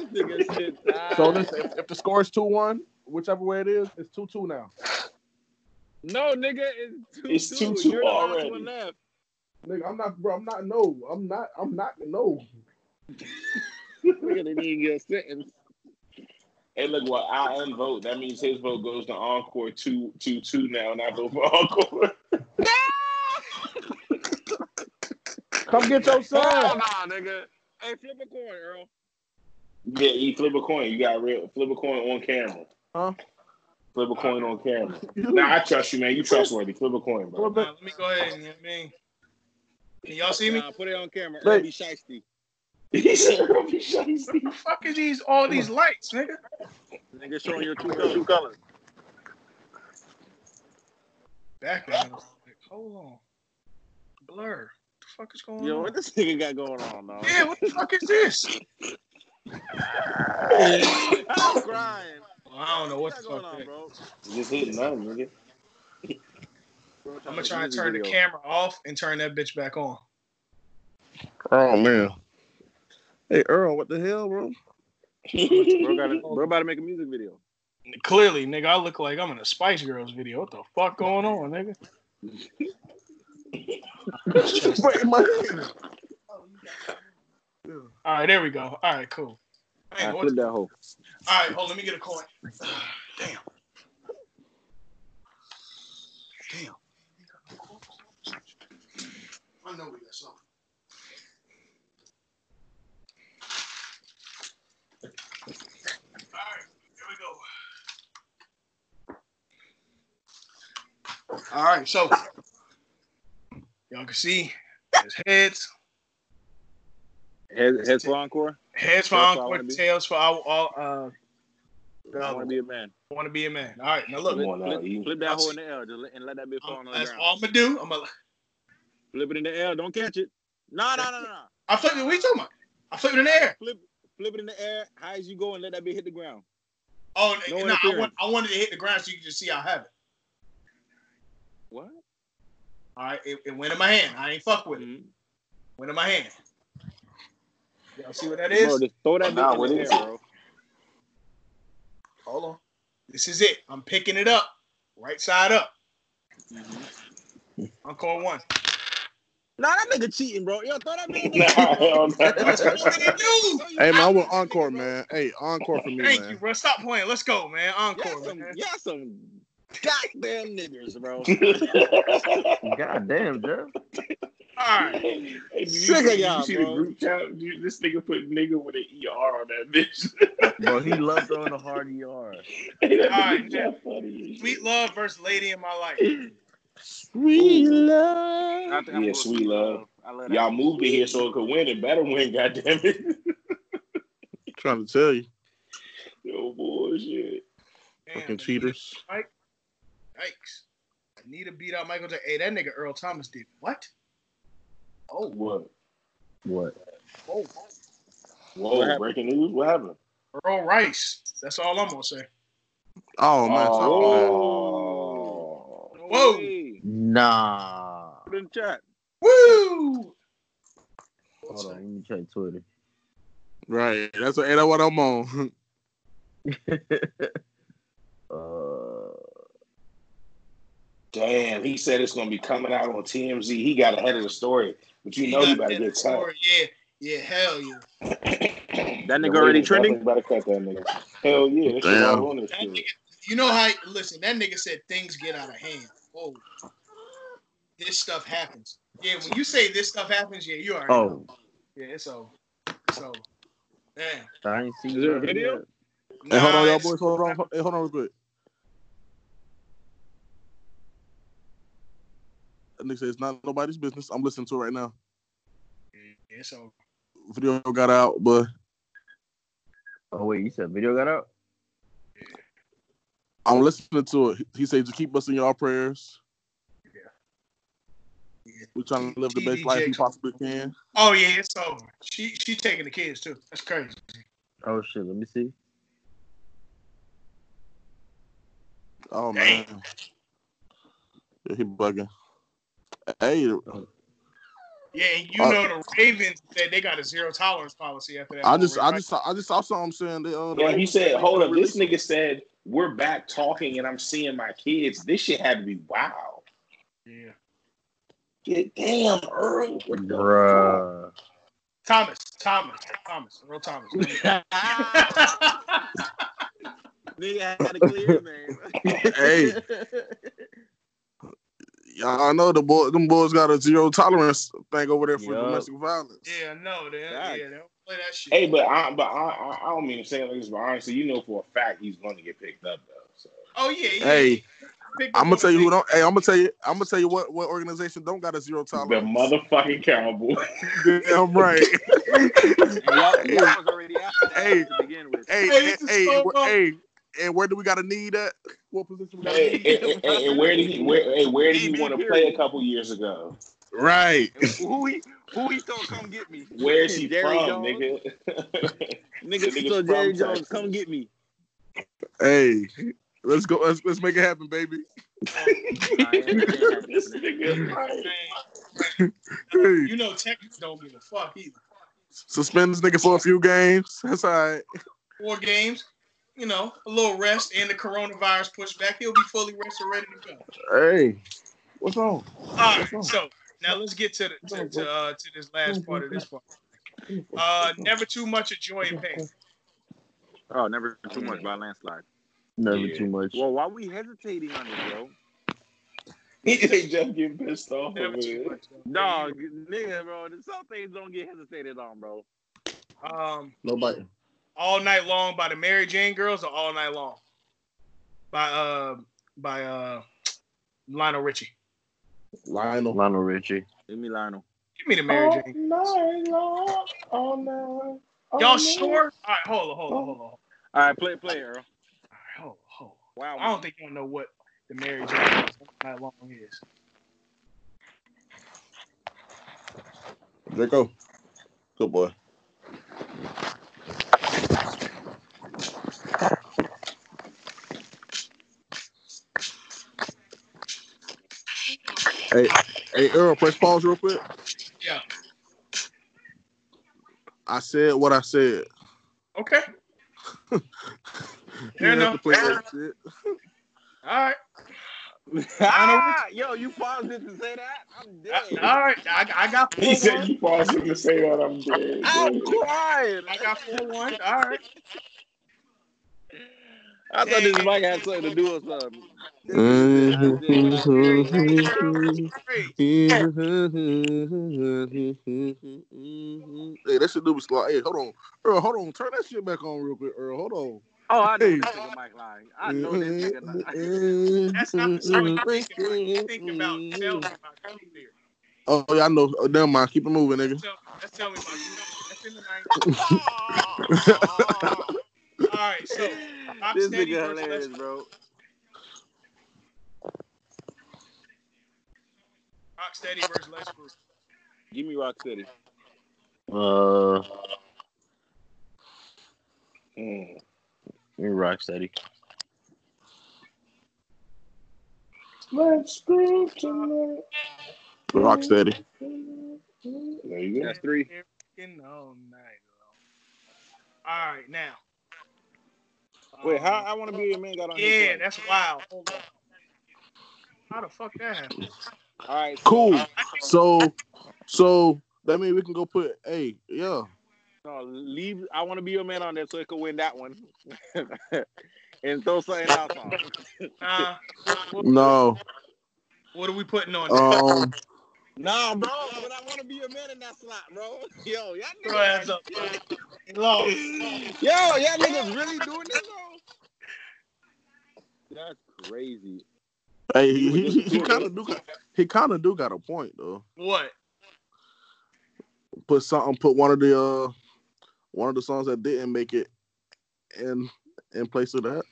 [SPEAKER 5] nigga shit.
[SPEAKER 6] So
[SPEAKER 5] tied.
[SPEAKER 6] listen, if, if the score is two one, whichever way it is, it's two two now.
[SPEAKER 5] No, nigga, it's two.
[SPEAKER 3] It's 2-2
[SPEAKER 5] You're the last
[SPEAKER 3] already.
[SPEAKER 5] one left.
[SPEAKER 6] Nigga, I'm not, bro. I'm not. No, I'm not. I'm not. No.
[SPEAKER 5] nigga that didn't get sentenced.
[SPEAKER 3] Hey, look, well, I unvote. That means his vote goes to Encore 2 2 2 now, and I vote for Encore.
[SPEAKER 6] Come get your
[SPEAKER 5] Hell
[SPEAKER 6] son.
[SPEAKER 5] nah, nigga. Hey, flip a coin, Earl.
[SPEAKER 3] Yeah, you flip a coin. You got real flip a coin on camera.
[SPEAKER 6] Huh?
[SPEAKER 3] Flip a coin on camera. Nah, I trust you, man. You trustworthy. Flip a coin, bro.
[SPEAKER 4] Nah, let me go ahead and you know what I mean. Can y'all see me?
[SPEAKER 5] Nah, put it on camera.
[SPEAKER 6] Wait.
[SPEAKER 5] Earl be shiesty.
[SPEAKER 3] He said, "Earl B. Shiesty."
[SPEAKER 4] The fuck is these all these lights, nigga?
[SPEAKER 5] Nigga, showing your true colors. True colors.
[SPEAKER 4] Background. Like, hold on. Blur. What the fuck is going
[SPEAKER 5] Yo,
[SPEAKER 4] on?
[SPEAKER 5] what this nigga got going on, dog?
[SPEAKER 4] Yeah, what the fuck is this? oh.
[SPEAKER 5] I'm crying.
[SPEAKER 4] Well, I don't know what
[SPEAKER 5] What's
[SPEAKER 4] the
[SPEAKER 5] going
[SPEAKER 4] fuck.
[SPEAKER 5] on,
[SPEAKER 4] that-
[SPEAKER 5] bro?
[SPEAKER 3] Just hitting nothing, nigga.
[SPEAKER 4] I'm gonna try and turn the camera off and turn that bitch back on.
[SPEAKER 6] Oh man. Hey Earl, what the hell, bro?
[SPEAKER 5] Bro gotta- Bro about to make a music video.
[SPEAKER 4] Clearly, nigga, I look like I'm in a Spice Girls video. What the fuck going on, nigga?
[SPEAKER 6] Wait, my
[SPEAKER 4] All right, there we go. All right, cool. I ain't
[SPEAKER 5] I
[SPEAKER 4] know what
[SPEAKER 5] flip that hoe.
[SPEAKER 4] the- All right, hold. Let me get a coin. Damn. Damn. I know we got something. All right, here we go. All right, so y'all can see there's heads.
[SPEAKER 5] Head, heads for encore.
[SPEAKER 4] Heads for
[SPEAKER 5] That's what I
[SPEAKER 4] encore,
[SPEAKER 5] wanna be.
[SPEAKER 4] tails for all. all uh,
[SPEAKER 5] I want to be a man.
[SPEAKER 4] want to be a man. All right, now look.
[SPEAKER 3] Come on now,
[SPEAKER 5] Flip,
[SPEAKER 3] you-
[SPEAKER 5] flip that hoe in the air just let- and let that bitch fall on
[SPEAKER 4] I'm-
[SPEAKER 5] the
[SPEAKER 4] Oh, that's
[SPEAKER 5] ground.
[SPEAKER 4] all I'm gonna do. I'm gonna.
[SPEAKER 5] Flip it in the air. Don't catch it. Nah, nah, nah, nah. nah.
[SPEAKER 4] I flip it. What you talking about? I flip it in the air.
[SPEAKER 5] Flip, flip it in the air. High as you go and let that bitch hit the ground.
[SPEAKER 4] Oh
[SPEAKER 5] No
[SPEAKER 4] no! nah, I, want,
[SPEAKER 5] interference.
[SPEAKER 4] I wanted to hit the ground so you could just see I have it.
[SPEAKER 5] What?
[SPEAKER 4] All right, it, it went in my hand. I ain't fuck with it.
[SPEAKER 5] Mhm.
[SPEAKER 4] Went in my hand. Y'all see what that
[SPEAKER 5] Bro,
[SPEAKER 4] is?
[SPEAKER 5] just throw that
[SPEAKER 3] Nah,
[SPEAKER 5] bitch
[SPEAKER 3] what
[SPEAKER 5] in the
[SPEAKER 3] is
[SPEAKER 5] air, bro.
[SPEAKER 4] Hold on. This is it. I'm picking it up, right side up.
[SPEAKER 5] Mm-hmm.
[SPEAKER 4] Encore one.
[SPEAKER 5] Nah, that nigga cheating, bro. Yo, throw that bitch in the
[SPEAKER 3] Nah,
[SPEAKER 5] air. bro.
[SPEAKER 3] hell no.
[SPEAKER 4] What did it do?
[SPEAKER 5] Throw you-
[SPEAKER 6] Hey man, I want
[SPEAKER 5] Nigga,
[SPEAKER 6] encore,
[SPEAKER 5] bro.
[SPEAKER 6] man. Hey, encore for me,
[SPEAKER 4] Thank you,
[SPEAKER 6] man.
[SPEAKER 4] bro. Stop playing. Let's go, man.
[SPEAKER 5] Y'all
[SPEAKER 4] Encore.
[SPEAKER 5] some,
[SPEAKER 4] man.
[SPEAKER 5] y'all some goddamn niggers, bro.
[SPEAKER 2] God damn, Jeff.
[SPEAKER 4] All right.
[SPEAKER 3] Hey, did you
[SPEAKER 5] Sick of
[SPEAKER 3] see- did
[SPEAKER 5] y'all,
[SPEAKER 3] you see
[SPEAKER 5] bro.
[SPEAKER 3] the group chat? Dude, This nigga put nigga with an ER on that bitch.
[SPEAKER 2] Bro, he loved on the hard ER.
[SPEAKER 3] hey, that
[SPEAKER 4] All right,
[SPEAKER 3] nigga
[SPEAKER 4] Jeff.
[SPEAKER 3] Jeff funny as
[SPEAKER 4] Sweet
[SPEAKER 3] shit.
[SPEAKER 4] love versus lady in my life.
[SPEAKER 6] Sweet
[SPEAKER 3] Ooh.
[SPEAKER 6] love.
[SPEAKER 5] think I'm
[SPEAKER 3] Yeah,
[SPEAKER 5] gonna
[SPEAKER 3] sweet
[SPEAKER 5] keep,
[SPEAKER 3] love.
[SPEAKER 5] bro. I love that.
[SPEAKER 3] Y'all moved it here so it could win. It better win, goddammit.
[SPEAKER 6] Trying to tell you,
[SPEAKER 3] Yo, bullshit.
[SPEAKER 4] Damn,
[SPEAKER 6] fucking
[SPEAKER 4] Anita-
[SPEAKER 6] cheaters.
[SPEAKER 4] Yikes. Anita beat out Michael J. Hey, that nigga Earl Thomas did what?
[SPEAKER 3] Oh, what?
[SPEAKER 2] What?
[SPEAKER 4] Oh,
[SPEAKER 3] Whoa,
[SPEAKER 5] What happened?
[SPEAKER 3] breaking news? What happened?
[SPEAKER 4] Earl Rice. That's all I'm gonna say.
[SPEAKER 6] Oh man, oh,
[SPEAKER 3] Oh.
[SPEAKER 5] No
[SPEAKER 4] Whoa.
[SPEAKER 5] way.
[SPEAKER 2] Nah.
[SPEAKER 5] Put it in chat.
[SPEAKER 4] Woo!
[SPEAKER 2] Hold on, let me check Twitter.
[SPEAKER 6] right. That's what, hey, that's what I'm on.
[SPEAKER 2] Uh,
[SPEAKER 3] Damn, he said it's gonna be coming out on TMZ. He got ahead of the story, but you know you better get cut.
[SPEAKER 4] Yeah, yeah, hell yeah.
[SPEAKER 5] That nigga already trending.
[SPEAKER 3] Better cut that nigga. Hell yeah, this shit
[SPEAKER 6] Damn.
[SPEAKER 3] all on this
[SPEAKER 4] That
[SPEAKER 3] shit.
[SPEAKER 4] nigga, you know how? Listen, that nigga said things get out of hand. Oh, this stuff happens. Yeah, when you say this stuff happens, yeah, you already. know.
[SPEAKER 2] oh,
[SPEAKER 4] Yeah, it's over. It's over. Damn.
[SPEAKER 2] I ain't seen
[SPEAKER 5] Is there a
[SPEAKER 2] nothing
[SPEAKER 5] video?
[SPEAKER 2] yet.
[SPEAKER 6] hey, hold
[SPEAKER 4] Nah,
[SPEAKER 6] on, y'all
[SPEAKER 4] it's-
[SPEAKER 6] boys. Hold on. Hey, hold on, real quick. That nigga says it's not nobody's business. I'm listening to it right now.
[SPEAKER 4] Yeah, it's over.
[SPEAKER 6] Video got out, but
[SPEAKER 2] Oh wait, you said video got out?
[SPEAKER 6] I'm listening to it. He says to keep us in your prayers.
[SPEAKER 4] Yeah.
[SPEAKER 6] We're trying to live the best
[SPEAKER 4] TDJ.
[SPEAKER 6] life we possibly can.
[SPEAKER 4] Oh yeah, it's over. She she taking the kids too. That's crazy.
[SPEAKER 2] Oh shit, let me see.
[SPEAKER 6] Oh
[SPEAKER 4] Dang.
[SPEAKER 6] man, yeah, he bugging. Hey,
[SPEAKER 4] Yeah, and you
[SPEAKER 6] Uh,
[SPEAKER 4] know the Ravens said they got a zero tolerance policy after that.
[SPEAKER 6] I just,
[SPEAKER 4] whole
[SPEAKER 6] I
[SPEAKER 4] Ray
[SPEAKER 6] just, saw, I just saw something saying that. Uh,
[SPEAKER 3] Yeah, he said, hold up. This nigga said, we're back talking and I'm seeing my kids. This shit had to be wow.
[SPEAKER 4] Rice. Yeah.
[SPEAKER 3] Yeah, damn, Earl. What the fuck?
[SPEAKER 2] Bruh.
[SPEAKER 4] Thomas, Thomas, Thomas, Earl Thomas.
[SPEAKER 5] Nigga had a clear name.
[SPEAKER 6] Hey. Y'all I know the boy, them boys got a zero tolerance thing over there for
[SPEAKER 5] Yup.
[SPEAKER 6] domestic violence.
[SPEAKER 4] yeah, no, they, yeah,
[SPEAKER 5] Facts.
[SPEAKER 4] they don't play that shit.
[SPEAKER 3] Hey, but I, but I, I, I don't mean to say it like this, but honestly, you know for a fact he's going to get picked up though. So
[SPEAKER 4] oh yeah, yeah.
[SPEAKER 6] Hey,
[SPEAKER 4] Pick the
[SPEAKER 6] I'm gonna tell you who
[SPEAKER 4] ball.
[SPEAKER 6] don't. Hey, I'm gonna tell you. I'm gonna tell you what what organization don't got a zero
[SPEAKER 3] the
[SPEAKER 6] tolerance.
[SPEAKER 3] motherfucking Cowboys.
[SPEAKER 6] Damn right.
[SPEAKER 5] And y'all, y'all was already out of that
[SPEAKER 6] Hey.
[SPEAKER 5] to begin with.
[SPEAKER 4] Hey,
[SPEAKER 6] hey, hey,
[SPEAKER 4] this is
[SPEAKER 6] hey,
[SPEAKER 4] so
[SPEAKER 6] wh-
[SPEAKER 4] wrong.
[SPEAKER 6] hey, and where do we got to need at? What position we got?
[SPEAKER 3] hey, hey, hey, hey, and where did he? Where, hey, where did he
[SPEAKER 5] DB,
[SPEAKER 3] want to play
[SPEAKER 5] period.
[SPEAKER 3] a couple years ago?
[SPEAKER 6] Right.
[SPEAKER 5] And Who he, who he told come get me?
[SPEAKER 3] Where is he
[SPEAKER 5] Jerry
[SPEAKER 3] from,
[SPEAKER 5] Jones.
[SPEAKER 3] nigga?
[SPEAKER 5] Nigga,
[SPEAKER 3] Nigga's
[SPEAKER 5] so Jerry
[SPEAKER 3] from
[SPEAKER 5] Jones,
[SPEAKER 3] Texas.
[SPEAKER 5] come get me.
[SPEAKER 6] Hey, let's go. Let's let's make it happen, baby.
[SPEAKER 3] this nigga,
[SPEAKER 4] Hey,
[SPEAKER 3] right.
[SPEAKER 6] Hey,
[SPEAKER 4] You know Texas don't give a fuck either.
[SPEAKER 6] suspend this nigga for a few games. That's all right.
[SPEAKER 4] Four games, you know, a little rest and the coronavirus pushback. He'll be fully rested, ready to go.
[SPEAKER 6] Hey, what's on?
[SPEAKER 4] All right, so now let's get to the to, to, uh, to this last part of this part. Uh, never too much of joy and pain.
[SPEAKER 5] Oh, never too much by a landslide.
[SPEAKER 6] Never
[SPEAKER 3] Yeah.
[SPEAKER 6] too much.
[SPEAKER 5] Well, why we hesitating on this, bro?
[SPEAKER 3] they just getting pissed off
[SPEAKER 4] Never
[SPEAKER 3] over
[SPEAKER 4] too
[SPEAKER 3] it.
[SPEAKER 4] much.
[SPEAKER 5] Dog, nigga, bro. Some things don't get hesitated on, bro.
[SPEAKER 4] Um,
[SPEAKER 6] Nobody.
[SPEAKER 4] all night long by the Mary Jane Girls or all night long by uh by uh Lionel Richie.
[SPEAKER 6] Lionel.
[SPEAKER 2] Lionel Richie.
[SPEAKER 5] Give me Lionel.
[SPEAKER 4] Give me the Mary Jane.
[SPEAKER 3] night long, all night. all
[SPEAKER 4] Y'all
[SPEAKER 3] night.
[SPEAKER 4] sure? All right, hold on, hold on, hold on. All
[SPEAKER 5] All right, play, play, Earl.
[SPEAKER 4] right, hold on, hold on.
[SPEAKER 5] Wow.
[SPEAKER 4] I don't think y'all know what the Mary Jane Girls all night long is.
[SPEAKER 6] Draco. Good boy. Hey, hey, Earl, press pause real quick.
[SPEAKER 4] Yeah.
[SPEAKER 6] I said what I said.
[SPEAKER 4] Okay.
[SPEAKER 6] You
[SPEAKER 4] Fair
[SPEAKER 6] have to
[SPEAKER 4] enough.
[SPEAKER 6] play that shit.
[SPEAKER 4] All right.
[SPEAKER 5] ah, yo, you paused it to say that? I'm dead.
[SPEAKER 4] All right. I, I got four
[SPEAKER 3] He said
[SPEAKER 4] ones.
[SPEAKER 3] you pausing to say that I'm dead.
[SPEAKER 5] I'm
[SPEAKER 3] dude.
[SPEAKER 5] crying.
[SPEAKER 4] I got four ones. All right.
[SPEAKER 5] I thought this mic had something to do with something.
[SPEAKER 4] Mm-hmm.
[SPEAKER 6] Mm-hmm. Hey, that shit do be slow. Hey, hold on, Earl. Hold on, turn that shit back on real quick, Earl. Hold on.
[SPEAKER 5] Oh, I know this nigga Mike lying. I know this nigga lying.
[SPEAKER 4] That's not the song I'm thinking about. I'm thinking about tell me about Tell Me There.
[SPEAKER 6] Oh yeah, I know. Oh, never mind. Keep it moving, nigga.
[SPEAKER 4] Tell- That's tell me about you. That's in the 90s. All right. So
[SPEAKER 5] this
[SPEAKER 4] Rocksteady
[SPEAKER 5] nigga
[SPEAKER 4] versus
[SPEAKER 5] hilarious,
[SPEAKER 4] Lester.
[SPEAKER 5] bro.
[SPEAKER 4] Rocksteady versus Les Brown.
[SPEAKER 5] Give me Rock City.
[SPEAKER 2] Uh,
[SPEAKER 3] Mm.
[SPEAKER 2] you're rock steady.
[SPEAKER 3] Let's groove tonight.
[SPEAKER 6] Rocksteady.
[SPEAKER 3] There you go.
[SPEAKER 5] That's three.
[SPEAKER 4] Fucking all night long. All right. Now.
[SPEAKER 5] Wait, how
[SPEAKER 4] Um,
[SPEAKER 5] I want to be your man got on his
[SPEAKER 4] Yeah,
[SPEAKER 5] play.
[SPEAKER 4] that's wild. Hold on. How the fuck that happened?
[SPEAKER 5] All right, so-
[SPEAKER 6] Cool. So, so that means we can go put. Hey, yeah.
[SPEAKER 5] No, leave. I want to be your man on there so it could win that one, and throw something else on.
[SPEAKER 4] Uh,
[SPEAKER 6] No.
[SPEAKER 4] what are we putting
[SPEAKER 5] Oh.
[SPEAKER 4] on? there?
[SPEAKER 6] Um.
[SPEAKER 5] Nah, bro, but I want to be your man in that slot, bro. Yo, y'all
[SPEAKER 4] Throw ass
[SPEAKER 5] niggas,
[SPEAKER 4] up. Low.
[SPEAKER 5] yo, y'all niggas really doing this, bro? That's crazy.
[SPEAKER 6] Hey, he, he, he, kind of do. got- He kind of do got a point though.
[SPEAKER 4] What?
[SPEAKER 6] Put something. Put one of the uh, one of the songs that didn't make it, in in place of that.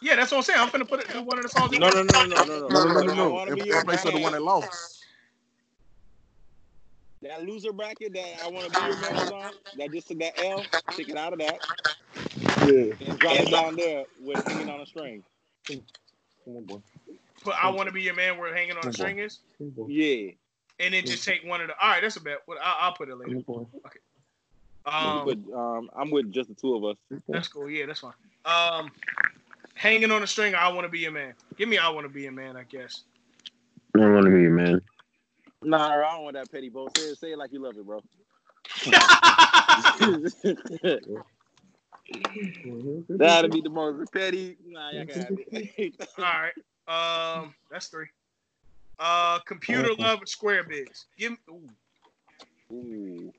[SPEAKER 4] Yeah, that's what I'm saying. I'm finna put it do one of the songs.
[SPEAKER 5] No, no, no, no, no, no,
[SPEAKER 6] No, no, no,
[SPEAKER 5] I
[SPEAKER 6] no,
[SPEAKER 5] wanna
[SPEAKER 6] no. In,
[SPEAKER 5] be your
[SPEAKER 6] in place of the
[SPEAKER 5] man.
[SPEAKER 6] one that lost.
[SPEAKER 5] That loser bracket that I want to be your man song that just took that L, take it out of that
[SPEAKER 6] Yeah.
[SPEAKER 5] and drop it down there with hanging on a string.
[SPEAKER 4] But I want to be your man. We're hanging on the string is,
[SPEAKER 5] Yeah,
[SPEAKER 4] and then just take one of the. All right, that's a bet. What I, I'll put it later. Okay.
[SPEAKER 5] but
[SPEAKER 4] Um,
[SPEAKER 5] um, I'm with just the two of us.
[SPEAKER 4] that's cool. Yeah, that's fine. Um, hanging on the string. I want to be your man. Give me. I want to be your man. I guess.
[SPEAKER 2] I want to be your man.
[SPEAKER 5] Nah, I don't want that petty, bro. Say, say it like you love it, bro. That'd be the most petty. Nah, y'all can have it.
[SPEAKER 4] All right. Um, that's three. Uh, computer love and square biz. Give me. Ooh,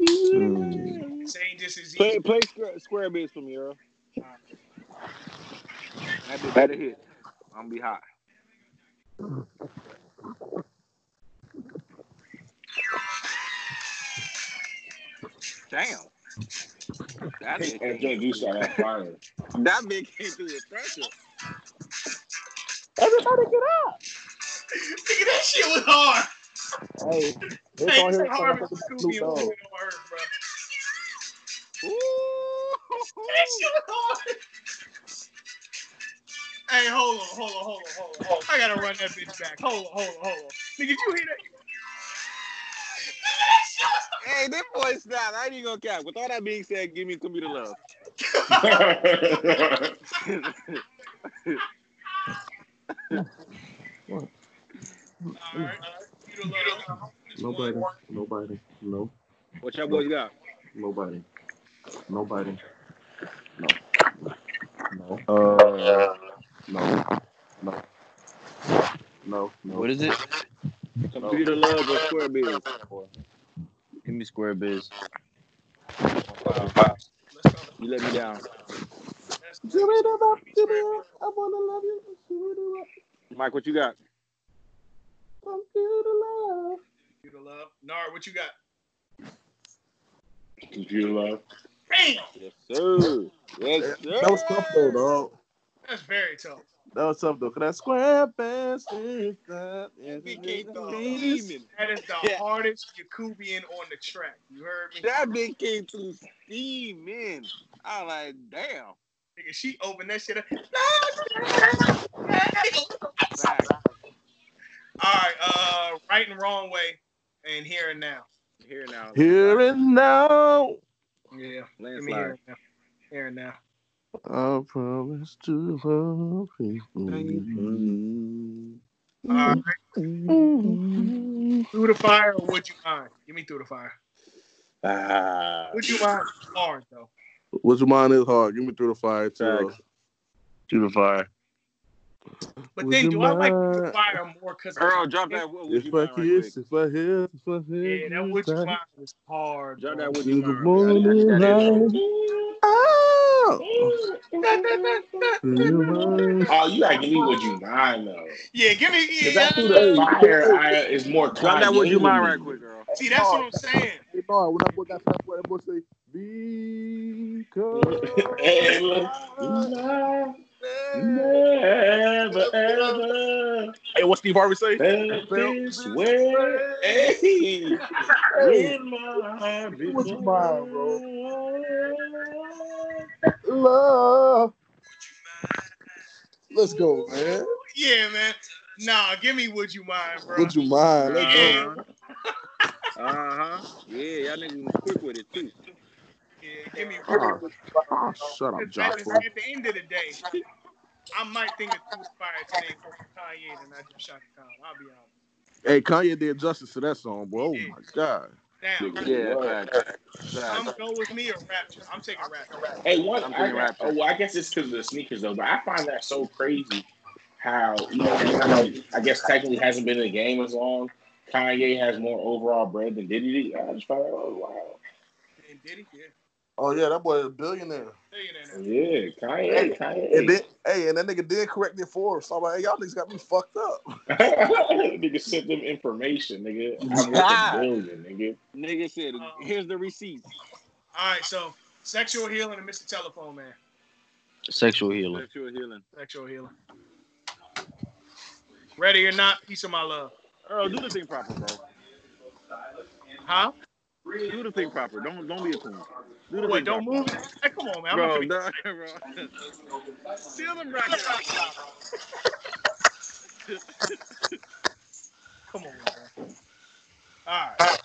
[SPEAKER 5] Ooh.
[SPEAKER 4] this ain't just as
[SPEAKER 5] Play,
[SPEAKER 4] easy.
[SPEAKER 5] play square, square biz for me, Earl. That'd be better hit. I'm gonna be hot. Damn. That nigga
[SPEAKER 3] And
[SPEAKER 5] came-
[SPEAKER 3] Jay do start on fire.
[SPEAKER 5] that bitch came through the pressure.
[SPEAKER 9] Everybody get up.
[SPEAKER 4] Nigga, that shit was hard.
[SPEAKER 9] Hey, it's
[SPEAKER 4] Hey,
[SPEAKER 9] on
[SPEAKER 4] Trey
[SPEAKER 9] here.
[SPEAKER 4] Harvey
[SPEAKER 9] motherfucking
[SPEAKER 4] was cool
[SPEAKER 9] Snoop
[SPEAKER 4] being one
[SPEAKER 9] Dogg.
[SPEAKER 4] on earth, bro. That
[SPEAKER 5] Ooh.
[SPEAKER 4] shit was hard. Hey, hold on, hold on, hold on, hold on, hold on. I gotta run that bitch back. Hold on, hold on, hold on. Nigga, did you hear that? Nigga, that shit was
[SPEAKER 5] Hey, this boy's not. I ain't even gonna cap. With all that being said, give me computer love.
[SPEAKER 4] All right, You don't know.
[SPEAKER 1] Nobody. Nobody. No.
[SPEAKER 5] What y'all boys got?
[SPEAKER 1] Nobody. Nobody. No.
[SPEAKER 6] Uh,
[SPEAKER 1] No. No. No. No.
[SPEAKER 2] What is it?
[SPEAKER 5] Computer love or square biz?
[SPEAKER 2] Give me square biz.
[SPEAKER 4] Let's go.
[SPEAKER 5] You let me down.
[SPEAKER 4] That's-
[SPEAKER 9] Give it up, give it up. I wanna love you. Give it up.
[SPEAKER 5] Mike, what you got?
[SPEAKER 9] Come feel the love.
[SPEAKER 4] You the love. Nard, what you got?
[SPEAKER 3] Computer love.
[SPEAKER 4] Damn,
[SPEAKER 5] Yes, sir. Yes,
[SPEAKER 6] that,
[SPEAKER 5] sir.
[SPEAKER 6] that was tough though, dog.
[SPEAKER 4] that's very tough.
[SPEAKER 6] That was tough though. Cause that square bass is that.
[SPEAKER 5] We came through
[SPEAKER 6] Venus.
[SPEAKER 5] steaming.
[SPEAKER 4] That is the
[SPEAKER 5] Yeah.
[SPEAKER 4] hardest Yakubian on the track. You heard me?
[SPEAKER 5] That bitch came through steaming. I like, damn.
[SPEAKER 4] Nigga, she opened that shit up.
[SPEAKER 5] Back.
[SPEAKER 4] All right, uh, right and wrong way, and here and now.
[SPEAKER 5] Here now.
[SPEAKER 6] Here and now,
[SPEAKER 4] Yeah, give me
[SPEAKER 5] Landslide.
[SPEAKER 4] here and now. Here and now.
[SPEAKER 6] I promise to love you. Mm-hmm.
[SPEAKER 4] All right, through the fire or would you mind? Give me through the fire.
[SPEAKER 5] Ah.
[SPEAKER 4] Would you mind? Hard though.
[SPEAKER 6] What's your mind is hard. Give me through the fire too.
[SPEAKER 5] Facts.
[SPEAKER 6] Through the fire.
[SPEAKER 4] But
[SPEAKER 6] Would
[SPEAKER 4] then,
[SPEAKER 6] you
[SPEAKER 4] do I like through the
[SPEAKER 6] mind?
[SPEAKER 4] fire more? Cause
[SPEAKER 5] Earl, drop that. What would
[SPEAKER 6] If
[SPEAKER 5] you
[SPEAKER 6] I
[SPEAKER 5] mind right
[SPEAKER 6] kiss,
[SPEAKER 5] quick?
[SPEAKER 6] if I hit, if I hit,
[SPEAKER 4] yeah, that would you mind was hard.
[SPEAKER 5] Drop
[SPEAKER 4] bro.
[SPEAKER 5] that. Would
[SPEAKER 6] To
[SPEAKER 5] you
[SPEAKER 6] the
[SPEAKER 5] mind? Right quick. I need- I need that intro.
[SPEAKER 6] morning light. Oh, do you mind?
[SPEAKER 3] Oh, you gotta give me what you mind though.
[SPEAKER 4] Yeah, give me.
[SPEAKER 3] Cause
[SPEAKER 4] Yeah,
[SPEAKER 3] that through the fire I, is more.
[SPEAKER 5] Drop that. Would you
[SPEAKER 3] Kanye
[SPEAKER 5] mind
[SPEAKER 3] to
[SPEAKER 5] right
[SPEAKER 3] me.
[SPEAKER 5] quick, Earl?
[SPEAKER 4] see, that's what I'm saying.
[SPEAKER 6] Hey, no, when that boy got to that point, that boy say, because.
[SPEAKER 3] Hey, look. Never ever
[SPEAKER 6] Hey, what's Steve Harvey say?
[SPEAKER 3] felt this way. Hey, in my heart
[SPEAKER 6] What's
[SPEAKER 3] before.
[SPEAKER 6] mine, Love. Let's go, man.
[SPEAKER 4] Yeah, man. Nah, give me would you mind, bro.
[SPEAKER 6] Would you mind? Let's go.
[SPEAKER 4] Yeah.
[SPEAKER 5] Uh huh. Uh huh. Yeah, y'all niggas was quick with it too.
[SPEAKER 4] Yeah, give me. Would
[SPEAKER 6] Oh, oh, shut up,
[SPEAKER 4] Because
[SPEAKER 6] Josh.
[SPEAKER 4] at,
[SPEAKER 6] fool.
[SPEAKER 4] the, at the end of the day, I might think of Two Fire today for Kanye than I do Shaka Khan. I'll be honest.
[SPEAKER 6] Hey, Kanye did justice to that song, bro. Oh my god.
[SPEAKER 4] Now,
[SPEAKER 5] Yeah, facts.
[SPEAKER 4] I'm
[SPEAKER 5] Facts.
[SPEAKER 4] go with me or Rapture. I'm taking Rapture.
[SPEAKER 3] Hey, one.
[SPEAKER 5] I'm
[SPEAKER 3] I,
[SPEAKER 5] thinking rap.
[SPEAKER 3] oh, well, I guess it's because of the sneakers though, but I find that so crazy how you know, I, know, I guess technically hasn't been in the game as long. Kanye has more overall bread than Diddy. I just found out, oh
[SPEAKER 4] And Diddy, yeah.
[SPEAKER 6] Oh yeah, that boy a billionaire.
[SPEAKER 4] There you go,
[SPEAKER 3] wow,
[SPEAKER 4] now.
[SPEAKER 3] yeah, Kanye,
[SPEAKER 6] And
[SPEAKER 3] Kanye.
[SPEAKER 6] then, hey, and that nigga did correct it for us. So I'm like, hey, y'all niggas got me fucked up.
[SPEAKER 3] nigga sent them information, nigga. I'm
[SPEAKER 5] Ah.
[SPEAKER 3] worth a billion, nigga.
[SPEAKER 5] Nigga said, here's the receipt.
[SPEAKER 4] All right, so sexual healing and Mr. Telephone Man.
[SPEAKER 2] Sexual healer.
[SPEAKER 5] Sexual healing.
[SPEAKER 4] Sexual healing. Ready or not, piece of my love.
[SPEAKER 5] Earl, do the thing proper, bro.
[SPEAKER 4] Huh?
[SPEAKER 5] Do the thing proper. Don't don't be a fool. Do the
[SPEAKER 4] What?
[SPEAKER 5] thing
[SPEAKER 4] Don't
[SPEAKER 5] proper.
[SPEAKER 4] move. Hey, come on, man. I'm
[SPEAKER 5] Bro,
[SPEAKER 4] not
[SPEAKER 5] nah, bro. Steal them rockets.
[SPEAKER 4] Come on, man. All right.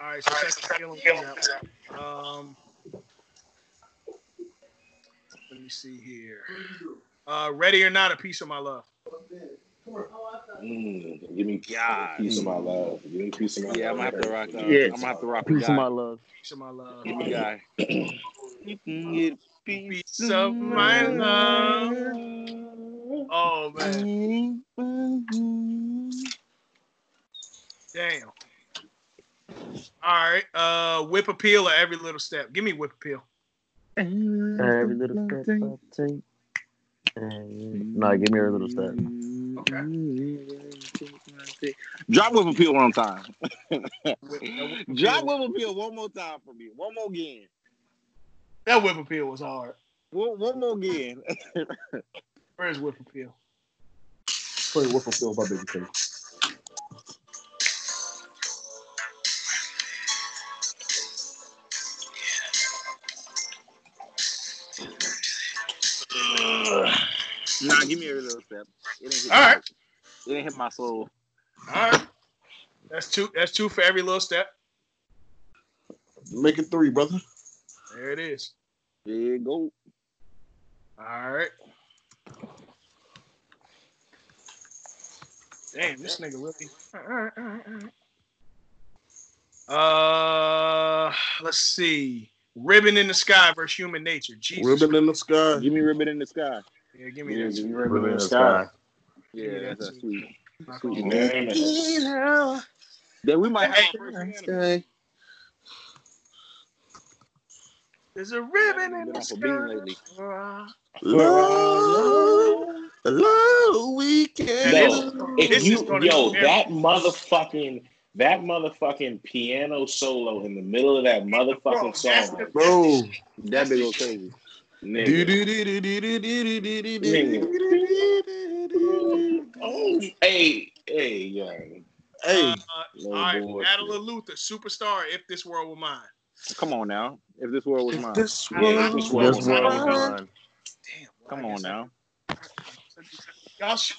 [SPEAKER 4] All right, so second feeling coming up. Um, let me see here. Uh, ready or not, a piece of my love.
[SPEAKER 3] Mm, give me
[SPEAKER 5] God.
[SPEAKER 3] peace of my love. Give me peace of my
[SPEAKER 5] Yeah, I'm
[SPEAKER 3] love.
[SPEAKER 5] gonna have to rock. Uh,
[SPEAKER 3] Yeah.
[SPEAKER 5] I'm gonna have to rock. the
[SPEAKER 2] Peace
[SPEAKER 5] guy.
[SPEAKER 2] of my love.
[SPEAKER 4] Peace of my love.
[SPEAKER 5] Give me guy. You can get a piece,
[SPEAKER 4] Peace of my love. Oh man, damn. All right, uh, whip appeal at every little step. Give me whip appeal.
[SPEAKER 2] Every little step I take. Nah, give me every little step.
[SPEAKER 5] Drop whip appeal one time.
[SPEAKER 4] Whip- that whip
[SPEAKER 5] Drop
[SPEAKER 4] appeal-
[SPEAKER 5] whip appeal one more time for me. One more game.
[SPEAKER 4] That whip appeal was hard.
[SPEAKER 5] One, one more game.
[SPEAKER 4] Where's whip appeal?
[SPEAKER 10] Play Wolf of Phil by Baby King.
[SPEAKER 5] nah, give me every little step. It ain't hit
[SPEAKER 4] All
[SPEAKER 5] my-
[SPEAKER 4] right.
[SPEAKER 5] It ain't hit my soul.
[SPEAKER 4] All right, that's two. That's two for every little step.
[SPEAKER 10] Make it three, brother.
[SPEAKER 4] There it is.
[SPEAKER 5] There you go.
[SPEAKER 4] All right. Damn, this nigga really. All right, all right, all right. Uh, let's see. Ribbon in the sky versus human nature. Jesus.
[SPEAKER 6] Ribbon in the sky.
[SPEAKER 5] Give me ribbon in the sky.
[SPEAKER 4] Yeah, give me
[SPEAKER 3] Yeah,
[SPEAKER 4] that.
[SPEAKER 3] give me ribbon in the
[SPEAKER 10] Ribbon
[SPEAKER 3] sky.
[SPEAKER 5] Yeah,
[SPEAKER 4] Yeah,
[SPEAKER 5] that's
[SPEAKER 4] that's
[SPEAKER 5] sweet.
[SPEAKER 4] Knock
[SPEAKER 5] sweet.
[SPEAKER 4] on wood.
[SPEAKER 3] Damn it.
[SPEAKER 5] Then we might have
[SPEAKER 4] Hey.
[SPEAKER 5] our first unanimous.
[SPEAKER 4] There's a
[SPEAKER 5] I
[SPEAKER 4] ribbon
[SPEAKER 5] haven't
[SPEAKER 4] in
[SPEAKER 5] been
[SPEAKER 4] the
[SPEAKER 5] off a beam
[SPEAKER 4] sky. Uh,
[SPEAKER 5] lately.
[SPEAKER 6] Love, love, we can.
[SPEAKER 3] No, if
[SPEAKER 4] This is
[SPEAKER 3] you
[SPEAKER 4] gonna
[SPEAKER 3] yo
[SPEAKER 4] be-
[SPEAKER 3] that motherfucking that motherfucking piano solo in the middle of that
[SPEAKER 4] Bro,
[SPEAKER 3] motherfucking
[SPEAKER 4] that's
[SPEAKER 3] song,
[SPEAKER 4] the-
[SPEAKER 6] Bro.
[SPEAKER 5] That big old crazy.
[SPEAKER 3] nigga. Oh, hey, hey, young,
[SPEAKER 6] Hey,
[SPEAKER 4] Uh,
[SPEAKER 3] no
[SPEAKER 4] all right, Battle
[SPEAKER 3] bullshit.
[SPEAKER 4] of Luther, superstar. If this world were mine.
[SPEAKER 5] Come on now. If this world was
[SPEAKER 6] if
[SPEAKER 5] mine.
[SPEAKER 6] this
[SPEAKER 4] I- I-
[SPEAKER 3] Yeah,
[SPEAKER 6] world
[SPEAKER 3] this
[SPEAKER 4] Well,
[SPEAKER 2] This
[SPEAKER 3] world
[SPEAKER 4] I
[SPEAKER 3] was
[SPEAKER 2] world is
[SPEAKER 3] mine.
[SPEAKER 2] mine.
[SPEAKER 4] Damn. well,
[SPEAKER 5] Come
[SPEAKER 4] I
[SPEAKER 5] on
[SPEAKER 4] guess I-
[SPEAKER 5] now.
[SPEAKER 4] Y'all should.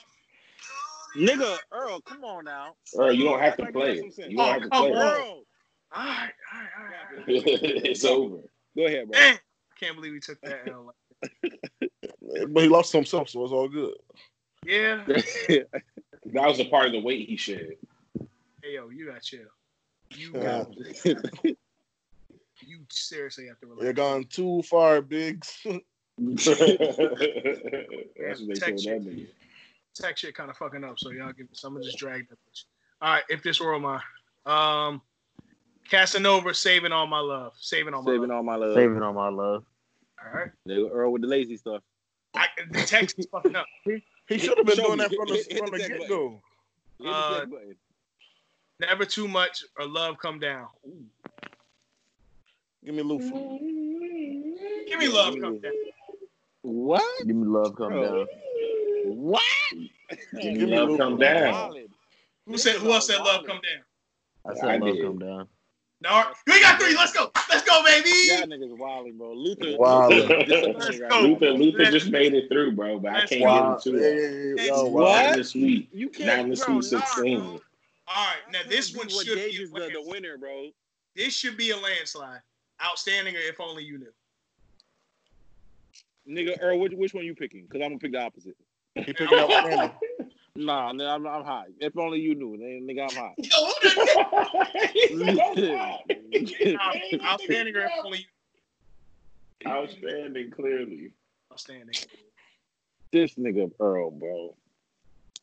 [SPEAKER 5] Nigga, Earl, come on now.
[SPEAKER 3] Earl, you don't have to
[SPEAKER 5] Like,
[SPEAKER 3] play
[SPEAKER 5] that's
[SPEAKER 3] it.
[SPEAKER 5] what I'm saying.
[SPEAKER 3] You don't
[SPEAKER 4] Oh,
[SPEAKER 3] have to
[SPEAKER 4] come
[SPEAKER 3] play it.
[SPEAKER 4] on.
[SPEAKER 5] Earl.
[SPEAKER 4] All right, all right, all right. All right.
[SPEAKER 3] it's over.
[SPEAKER 5] Go ahead, bro.
[SPEAKER 4] Damn. Can't believe we took that L.
[SPEAKER 6] but he lost to himself, so it's all good.
[SPEAKER 4] Yeah.
[SPEAKER 3] That was a part of the weight he shed.
[SPEAKER 4] Hey, yo, you got chill. You
[SPEAKER 6] Yeah.
[SPEAKER 4] got. You seriously have to
[SPEAKER 6] You're
[SPEAKER 4] relax.
[SPEAKER 6] gone too far, Biggs.
[SPEAKER 3] That's what they told that nigga.
[SPEAKER 4] Tech shit kind of fucking up, so y'all give. So I'm gonna just drag that bitch. All right, if this were mine. Um, Casanova, saving all my love, saving all my
[SPEAKER 5] Saving
[SPEAKER 4] love.
[SPEAKER 5] all my love.
[SPEAKER 2] Saving all my love.
[SPEAKER 4] All right.
[SPEAKER 5] Nigga, Earl with the lazy stuff.
[SPEAKER 4] I, the text is fucking up.
[SPEAKER 6] He should have been
[SPEAKER 5] Show
[SPEAKER 6] doing
[SPEAKER 5] me.
[SPEAKER 6] that from the,
[SPEAKER 5] Hit- hit
[SPEAKER 6] from
[SPEAKER 5] the
[SPEAKER 6] the
[SPEAKER 5] tech
[SPEAKER 6] get go.
[SPEAKER 5] Hit the
[SPEAKER 4] Uh,
[SPEAKER 5] check button.
[SPEAKER 4] Never too much or love come down.
[SPEAKER 6] Give me Luffy.
[SPEAKER 4] Give me love come down.
[SPEAKER 5] What?
[SPEAKER 2] Give me love, come
[SPEAKER 5] Bro.
[SPEAKER 2] down.
[SPEAKER 5] What?
[SPEAKER 3] Give me
[SPEAKER 6] Give me
[SPEAKER 3] love,
[SPEAKER 6] Luke.
[SPEAKER 3] come down.
[SPEAKER 5] Solid.
[SPEAKER 4] Who said? Who else said love come down?
[SPEAKER 2] I
[SPEAKER 3] I
[SPEAKER 2] said love,
[SPEAKER 3] did.
[SPEAKER 2] come down.
[SPEAKER 4] No, you ain't got three. Let's go. Let's go,
[SPEAKER 5] Y'all
[SPEAKER 4] baby.
[SPEAKER 5] niggas wilding, bro. Luther.
[SPEAKER 6] Wildin'.
[SPEAKER 5] Luther disappeared
[SPEAKER 4] go.
[SPEAKER 5] right now,
[SPEAKER 3] Luther,
[SPEAKER 5] bro.
[SPEAKER 3] Luther just made it through, bro, but I
[SPEAKER 4] That's
[SPEAKER 3] can't
[SPEAKER 6] Wow.
[SPEAKER 3] get
[SPEAKER 6] Yeah,
[SPEAKER 3] him to it.
[SPEAKER 6] yeah, yeah, yeah,
[SPEAKER 4] What?
[SPEAKER 6] wow.
[SPEAKER 3] Not this week.
[SPEAKER 5] You
[SPEAKER 3] Not in
[SPEAKER 5] can't,
[SPEAKER 3] this
[SPEAKER 5] bro.
[SPEAKER 3] week
[SPEAKER 5] Nah,
[SPEAKER 3] 16.
[SPEAKER 5] bro.
[SPEAKER 4] All right, now this
[SPEAKER 5] That's
[SPEAKER 4] one
[SPEAKER 5] what
[SPEAKER 4] should be
[SPEAKER 5] gauges
[SPEAKER 4] a
[SPEAKER 5] the, the
[SPEAKER 4] landslide.
[SPEAKER 5] winner, bro.
[SPEAKER 4] This should be a landslide. Outstanding, or if only you knew.
[SPEAKER 5] Nigga, Earl, which, which one you picking? Because I'm gonna pick the opposite.
[SPEAKER 6] He picking up Brandon.
[SPEAKER 5] Nah, nigga, I'm, I'm hot. If only you knew, nigga, I'm hot.
[SPEAKER 4] Yo, who the-
[SPEAKER 5] Nigga,
[SPEAKER 4] outstanding, or if only you
[SPEAKER 3] Outstanding, clearly.
[SPEAKER 4] outstanding.
[SPEAKER 5] this nigga Earl, bro,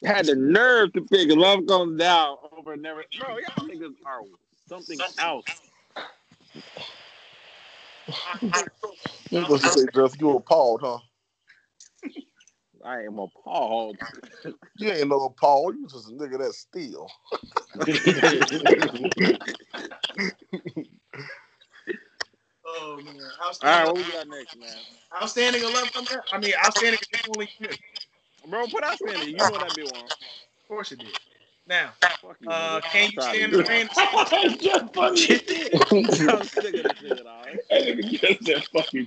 [SPEAKER 5] had the nerve to pick Love Goes Down over and never. Bro, y'all niggas are something else.
[SPEAKER 6] He was gonna say, Jeff, you appalled, huh?
[SPEAKER 5] I am appalled.
[SPEAKER 6] You ain't no appalled. You just a nigga that steal.
[SPEAKER 4] Oh man,
[SPEAKER 5] All right,
[SPEAKER 4] outstanding.
[SPEAKER 5] what we got next, man?
[SPEAKER 4] outstanding or love come down. I mean, outstanding, or if only you knew. Of
[SPEAKER 5] Bro, put out standing. You know that be one.
[SPEAKER 4] course it did. Now,
[SPEAKER 5] Fuck you.
[SPEAKER 4] uh,
[SPEAKER 5] nigga.
[SPEAKER 4] can you
[SPEAKER 5] Sorry,
[SPEAKER 4] stand
[SPEAKER 5] bro.
[SPEAKER 4] the rain?
[SPEAKER 3] just funny. as shit.
[SPEAKER 5] I'm sick of this nigga, dog.
[SPEAKER 3] That nigga just said, fuck you,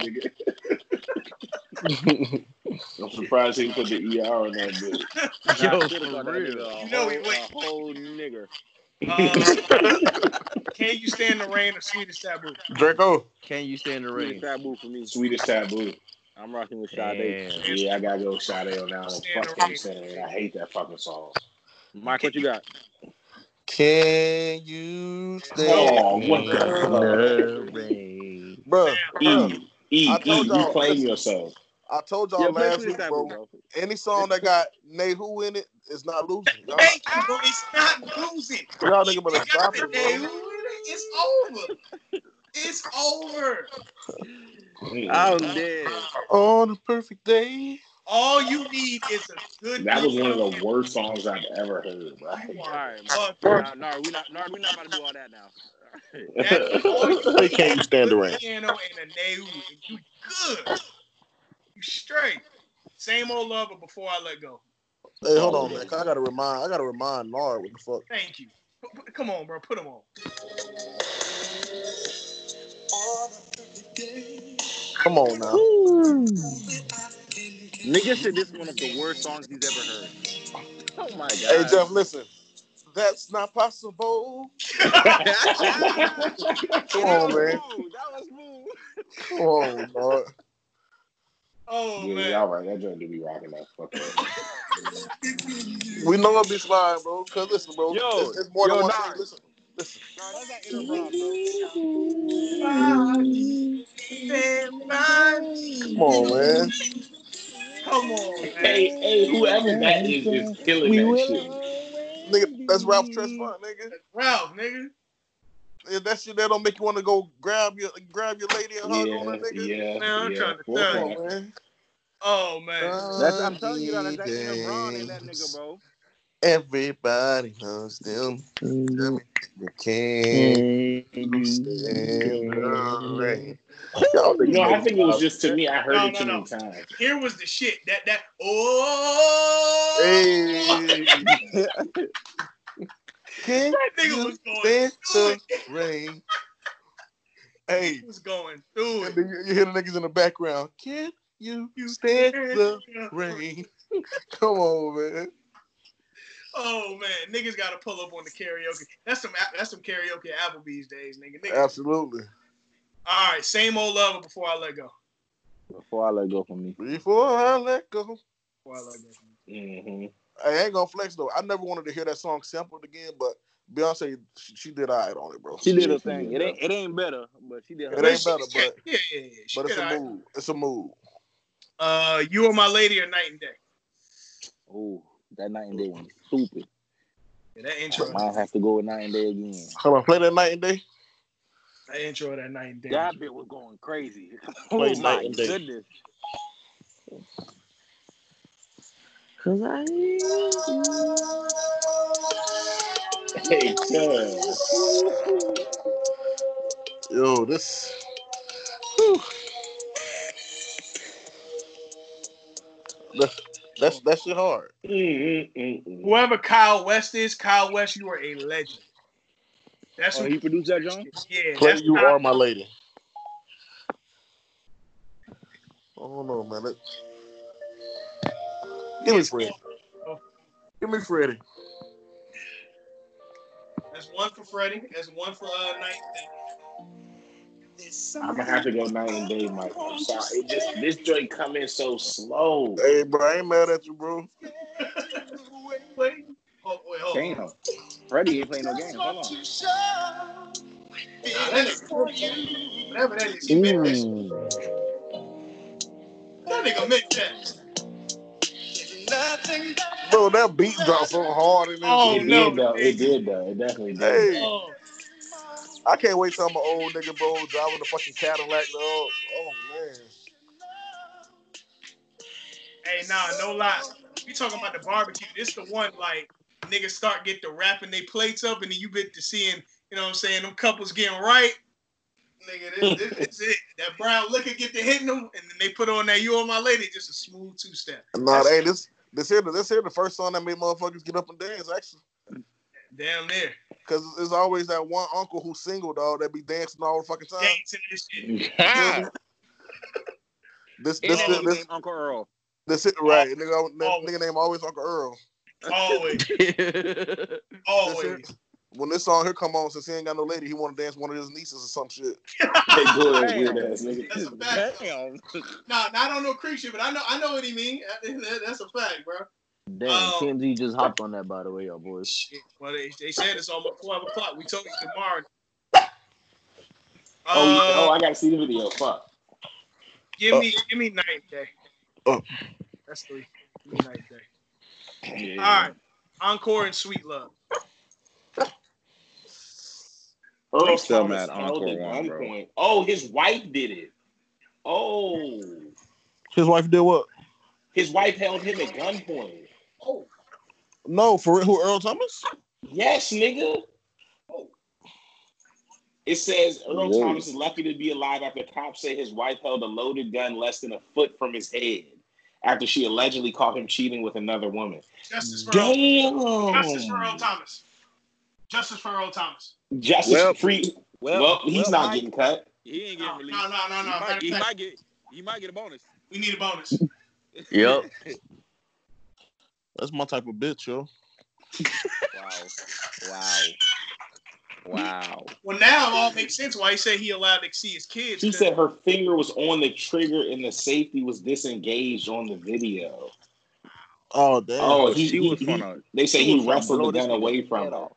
[SPEAKER 3] nigga. I'm surprised he put the ER on that bitch.
[SPEAKER 5] Yo,
[SPEAKER 2] Yo,
[SPEAKER 5] should've
[SPEAKER 2] for
[SPEAKER 5] got that
[SPEAKER 2] real.
[SPEAKER 5] nigga a
[SPEAKER 4] You know he went-
[SPEAKER 5] whole- a whole nigger.
[SPEAKER 4] Uh, can you stand the rain or sweetest taboo?
[SPEAKER 6] Draco.
[SPEAKER 2] Can you stand the
[SPEAKER 5] Sweetest
[SPEAKER 2] rain?
[SPEAKER 5] taboo for me.
[SPEAKER 3] Sweetest taboo.
[SPEAKER 5] I'm rocking with Sade.
[SPEAKER 3] Damn. Yeah, I gotta go with Sade on that one. Fuck what I'm saying. I hate that fucking song.
[SPEAKER 5] Mike, what you got?
[SPEAKER 11] Can you stay?
[SPEAKER 3] Oh, what the
[SPEAKER 11] the rain?
[SPEAKER 6] bro.
[SPEAKER 3] E, E,
[SPEAKER 6] I
[SPEAKER 3] E,
[SPEAKER 6] told y'all,
[SPEAKER 3] reclaim
[SPEAKER 6] listen.
[SPEAKER 3] yourself.
[SPEAKER 6] I told y'all
[SPEAKER 5] Yeah, play
[SPEAKER 6] last
[SPEAKER 5] Sweet
[SPEAKER 6] week,
[SPEAKER 5] Example,
[SPEAKER 6] bro.
[SPEAKER 5] bro.
[SPEAKER 6] Any song that got Nehu in it is not losing. Y'all,
[SPEAKER 4] Thank you, bro. It's not losing.
[SPEAKER 6] y'all niggas better
[SPEAKER 4] Got
[SPEAKER 6] stop
[SPEAKER 4] the
[SPEAKER 6] it,
[SPEAKER 4] day.
[SPEAKER 6] bro.
[SPEAKER 4] It's over. It's over.
[SPEAKER 5] I'm dead.
[SPEAKER 11] On a perfect day.
[SPEAKER 4] All you need is a good.
[SPEAKER 3] That was one of the worst songs I've ever heard. Bro. I hate
[SPEAKER 5] All right,
[SPEAKER 4] Fuck.
[SPEAKER 5] Nard, Nard, we not, Nard, we not about to do all that now.
[SPEAKER 4] That's
[SPEAKER 3] that.
[SPEAKER 4] all you
[SPEAKER 11] Why can't you stand the
[SPEAKER 4] good
[SPEAKER 11] rain?
[SPEAKER 4] piano and a nail. and You good. You straight. Same old lover before I let go.
[SPEAKER 6] Hey, hold on, man. I gotta remind, I gotta remind Nard what the fuck.
[SPEAKER 4] Thank you. P- p- Come on, bro. Put them on.
[SPEAKER 6] Come on now.
[SPEAKER 5] Nigga said this is one of the worst songs he's ever heard. Oh my
[SPEAKER 6] Hey
[SPEAKER 5] god.
[SPEAKER 6] Jeff, listen. That's not possible. Come on, man. Come on, Nard.
[SPEAKER 4] Oh
[SPEAKER 3] yeah,
[SPEAKER 4] man.
[SPEAKER 3] y'all right. That joint do be rocking that fucking.
[SPEAKER 6] We know it be sliding, bro. Cause listen, bro.
[SPEAKER 5] Yo,
[SPEAKER 6] it's, it's more
[SPEAKER 5] yo,
[SPEAKER 6] than one
[SPEAKER 5] Nard.
[SPEAKER 6] thing. Listen, listen.
[SPEAKER 4] Stand by.
[SPEAKER 6] Come on, man.
[SPEAKER 4] Come on, man.
[SPEAKER 3] hey, hey, whoever that is is killing that shit.
[SPEAKER 6] Nigga, that's Ralph Tresvant, nigga.
[SPEAKER 4] Ralph, nigga.
[SPEAKER 6] If that shit that don't make you want to go grab your grab your lady and hug on her,
[SPEAKER 3] Yeah,
[SPEAKER 6] nigga.
[SPEAKER 3] yeah,
[SPEAKER 4] Man, I'm
[SPEAKER 3] yeah.
[SPEAKER 4] trying to
[SPEAKER 3] Fuck
[SPEAKER 4] tell
[SPEAKER 6] Come
[SPEAKER 3] that.
[SPEAKER 6] on, man.
[SPEAKER 4] Oh
[SPEAKER 6] Uh,
[SPEAKER 4] man.
[SPEAKER 5] That's, I'm telling you, that's that Aaron Brown in that
[SPEAKER 11] Sundays,
[SPEAKER 5] nigga, bro.
[SPEAKER 6] Everybody loves them. Tell me you can't
[SPEAKER 11] can you
[SPEAKER 6] stand the
[SPEAKER 11] stand
[SPEAKER 6] rain. Y'all niggas
[SPEAKER 3] You know, I
[SPEAKER 6] better
[SPEAKER 3] think it was
[SPEAKER 6] stop.
[SPEAKER 3] just to me. I heard
[SPEAKER 4] No,
[SPEAKER 3] it too
[SPEAKER 4] no,
[SPEAKER 3] many
[SPEAKER 4] no.
[SPEAKER 3] times.
[SPEAKER 4] Here was the shit. That that. Oh.
[SPEAKER 6] Hey, can
[SPEAKER 4] That nigga
[SPEAKER 6] you
[SPEAKER 4] was going.
[SPEAKER 6] stand the rain? Hey,
[SPEAKER 4] He was going through
[SPEAKER 6] and
[SPEAKER 4] it.
[SPEAKER 6] then you, you hear the niggas in the background. Can you stand the rain? Come on, man.
[SPEAKER 4] Oh man, niggas gotta pull up on the karaoke. That's some that's some karaoke at Applebee's days, nigga. nigga.
[SPEAKER 6] Absolutely.
[SPEAKER 4] All right, same old lover before I let go.
[SPEAKER 5] Before I let go from me.
[SPEAKER 6] Before I let go.
[SPEAKER 4] Before I let go.
[SPEAKER 3] hmm
[SPEAKER 6] I ain't gonna flex though. I never wanted to hear that song sampled again, but Beyonce, she, she did all right on it, bro.
[SPEAKER 5] She did her
[SPEAKER 3] she
[SPEAKER 5] thing.
[SPEAKER 3] did
[SPEAKER 5] It ain't, it ain't better, but she did her
[SPEAKER 6] It
[SPEAKER 5] thing.
[SPEAKER 6] ain't better, but
[SPEAKER 4] Yeah, yeah, yeah. She
[SPEAKER 6] but it's
[SPEAKER 4] did all
[SPEAKER 6] a
[SPEAKER 4] right.
[SPEAKER 6] move. It's a move.
[SPEAKER 4] Uh, you are my lady or night and day.
[SPEAKER 5] Oh, that night and day one is stupid.
[SPEAKER 4] Yeah, that
[SPEAKER 6] Oh,
[SPEAKER 4] intro,
[SPEAKER 5] I'll have to go with night and day again.
[SPEAKER 6] Hold on, play that night and day.
[SPEAKER 4] that intro of that night and day.
[SPEAKER 5] That bit was going crazy.
[SPEAKER 11] Play Night
[SPEAKER 5] Oh my
[SPEAKER 11] and Day.
[SPEAKER 5] goodness.
[SPEAKER 11] Cause I need you.
[SPEAKER 3] Hey, cuz.
[SPEAKER 6] Yo, this that's that's that shit hard.
[SPEAKER 3] Mm-mm-mm-mm.
[SPEAKER 4] Whoever Kyle West is, Kyle West, you are a legend. That's
[SPEAKER 5] Oh,
[SPEAKER 4] what.
[SPEAKER 5] he produced that, John?
[SPEAKER 4] Yeah,
[SPEAKER 6] Play
[SPEAKER 4] that's
[SPEAKER 6] you
[SPEAKER 4] Kyle-
[SPEAKER 6] are my lady. Oh no, man. Let- Give me Freddie. Give me Freddie.
[SPEAKER 4] That's one for Freddie. That's one for uh, night and day.
[SPEAKER 3] I'm gonna have to go night and day, Mike. I'm sorry. It just this joint come in so slow.
[SPEAKER 6] Hey, bro, I ain't mad at you, bro.
[SPEAKER 4] Wait, wait. Oh, wait, hold on.
[SPEAKER 5] Damn. Freddie ain't playing no games. Hold on.
[SPEAKER 4] Nah, that nigga- Whatever that is, he meant that shit.
[SPEAKER 11] Ooh.
[SPEAKER 4] That nigga meant that.
[SPEAKER 6] Bro, that beat dropped so hard in this.
[SPEAKER 4] Oh,
[SPEAKER 3] It
[SPEAKER 6] bitch.
[SPEAKER 4] no.
[SPEAKER 3] did though. It did though. It definitely did.
[SPEAKER 6] Hey.
[SPEAKER 4] Oh,
[SPEAKER 6] I can't wait till I'm an old nigga, bro, driving a fucking Cadillac, dog. Oh man.
[SPEAKER 4] hey, nah, no lie. We talking about the barbecue. This the one like niggas start get to wrapping they plates up, and then you bit to seeing, you know what I'm saying, them couples getting right. Nigga, this, this, is it. That brown liquor get to hitting them, and then they put on that "You on my lady," just a smooth two step.
[SPEAKER 6] Nah, hey, this this here this here the first song that made motherfuckers get up and dance actually,
[SPEAKER 4] Damn near
[SPEAKER 6] cause there's always that one uncle who's single, dog, that be dancing all the fucking time.
[SPEAKER 4] dancing and shit.
[SPEAKER 6] Yeah. This
[SPEAKER 5] Ain't that
[SPEAKER 6] this this
[SPEAKER 5] nigga
[SPEAKER 6] this,
[SPEAKER 5] named Uncle Earl?
[SPEAKER 6] this, this right nigga, that
[SPEAKER 4] Always.
[SPEAKER 6] nigga name always Uncle Earl.
[SPEAKER 4] Always,
[SPEAKER 6] This
[SPEAKER 4] always.
[SPEAKER 6] here, when this song here come on, since he ain't got no lady, he want to dance one of his nieces or some shit.
[SPEAKER 3] hey, go ahead, weird ass nigga.
[SPEAKER 4] That's a fact.
[SPEAKER 5] Oh,
[SPEAKER 4] No, no, I don't know creep shit, but I know I know what he mean. That- That's a fact, bro.
[SPEAKER 2] Damn,
[SPEAKER 4] Oh.
[SPEAKER 2] TMZ just hopped on that, by the way, y'all boys.
[SPEAKER 4] Shit. Well, they, they said it's almost twelve o'clock. We told you tomorrow.
[SPEAKER 3] Oh, you-
[SPEAKER 4] Uh,
[SPEAKER 3] oh, I gotta see the video. Fuck. Uh,
[SPEAKER 4] give me give me night day.
[SPEAKER 6] Oh.
[SPEAKER 4] That's three. Give me night day.
[SPEAKER 3] Yeah.
[SPEAKER 4] All right. Encore and Sweet Love.
[SPEAKER 3] Earl
[SPEAKER 5] I'm still
[SPEAKER 3] Thomas
[SPEAKER 5] mad
[SPEAKER 3] held
[SPEAKER 5] Encore
[SPEAKER 3] at
[SPEAKER 5] won, bro.
[SPEAKER 3] gunpoint. Oh, his wife did it. Oh,
[SPEAKER 6] His wife did what?
[SPEAKER 3] his wife held him at gunpoint.
[SPEAKER 4] Oh,
[SPEAKER 6] No, for real, who Earl Thomas?
[SPEAKER 3] Yes, nigga. It says Earl
[SPEAKER 5] Whoa.
[SPEAKER 3] Thomas is lucky to be alive after cops say his wife held a loaded gun less than a foot from his head after she allegedly caught him cheating with another woman.
[SPEAKER 4] Justice for Earl. Justice for Earl
[SPEAKER 3] Damn.
[SPEAKER 4] Thomas. Justice for Earl Thomas.
[SPEAKER 3] Justice
[SPEAKER 5] Well-
[SPEAKER 3] free. Well, he's
[SPEAKER 5] well,
[SPEAKER 3] not
[SPEAKER 5] Mike,
[SPEAKER 3] getting cut.
[SPEAKER 5] He ain't
[SPEAKER 4] No,
[SPEAKER 5] getting
[SPEAKER 4] no,
[SPEAKER 5] released.
[SPEAKER 4] no, no, no.
[SPEAKER 5] He, might,
[SPEAKER 4] Matter
[SPEAKER 5] he
[SPEAKER 4] of fact,
[SPEAKER 5] might get. He might get a bonus.
[SPEAKER 4] we need a bonus.
[SPEAKER 2] Yep.
[SPEAKER 6] That's my type of bitch, yo.
[SPEAKER 5] Wow. Wow. Wow.
[SPEAKER 4] Well, now it all makes sense why he said he allowed to see his kids.
[SPEAKER 3] She
[SPEAKER 4] 'cause
[SPEAKER 3] said her finger was on the trigger and the safety was disengaged on the video.
[SPEAKER 6] Oh damn.
[SPEAKER 3] Oh,
[SPEAKER 5] Oh,
[SPEAKER 3] he,
[SPEAKER 5] she
[SPEAKER 3] he-
[SPEAKER 5] was
[SPEAKER 3] he-
[SPEAKER 5] gonna-
[SPEAKER 3] They say
[SPEAKER 5] she was
[SPEAKER 3] he
[SPEAKER 5] gonna
[SPEAKER 3] wrestled
[SPEAKER 5] blow
[SPEAKER 3] the
[SPEAKER 5] this
[SPEAKER 3] gun
[SPEAKER 5] nigga's
[SPEAKER 3] away
[SPEAKER 5] head
[SPEAKER 3] from her.
[SPEAKER 5] off.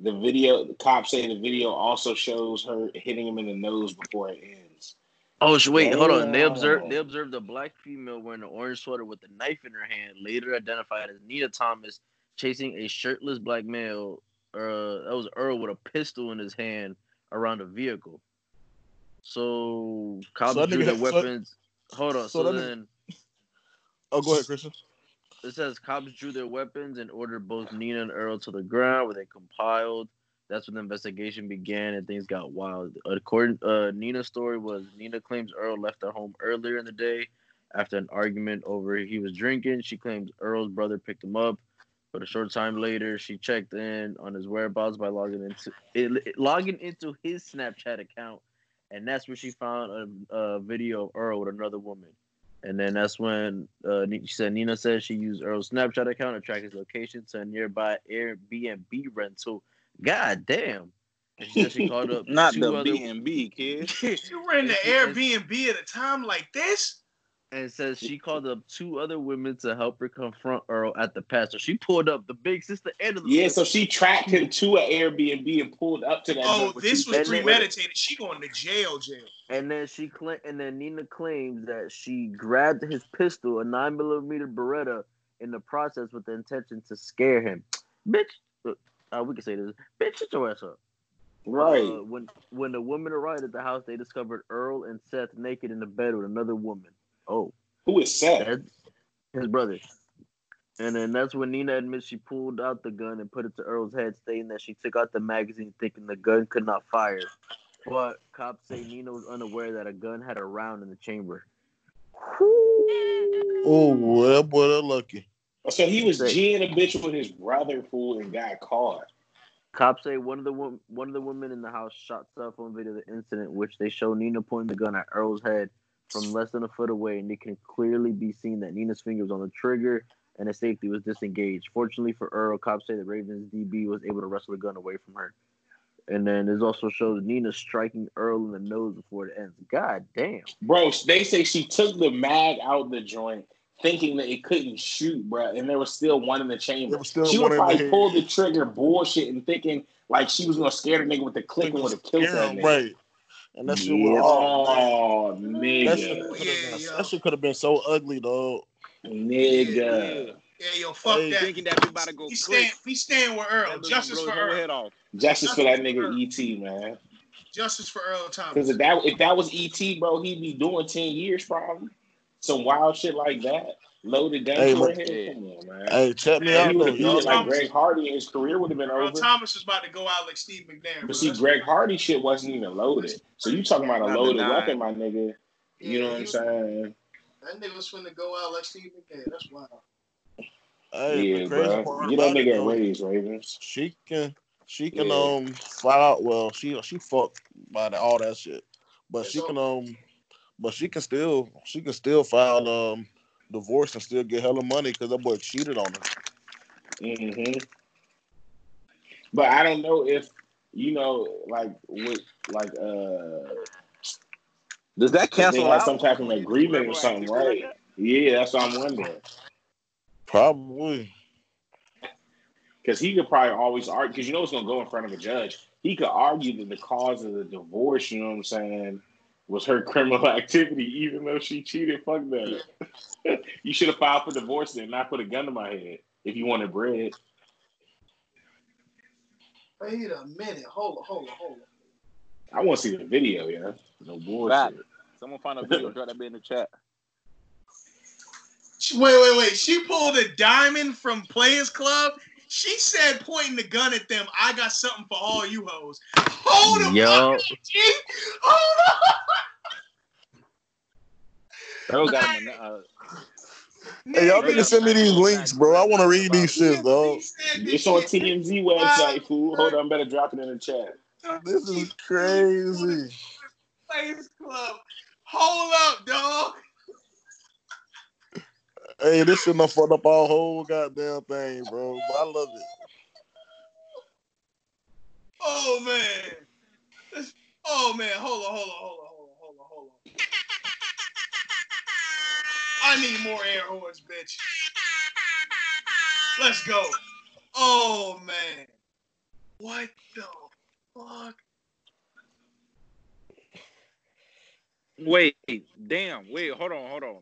[SPEAKER 3] The video, the cops say the video also shows her hitting him in the nose before it ends.
[SPEAKER 2] Oh sh- wait, hold on. They
[SPEAKER 3] Damn.
[SPEAKER 2] observed they observed a black female wearing an orange sweater with a knife in her hand, later identified as Nita Thomas, chasing a shirtless black male. Uh, that was Earl with a pistol in his hand around a vehicle. So cops
[SPEAKER 6] So that
[SPEAKER 2] drew
[SPEAKER 6] nigga-
[SPEAKER 2] their
[SPEAKER 6] so-
[SPEAKER 2] weapons. hold on.
[SPEAKER 6] so
[SPEAKER 2] So,
[SPEAKER 6] that nigga-
[SPEAKER 2] then
[SPEAKER 6] Oh, go ahead, Christian.
[SPEAKER 2] it says cops drew their weapons and ordered both Nina and Earl to the ground, where they compiled. That's when the investigation began and things got wild. According uh, Nina's story was Nina claims Earl left their home earlier in the day after an argument over he was drinking. She claims Earl's brother picked him up, but a short time later she checked in on his whereabouts by logging into it, logging into his Snapchat account, and that's where she found a, a video of Earl with another woman. And then that's when uh, Ni- she said Nina said she used Earl's Snapchat account to track his location to a nearby Airbnb rental. God damn. And she said she called up
[SPEAKER 5] Not
[SPEAKER 2] two
[SPEAKER 5] the
[SPEAKER 2] other
[SPEAKER 5] B and B kid.
[SPEAKER 4] You were in the
[SPEAKER 2] It's-
[SPEAKER 4] Airbnb at a time like this?
[SPEAKER 2] and says she called up two other women to help her confront Earl at the past. So she pulled up the big sister and the
[SPEAKER 3] Yeah, so she tracked him to an Airbnb and pulled up to that.
[SPEAKER 4] Oh,
[SPEAKER 3] number
[SPEAKER 4] this
[SPEAKER 3] two.
[SPEAKER 4] was
[SPEAKER 2] and then-
[SPEAKER 4] premeditated. She going to jail, jail.
[SPEAKER 2] And then she cl- and then Nina claims that she grabbed his pistol, a nine millimeter Beretta, in the process with the intention to scare him. Bitch, uh, we can say this. Bitch, shut your ass up.
[SPEAKER 3] right.
[SPEAKER 2] Uh, when when the woman arrived at the house, they discovered Earl and Seth naked in the bed with another woman. Oh,
[SPEAKER 3] Who is Seth?
[SPEAKER 2] that his brother. And then that's when Nina admits she pulled out the gun and put it to Earl's head, stating that she took out the magazine thinking the gun could not fire. But cops say Nina was unaware that a gun had a round in the chamber.
[SPEAKER 6] Oh, well, boy, that lucky.
[SPEAKER 3] So he was
[SPEAKER 2] Seth.
[SPEAKER 3] G a bitch with his brother, fool, and got caught.
[SPEAKER 2] Cops say one of the wom- one of the women in the house shot cell phone video of the incident, which they show Nina pointing the gun at Earl's head from less than a foot away, and it can clearly be seen that Nina's finger was on the trigger and the safety was disengaged. Fortunately for Earl, cops say the Ravens DB was able to wrestle the gun away from her. And then this also shows Nina striking Earl in the nose before it ends. God damn.
[SPEAKER 3] Bro, they say she took the mag out the joint thinking that it couldn't shoot, bro, and there was still one in the chamber.
[SPEAKER 6] There was still
[SPEAKER 3] she
[SPEAKER 6] one
[SPEAKER 3] would
[SPEAKER 6] in the
[SPEAKER 3] probably
[SPEAKER 6] head.
[SPEAKER 3] pull the trigger bullshit and thinking like she was gonna scare the nigga with the click and would have killed that
[SPEAKER 6] Damn,
[SPEAKER 3] nigga.
[SPEAKER 6] right. And that shit was
[SPEAKER 2] Yep.
[SPEAKER 6] all.
[SPEAKER 3] Oh,
[SPEAKER 6] That
[SPEAKER 3] nigga.
[SPEAKER 6] shit could have
[SPEAKER 4] Yeah,
[SPEAKER 6] been,
[SPEAKER 4] yo.
[SPEAKER 6] that shit could've been so ugly, dog.
[SPEAKER 3] Nigga.
[SPEAKER 4] Yeah, yo, fuck
[SPEAKER 6] Hey,
[SPEAKER 4] that.
[SPEAKER 5] Thinking that we about to go
[SPEAKER 4] We
[SPEAKER 5] click.
[SPEAKER 4] stand, we stand with Earl.
[SPEAKER 5] That little
[SPEAKER 4] Justice
[SPEAKER 5] blows
[SPEAKER 4] for
[SPEAKER 5] her
[SPEAKER 4] Earl.
[SPEAKER 5] Head off.
[SPEAKER 3] Justice for that nigga E.T., man.
[SPEAKER 4] Justice for Earl Thomas.
[SPEAKER 3] Because if that if that was E.T., bro, he'd be doing 10 years probably. Some wild shit like that. Loaded gun to
[SPEAKER 6] Hey,
[SPEAKER 3] her
[SPEAKER 6] look-
[SPEAKER 3] head. Come on, man.
[SPEAKER 6] Hey, check me
[SPEAKER 3] And
[SPEAKER 6] out
[SPEAKER 3] he would
[SPEAKER 6] though.
[SPEAKER 3] have beat it
[SPEAKER 6] Y'all,
[SPEAKER 3] like Greg Hardy and his career would have been
[SPEAKER 4] Earl
[SPEAKER 3] over.
[SPEAKER 4] Thomas is about to go out like Steve McNair.
[SPEAKER 3] But
[SPEAKER 4] bro.
[SPEAKER 3] see,
[SPEAKER 4] That's-
[SPEAKER 3] Greg Hardy shit wasn't even loaded. So you talking about a
[SPEAKER 5] Not
[SPEAKER 3] loaded
[SPEAKER 5] denying.
[SPEAKER 3] weapon, my nigga. You know
[SPEAKER 4] Yeah,
[SPEAKER 3] what
[SPEAKER 4] he
[SPEAKER 3] I'm
[SPEAKER 4] was-
[SPEAKER 3] saying?
[SPEAKER 4] That nigga was finna go out like Steve McNair. That's wild.
[SPEAKER 6] hey,
[SPEAKER 3] yeah,
[SPEAKER 6] the crazy
[SPEAKER 3] bro.
[SPEAKER 6] part
[SPEAKER 3] Get that
[SPEAKER 6] about it,
[SPEAKER 3] nigga a
[SPEAKER 6] though,
[SPEAKER 3] raise, Ravens.
[SPEAKER 6] she can she can
[SPEAKER 3] Yeah.
[SPEAKER 6] um flat out well she she fucked by the, all that shit but she
[SPEAKER 4] That's
[SPEAKER 6] can um but she can still she can still file um divorce and still get hella money because that boy cheated on her
[SPEAKER 3] Mm-hmm. But I don't know if you know, like, with like, uh,
[SPEAKER 5] does that cancel
[SPEAKER 3] They had
[SPEAKER 5] out?
[SPEAKER 3] some type of agreement or something, right? yeah, that's what I'm wondering.
[SPEAKER 10] Probably.
[SPEAKER 3] Because he could probably always argue. Because you know it's gonna go in front of a judge. He could argue that the cause of the divorce, you know what I'm saying, was her criminal activity, even though she cheated. Fuck that. you should have filed for divorce then, not put a gun to my head if you wanted bread.
[SPEAKER 4] Wait a minute. Hold on, hold on, hold on.
[SPEAKER 3] I want to see the video, yeah. No bullshit.
[SPEAKER 5] Fact. Someone find a video. Drop that bit in the chat.
[SPEAKER 4] She- Wait, wait, wait. She pulled a diamond from Players Club. She said, pointing the gun at them, I got something for all you hoes. Hold up,
[SPEAKER 11] Yo.
[SPEAKER 4] G. Hold up.
[SPEAKER 5] Earl got him. Uh,
[SPEAKER 6] Hey, y'all need to send me these links, bro. I want to read these shits, dog.
[SPEAKER 3] It's on TMZ website, fool. Hold on, better drop it in the chat.
[SPEAKER 6] This is crazy.
[SPEAKER 4] Players Club. Hold up, dog.
[SPEAKER 6] Hey, this shit done fucked up our whole goddamn thing, bro. But I love it.
[SPEAKER 4] Oh man. This- Oh man. Hold on, hold on, hold on, hold on, hold on, hold on. I need more air horns, bitch. Let's go. Oh man. What the fuck?
[SPEAKER 5] wait, damn. Wait, hold on, hold on.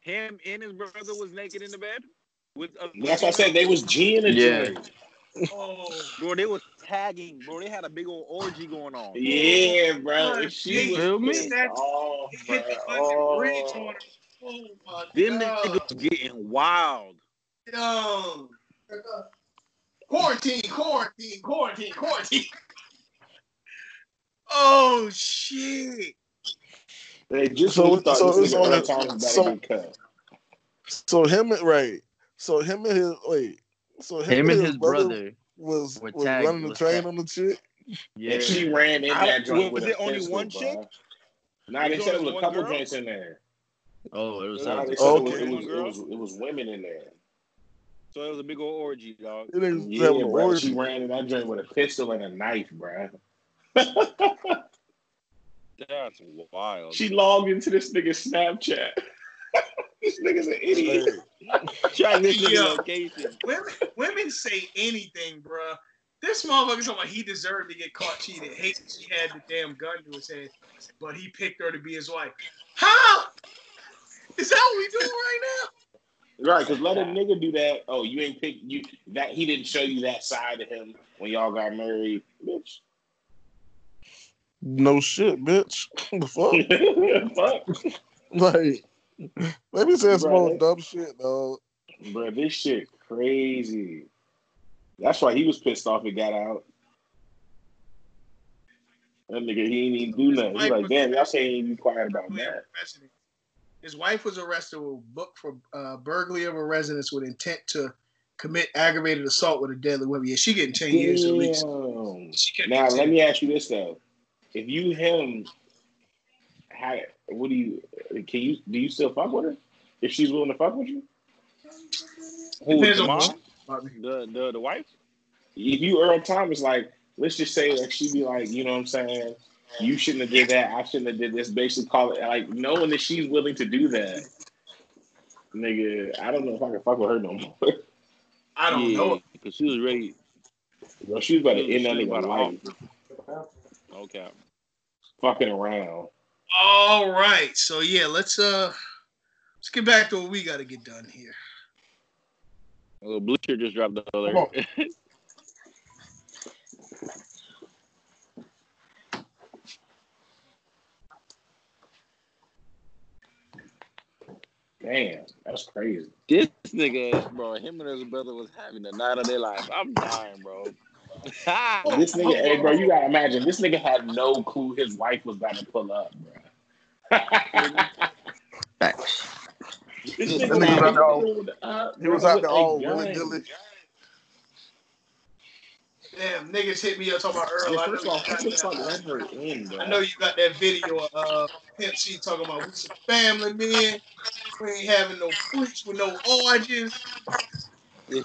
[SPEAKER 5] Him and his brother was naked in the bed with. Uh,
[SPEAKER 3] That's what I said. They was G and a
[SPEAKER 2] Yeah.
[SPEAKER 3] joint.
[SPEAKER 4] Oh
[SPEAKER 5] Bro, they was tagging. Bro, they had a big old orgy going on.
[SPEAKER 3] Yeah, bro. If she was
[SPEAKER 2] Feel me?
[SPEAKER 3] pissed off,
[SPEAKER 4] it
[SPEAKER 3] bro.
[SPEAKER 4] hit the fucking bridge
[SPEAKER 3] Oh.
[SPEAKER 4] on her. Oh my
[SPEAKER 5] Them
[SPEAKER 4] god.
[SPEAKER 5] niggas getting wild.
[SPEAKER 4] Yo. Quarantine, quarantine, quarantine, quarantine. Oh shit.
[SPEAKER 3] They just
[SPEAKER 6] So-
[SPEAKER 3] so, thought
[SPEAKER 6] so
[SPEAKER 3] this
[SPEAKER 6] it's
[SPEAKER 3] nigga
[SPEAKER 6] on
[SPEAKER 3] Earl
[SPEAKER 6] the-
[SPEAKER 3] Thomas about
[SPEAKER 6] so-
[SPEAKER 3] to get cut.
[SPEAKER 6] So him and right. So him and his wait. So him,
[SPEAKER 2] Him and his brother.
[SPEAKER 6] was
[SPEAKER 2] were
[SPEAKER 6] was
[SPEAKER 2] tagged
[SPEAKER 6] running the
[SPEAKER 2] with
[SPEAKER 6] train
[SPEAKER 2] that.
[SPEAKER 6] on the chick.
[SPEAKER 2] Yeah.
[SPEAKER 3] If she ran in that
[SPEAKER 5] I-
[SPEAKER 3] joint,
[SPEAKER 5] was
[SPEAKER 3] with
[SPEAKER 5] it
[SPEAKER 3] a
[SPEAKER 5] only
[SPEAKER 3] pistol,
[SPEAKER 5] one
[SPEAKER 3] bro.
[SPEAKER 5] chick?
[SPEAKER 3] Nah, they
[SPEAKER 5] It was
[SPEAKER 3] said it
[SPEAKER 5] only
[SPEAKER 3] was a
[SPEAKER 5] one
[SPEAKER 3] couple
[SPEAKER 5] girl?
[SPEAKER 3] joints in there.
[SPEAKER 2] Oh, it was
[SPEAKER 3] Nah, they
[SPEAKER 2] that.
[SPEAKER 3] said it was-
[SPEAKER 6] Okay.
[SPEAKER 3] it, was,
[SPEAKER 5] One
[SPEAKER 3] it,
[SPEAKER 5] girl?
[SPEAKER 3] was, it was women in there.
[SPEAKER 5] So it was a big old orgy, dog.
[SPEAKER 6] It is
[SPEAKER 3] Yeah,
[SPEAKER 6] having an
[SPEAKER 3] bro.
[SPEAKER 6] orgy.
[SPEAKER 3] She ran in that joint with a pistol and a knife, bro.
[SPEAKER 5] That's wild.
[SPEAKER 3] She logged into this nigga's Snapchat. this nigga's an
[SPEAKER 6] Hey,
[SPEAKER 3] idiot.
[SPEAKER 5] Track this nigga
[SPEAKER 4] Yeah.
[SPEAKER 5] location.
[SPEAKER 4] Women, women say anything, bruh. This motherfucker talking about he deserved to get caught cheating. Hates that she had the damn gun to his head, but he picked her to be his wife. How? Is that what we doing right now?
[SPEAKER 3] Right, because let a nigga do that. Oh, you ain't pick you that he didn't show you that side of him when y'all got married, bitch.
[SPEAKER 6] no shit, bitch. the fuck?
[SPEAKER 3] Fuck,
[SPEAKER 6] Like, let me say some
[SPEAKER 3] Right.
[SPEAKER 6] more dumb shit, dog.
[SPEAKER 3] bro, this shit crazy. That's why he was pissed off and got out. That nigga, he ain't even do nothing. He's like, damn, y'all say he ain't be quiet about that.
[SPEAKER 4] Resident. His wife was arrested with a book for uh, burglary of a residence with intent to commit aggravated assault with a deadly weapon. Yeah, she getting ten years at least.
[SPEAKER 3] Damn.
[SPEAKER 4] She can't
[SPEAKER 3] Now
[SPEAKER 4] get
[SPEAKER 3] let me ask you this though: If you him, how? What do you? Can you? Do you still fuck with her? If she's willing to fuck with you?
[SPEAKER 5] Who,
[SPEAKER 4] Depends
[SPEAKER 5] the
[SPEAKER 4] on-
[SPEAKER 5] mom?
[SPEAKER 4] ten.
[SPEAKER 5] The, the, the wife?
[SPEAKER 3] if you Earl Thomas, like, let's just say that she be like, you know what I'm saying? You shouldn't have did that. I shouldn't have did this. Basically, call it like knowing that she's willing to do that. Nigga, I don't know if I can fuck with her no more.
[SPEAKER 4] I don't
[SPEAKER 5] yeah,
[SPEAKER 4] know.
[SPEAKER 5] Because she was ready.
[SPEAKER 3] Bro, she was about to
[SPEAKER 5] She
[SPEAKER 3] end that
[SPEAKER 5] was
[SPEAKER 3] nigga
[SPEAKER 5] about to
[SPEAKER 3] life,
[SPEAKER 5] Okay.
[SPEAKER 3] fucking around.
[SPEAKER 4] All right, so yeah, let's uh, let's get back to what we got to get done here.
[SPEAKER 5] Well, Blue Cheer just dropped the alert.
[SPEAKER 4] Come on.
[SPEAKER 3] Damn, that's crazy.
[SPEAKER 5] this nigga, bro, him and his brother was having the night of their life. I'm dying, bro.
[SPEAKER 3] This nigga, hey, bro, you gotta imagine. This nigga had no clue his wife was about to pull up, bro.
[SPEAKER 2] Facts.
[SPEAKER 3] this
[SPEAKER 6] That
[SPEAKER 3] nigga
[SPEAKER 6] nigga was out there all-
[SPEAKER 3] was out
[SPEAKER 6] He was out
[SPEAKER 3] with
[SPEAKER 6] there
[SPEAKER 3] a
[SPEAKER 6] all
[SPEAKER 3] gun.
[SPEAKER 6] willy nilly.
[SPEAKER 4] Damn, niggas hit me up talking about Earl.
[SPEAKER 3] Yeah,
[SPEAKER 4] I know,
[SPEAKER 3] First of all,
[SPEAKER 4] you
[SPEAKER 3] who the
[SPEAKER 4] got
[SPEAKER 3] fuck
[SPEAKER 4] that,
[SPEAKER 3] let her in, bro?
[SPEAKER 4] I know you got that video of uh, Pimp C talking about we some family men. We ain't having no freaks with no orgies.
[SPEAKER 11] Yeah.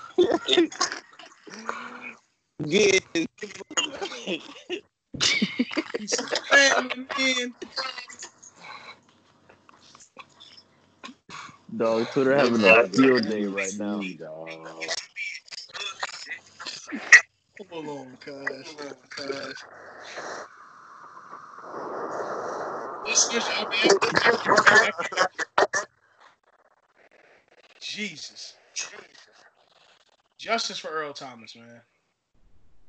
[SPEAKER 2] Dog, Twitter having a field day right now.
[SPEAKER 4] Hold on, cuz. Cuz. Listeners out there. Jesus. Justice for Earl Thomas, man.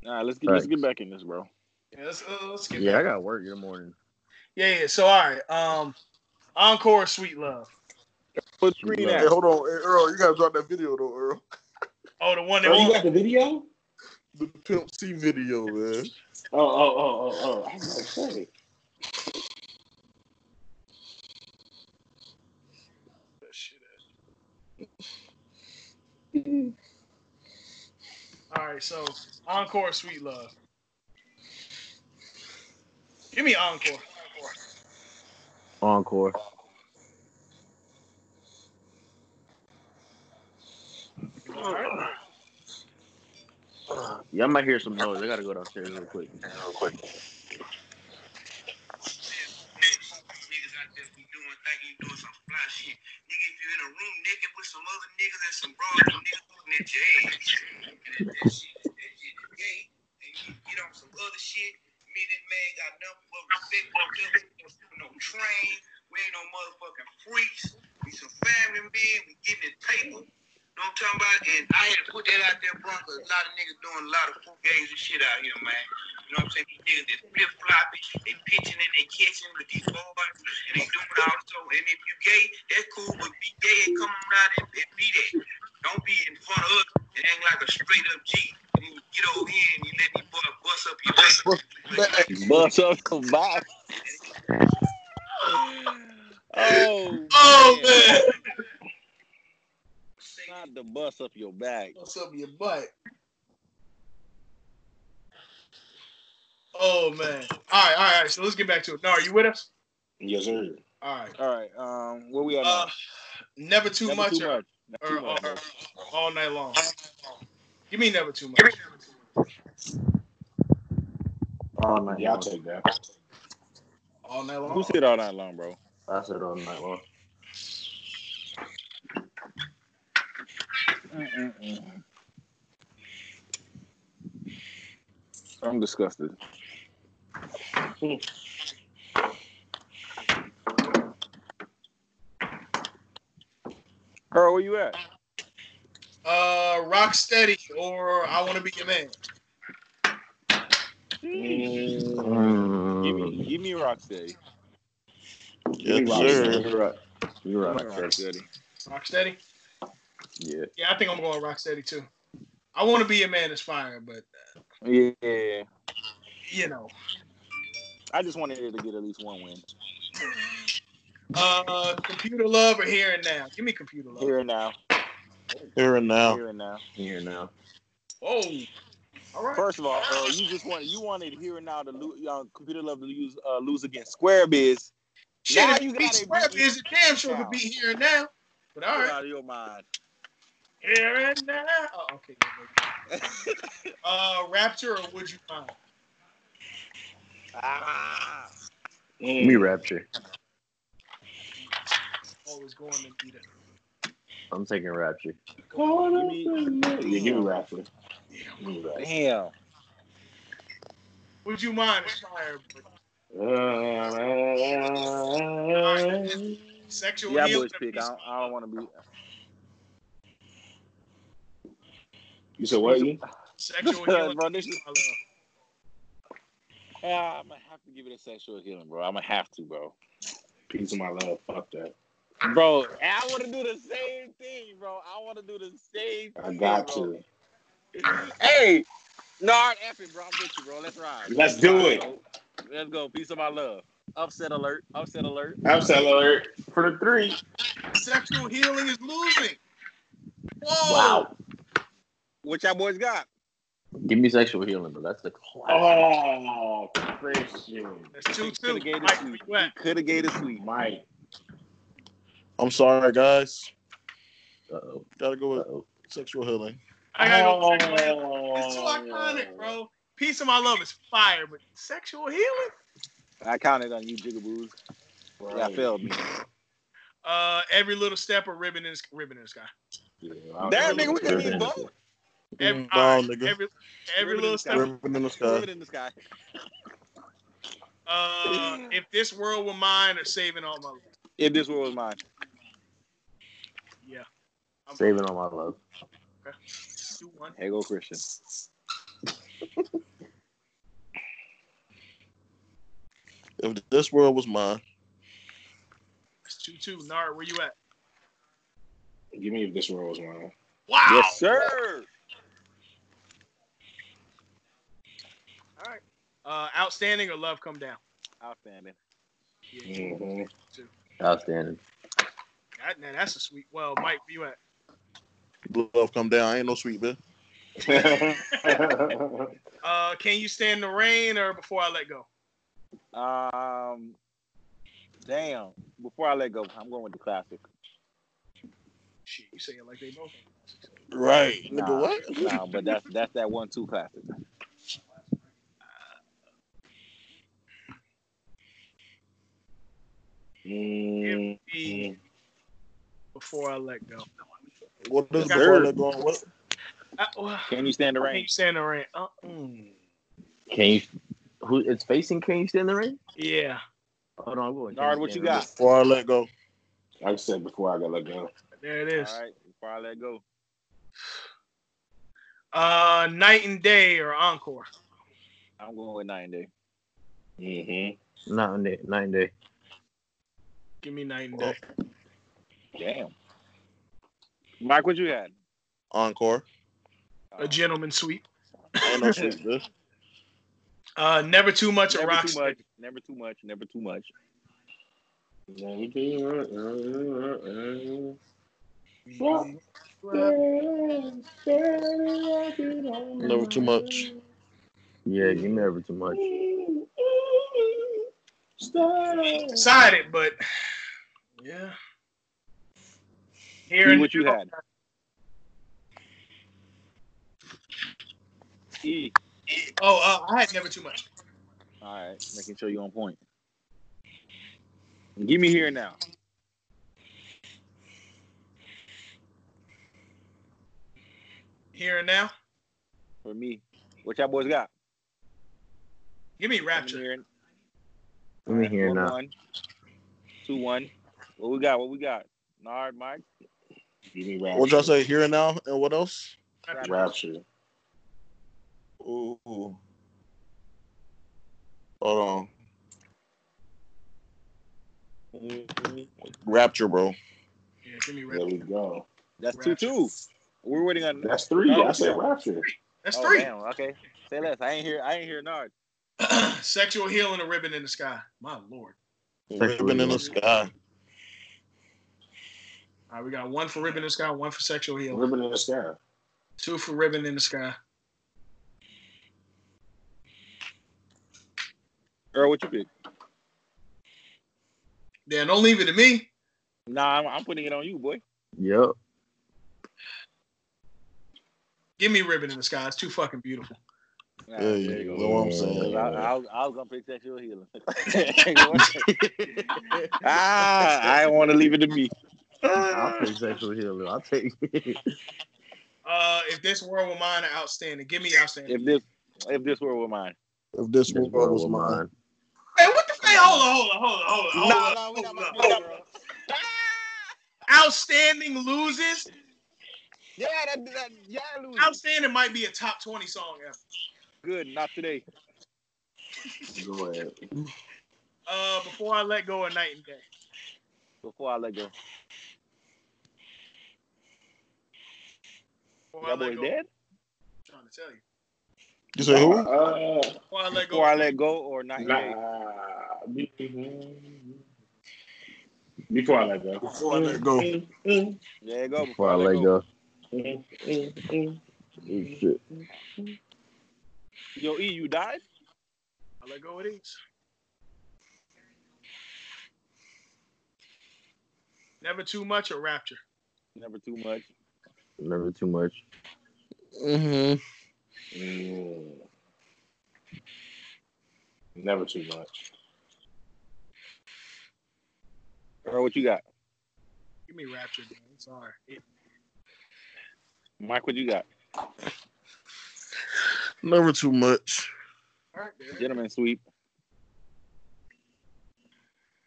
[SPEAKER 5] All right, let's get let's get back in this, bro.
[SPEAKER 4] Yeah, let's, uh, let's get
[SPEAKER 2] Yeah,
[SPEAKER 4] back.
[SPEAKER 2] I got work in the morning.
[SPEAKER 4] Yeah, yeah. So, all right. Um, Encore Sweet Love.
[SPEAKER 5] Put
[SPEAKER 6] Hey, hold on, hey, Earl. You gotta drop that video though, Earl.
[SPEAKER 4] Oh, the one that
[SPEAKER 3] Oh, you
[SPEAKER 4] won.
[SPEAKER 3] got the video?
[SPEAKER 6] The Pimp C video, man.
[SPEAKER 3] Oh, oh, oh, oh, oh. I was like, shit.
[SPEAKER 4] All right, so Encore Sweet Love. Give me Encore.
[SPEAKER 2] Encore.
[SPEAKER 4] All right.
[SPEAKER 2] Yeah, I might hear some noise. I gotta go downstairs real quick.
[SPEAKER 12] niggas out there be doing, think you doing some fly shit. Nigga, if you in a room naked with some other niggas and some broads, them niggas looking at your ass. And if that shit, that shit is gay, and you get on some other shit, me and this man got nothing but respect for each other. We ain't no train, we ain't no motherfucking freaks. We some family men, we getting it paper. Know what I'm talking about? And I had to put that out there, bro, 'cause a lot of niggas doing a lot of fool games and shit out here, man. You know what I'm saying? These niggas that flip floppy, they pitching and they catching with these boys, and they doing all so. And if you gay, that's cool, but be gay and come on out and, and be that. Don't be in front of us and act like a straight up G. You get over here and you let me boy bust up your ass.
[SPEAKER 5] Bust up the box. Oh,
[SPEAKER 4] Oh,
[SPEAKER 5] man. Not the bust up your back.
[SPEAKER 4] What's up your butt? Oh man. All right, all right, all right. So let's get back to it. Now, are you with us?
[SPEAKER 3] Yes, sir.
[SPEAKER 4] All right.
[SPEAKER 5] All right. Um, where we at? now?
[SPEAKER 4] Uh, never too
[SPEAKER 5] Never
[SPEAKER 4] much, uh,
[SPEAKER 5] Too
[SPEAKER 4] or,
[SPEAKER 5] much. Never
[SPEAKER 4] or-
[SPEAKER 5] too much.
[SPEAKER 4] or- all night long. Give me never too much.
[SPEAKER 2] All night
[SPEAKER 3] Yeah, I'll
[SPEAKER 2] long.
[SPEAKER 3] take that.
[SPEAKER 4] All night
[SPEAKER 5] Who
[SPEAKER 4] long.
[SPEAKER 5] said all night long, bro?
[SPEAKER 2] I said all night long.
[SPEAKER 5] I'm disgusted. Earl, where you at?
[SPEAKER 4] Uh, rock steady, or I want to be your man.
[SPEAKER 2] Mm.
[SPEAKER 5] Give me, give me Rocksteady.
[SPEAKER 10] Mm. Yes, sir.
[SPEAKER 2] You're right. You're right.
[SPEAKER 5] Rocksteady.
[SPEAKER 4] Rock steady.
[SPEAKER 5] Yeah.
[SPEAKER 4] Yeah, I think I'm going rock steady too. I want to be your man is fire, but
[SPEAKER 5] Yeah.
[SPEAKER 4] you know.
[SPEAKER 5] I just wanted it to get at least one win.
[SPEAKER 4] Uh, computer love or here and now? Give me computer
[SPEAKER 10] Oh.
[SPEAKER 4] love.
[SPEAKER 5] Here and now.
[SPEAKER 10] Here and now.
[SPEAKER 5] Here and now.
[SPEAKER 2] Here now.
[SPEAKER 4] Oh, all right.
[SPEAKER 5] First of all, Earl, you just wanted you wanted here and now to lose, uh, computer love to lose uh, lose against Square Biz.
[SPEAKER 4] Shit,
[SPEAKER 5] Now
[SPEAKER 4] if
[SPEAKER 5] you
[SPEAKER 4] you beat
[SPEAKER 5] gotta
[SPEAKER 4] Square
[SPEAKER 5] beat-
[SPEAKER 4] Biz, it damn sure could be here and now. But all
[SPEAKER 5] Get
[SPEAKER 4] right,
[SPEAKER 5] out of your mind.
[SPEAKER 4] here and now. Oh, okay. Uh, Rapture or would you mind?
[SPEAKER 5] Ah.
[SPEAKER 2] Me Rapture.
[SPEAKER 4] Always going to be the
[SPEAKER 2] I'm taking Rapture.
[SPEAKER 5] Give me-
[SPEAKER 3] Yeah, give me Raptor.
[SPEAKER 5] Damn.
[SPEAKER 4] Would you mind is fire, but Uh-huh. sexual
[SPEAKER 5] Yeah,
[SPEAKER 4] healing
[SPEAKER 5] boys pick. I don't, I don't want to be.
[SPEAKER 3] You said what? You?
[SPEAKER 4] sexual healing.
[SPEAKER 5] Bro, this-
[SPEAKER 4] my love.
[SPEAKER 5] Ah, I'm gonna have to give it a sexual healing, bro. I'm gonna have to, bro.
[SPEAKER 3] Peace of my love. Fuck that.
[SPEAKER 5] Bro, I want to do the same thing, bro. I want to do the same.
[SPEAKER 3] I
[SPEAKER 5] thing,
[SPEAKER 3] got
[SPEAKER 5] bro.
[SPEAKER 3] to.
[SPEAKER 5] Hey, Nard Epic, bro. I'm with you, bro. Let's ride.
[SPEAKER 3] Let's do
[SPEAKER 5] ride,
[SPEAKER 3] it.
[SPEAKER 5] bro. Let's go. Peace of my love. Upset alert. Upset alert.
[SPEAKER 3] Upset alert for the three.
[SPEAKER 4] Sexual healing is losing. Whoa.
[SPEAKER 3] Wow.
[SPEAKER 5] What y'all boys got?
[SPEAKER 2] Give me sexual healing, bro. That's the classic.
[SPEAKER 3] Oh, Christian.
[SPEAKER 4] That's two two.
[SPEAKER 5] Could've gave it
[SPEAKER 4] Mike,
[SPEAKER 5] to
[SPEAKER 4] where
[SPEAKER 5] you.
[SPEAKER 4] you at?
[SPEAKER 5] Could have gave a sweet.
[SPEAKER 3] Mike.
[SPEAKER 10] I'm sorry, guys.
[SPEAKER 2] Uh oh.
[SPEAKER 10] Gotta go
[SPEAKER 2] Uh
[SPEAKER 10] with
[SPEAKER 2] oh.
[SPEAKER 10] sexual healing.
[SPEAKER 4] I gotta go check my It's
[SPEAKER 3] Oh,
[SPEAKER 4] too iconic, bro. Peace of my love is fire, but sexual healing?
[SPEAKER 5] I counted on you, Jigaboos. Yeah, I failed me.
[SPEAKER 4] Uh, every little step or ribbon in the, ribbon in the sky.
[SPEAKER 5] Damn, nigga, we couldn't even vote.
[SPEAKER 4] Every,
[SPEAKER 6] Ball,
[SPEAKER 4] all right,
[SPEAKER 6] Mm, nigga.
[SPEAKER 4] every, every
[SPEAKER 5] Mm, Ribbon in
[SPEAKER 4] little
[SPEAKER 5] the sky.
[SPEAKER 4] step.
[SPEAKER 6] Ribbon in the sky.
[SPEAKER 5] in the sky.
[SPEAKER 4] Uh, if this world were mine or saving all my life.
[SPEAKER 5] If this world was mine.
[SPEAKER 4] Yeah.
[SPEAKER 5] Saving all my love.
[SPEAKER 4] Do one.
[SPEAKER 5] Hey, go Christian.
[SPEAKER 6] If this world was mine,
[SPEAKER 4] It's 2 2. Nard, where you at?
[SPEAKER 3] Give me if this world was mine.
[SPEAKER 4] Wow.
[SPEAKER 5] Yes, sir.
[SPEAKER 4] All right. Uh, outstanding or love come down?
[SPEAKER 5] Outstanding.
[SPEAKER 3] Mhm.
[SPEAKER 2] Outstanding.
[SPEAKER 4] God, man, that's a sweet. Well, Mike, where you at?
[SPEAKER 6] love come down. Ain't no sweet man.
[SPEAKER 4] Uh, can you stand the rain or before I let go?
[SPEAKER 5] Um, damn. Before I let go, I'm going with the classic.
[SPEAKER 4] Shit, you say it like they both.
[SPEAKER 6] Right.
[SPEAKER 5] Nah, nah, Um, but that's that's that one two classic. Mm,
[SPEAKER 4] Give me before I let go.
[SPEAKER 6] What is
[SPEAKER 4] Sir.
[SPEAKER 6] before I let go? on? What?
[SPEAKER 4] Uh, well,
[SPEAKER 5] Can you stand the
[SPEAKER 4] Can
[SPEAKER 5] rain?
[SPEAKER 4] you stand the rain? Uh, mm.
[SPEAKER 2] Can you? Who? It's facing. Can you stand the ring?
[SPEAKER 4] Yeah.
[SPEAKER 2] Hold on. I'm going.
[SPEAKER 5] Nard, what you got?
[SPEAKER 6] Before I let go.
[SPEAKER 3] Like I said before, I got let go.
[SPEAKER 4] There it is.
[SPEAKER 5] All right, before I let go.
[SPEAKER 4] Uh, night and day or encore.
[SPEAKER 5] I'm going with nine day.
[SPEAKER 3] Mm-hmm.
[SPEAKER 2] Nine day. Nine day.
[SPEAKER 4] Give me night and day.
[SPEAKER 5] Oh, Damn. Mike, what you had?
[SPEAKER 6] Encore.
[SPEAKER 4] A gentleman sweep.
[SPEAKER 6] Ain't no sweet man.
[SPEAKER 4] Uh, never too much or
[SPEAKER 5] Never
[SPEAKER 4] rock.
[SPEAKER 5] too much. Never too much. Never too much.
[SPEAKER 6] Never too much.
[SPEAKER 2] Yeah, give
[SPEAKER 5] Oh,
[SPEAKER 2] me ever too much.
[SPEAKER 4] Excited, but yeah. Here
[SPEAKER 5] E,
[SPEAKER 4] and-
[SPEAKER 5] what you had? E.
[SPEAKER 4] Oh, uh, I had never too much.
[SPEAKER 5] All right, making sure you're on point. Give me here now.
[SPEAKER 4] Here and now.
[SPEAKER 5] for me. What y'all boys got?
[SPEAKER 4] Give me
[SPEAKER 5] Coming
[SPEAKER 4] rapture.
[SPEAKER 5] here in-
[SPEAKER 2] Let me hear
[SPEAKER 5] one,
[SPEAKER 2] now.
[SPEAKER 5] One, two, one. What we got? What we got? Nard, Mike.
[SPEAKER 3] Give me rapture.
[SPEAKER 6] What y'all say? Here and now, and what else?
[SPEAKER 3] Rapture.
[SPEAKER 6] Ooh. Hold on. Rapture, bro.
[SPEAKER 4] Yeah, give me
[SPEAKER 3] There
[SPEAKER 4] rapture.
[SPEAKER 3] we go.
[SPEAKER 5] That's
[SPEAKER 4] Rapture.
[SPEAKER 5] two two. We're waiting on.
[SPEAKER 3] That's three.
[SPEAKER 5] No,
[SPEAKER 3] I said rapture.
[SPEAKER 4] That's
[SPEAKER 5] oh,
[SPEAKER 4] three.
[SPEAKER 5] Damn, okay. Say less. I ain't hear. I ain't hear Nard.
[SPEAKER 4] Sexual healing a ribbon in the sky. My lord.
[SPEAKER 6] Ribbon in the sky.
[SPEAKER 4] All right, we got one for ribbon in the sky, one for sexual healing,
[SPEAKER 3] Ribbon in the sky.
[SPEAKER 4] two for ribbon in the sky.
[SPEAKER 5] Earl, what you pick?
[SPEAKER 4] Then don't leave it to me.
[SPEAKER 5] Nah, I'm, I'm putting it on you, boy.
[SPEAKER 2] Yep.
[SPEAKER 4] Give me ribbon in the sky. It's too fucking beautiful.
[SPEAKER 5] Nah,
[SPEAKER 6] Yeah, you know what I'm saying.
[SPEAKER 5] I, I, was- I was gonna pick sexual healing. ah, I want to leave it to me.
[SPEAKER 2] I'll take sexual healing. I'll take it.
[SPEAKER 4] Uh, if this world were mine, outstanding. Give me outstanding.
[SPEAKER 5] If this, if this were mine.
[SPEAKER 6] If this,
[SPEAKER 2] This
[SPEAKER 6] world
[SPEAKER 2] world
[SPEAKER 6] was
[SPEAKER 2] was
[SPEAKER 6] mine.
[SPEAKER 2] mine.
[SPEAKER 4] Hey, what the? Hey, hold on, hold on, hold on, hold on.
[SPEAKER 5] Nah,
[SPEAKER 4] Hold
[SPEAKER 5] nah, we
[SPEAKER 4] on, hold
[SPEAKER 5] got my
[SPEAKER 4] on,
[SPEAKER 5] we got
[SPEAKER 4] hold
[SPEAKER 5] Earl.
[SPEAKER 4] on. Outstanding loses.
[SPEAKER 5] Yeah, that, that yeah, Louis.
[SPEAKER 4] Outstanding might be a top twenty song ever.
[SPEAKER 5] Good, not today.
[SPEAKER 3] Go ahead.
[SPEAKER 4] Uh, before I let go of night and day.
[SPEAKER 5] Before I let go,
[SPEAKER 4] Before I
[SPEAKER 5] y'all
[SPEAKER 4] let
[SPEAKER 5] boys
[SPEAKER 4] go.
[SPEAKER 5] dead.
[SPEAKER 4] I'm trying to tell you.
[SPEAKER 6] You say who?
[SPEAKER 3] Uh,
[SPEAKER 4] Before I let go.
[SPEAKER 5] Before I let go or not.
[SPEAKER 3] nah. Before I let go.
[SPEAKER 6] Before I let go.
[SPEAKER 5] There you go.
[SPEAKER 2] Before I let go. Shit.
[SPEAKER 5] Yo, E, you died.
[SPEAKER 4] I let go of these. Never too much or rapture.
[SPEAKER 5] Never too much.
[SPEAKER 2] Never too much.
[SPEAKER 11] Mm-hmm.
[SPEAKER 3] Mm. Never too much.
[SPEAKER 5] Earl, what you got?
[SPEAKER 4] Give me Rapture, man. It's all right. It-
[SPEAKER 5] Mike, what you got?
[SPEAKER 6] Never too much.
[SPEAKER 4] all right, there.
[SPEAKER 5] Gentlemen sweep.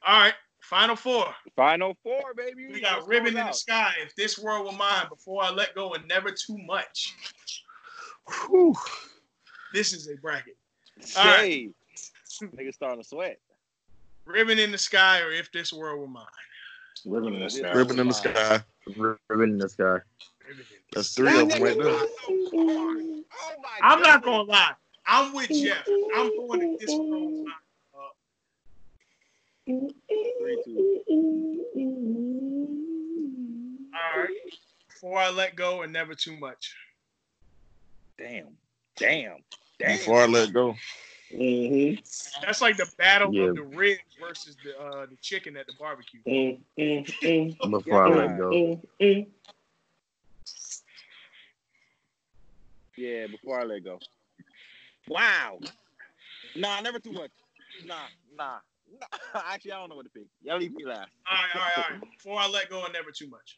[SPEAKER 4] All right, final four.
[SPEAKER 5] Final four, baby.
[SPEAKER 4] We got ribbon in the sky. If this world were mine, before I let go, and never too much.
[SPEAKER 6] Whew.
[SPEAKER 4] This is a bracket. All right.
[SPEAKER 5] Say, nigga starting to sweat.
[SPEAKER 4] Ribbon in the sky, or if this world were mine.
[SPEAKER 3] Ribbon in the
[SPEAKER 5] sky.
[SPEAKER 6] Ribbon in the sky.
[SPEAKER 13] Ribbon in the sky.
[SPEAKER 6] That's three of them right there.
[SPEAKER 5] Oh
[SPEAKER 4] I'm not gonna lie. I'm with Jeff. I'm going to this world was mine. All right. Before I let go, and never too much.
[SPEAKER 5] Damn. Damn. Damn.
[SPEAKER 6] Before I let go.
[SPEAKER 5] Mm-hmm.
[SPEAKER 4] That's like the battle
[SPEAKER 13] Yeah.
[SPEAKER 4] of the ribs versus the uh, the chicken at the barbecue.
[SPEAKER 13] Before I let go.
[SPEAKER 5] Yeah, before I let go. Wow. Nah, never too much. Nah, nah. nah. Actually, I don't know what to pick. Y'all leave me last.
[SPEAKER 4] All right, all right, all right. Before I let go, and never too much.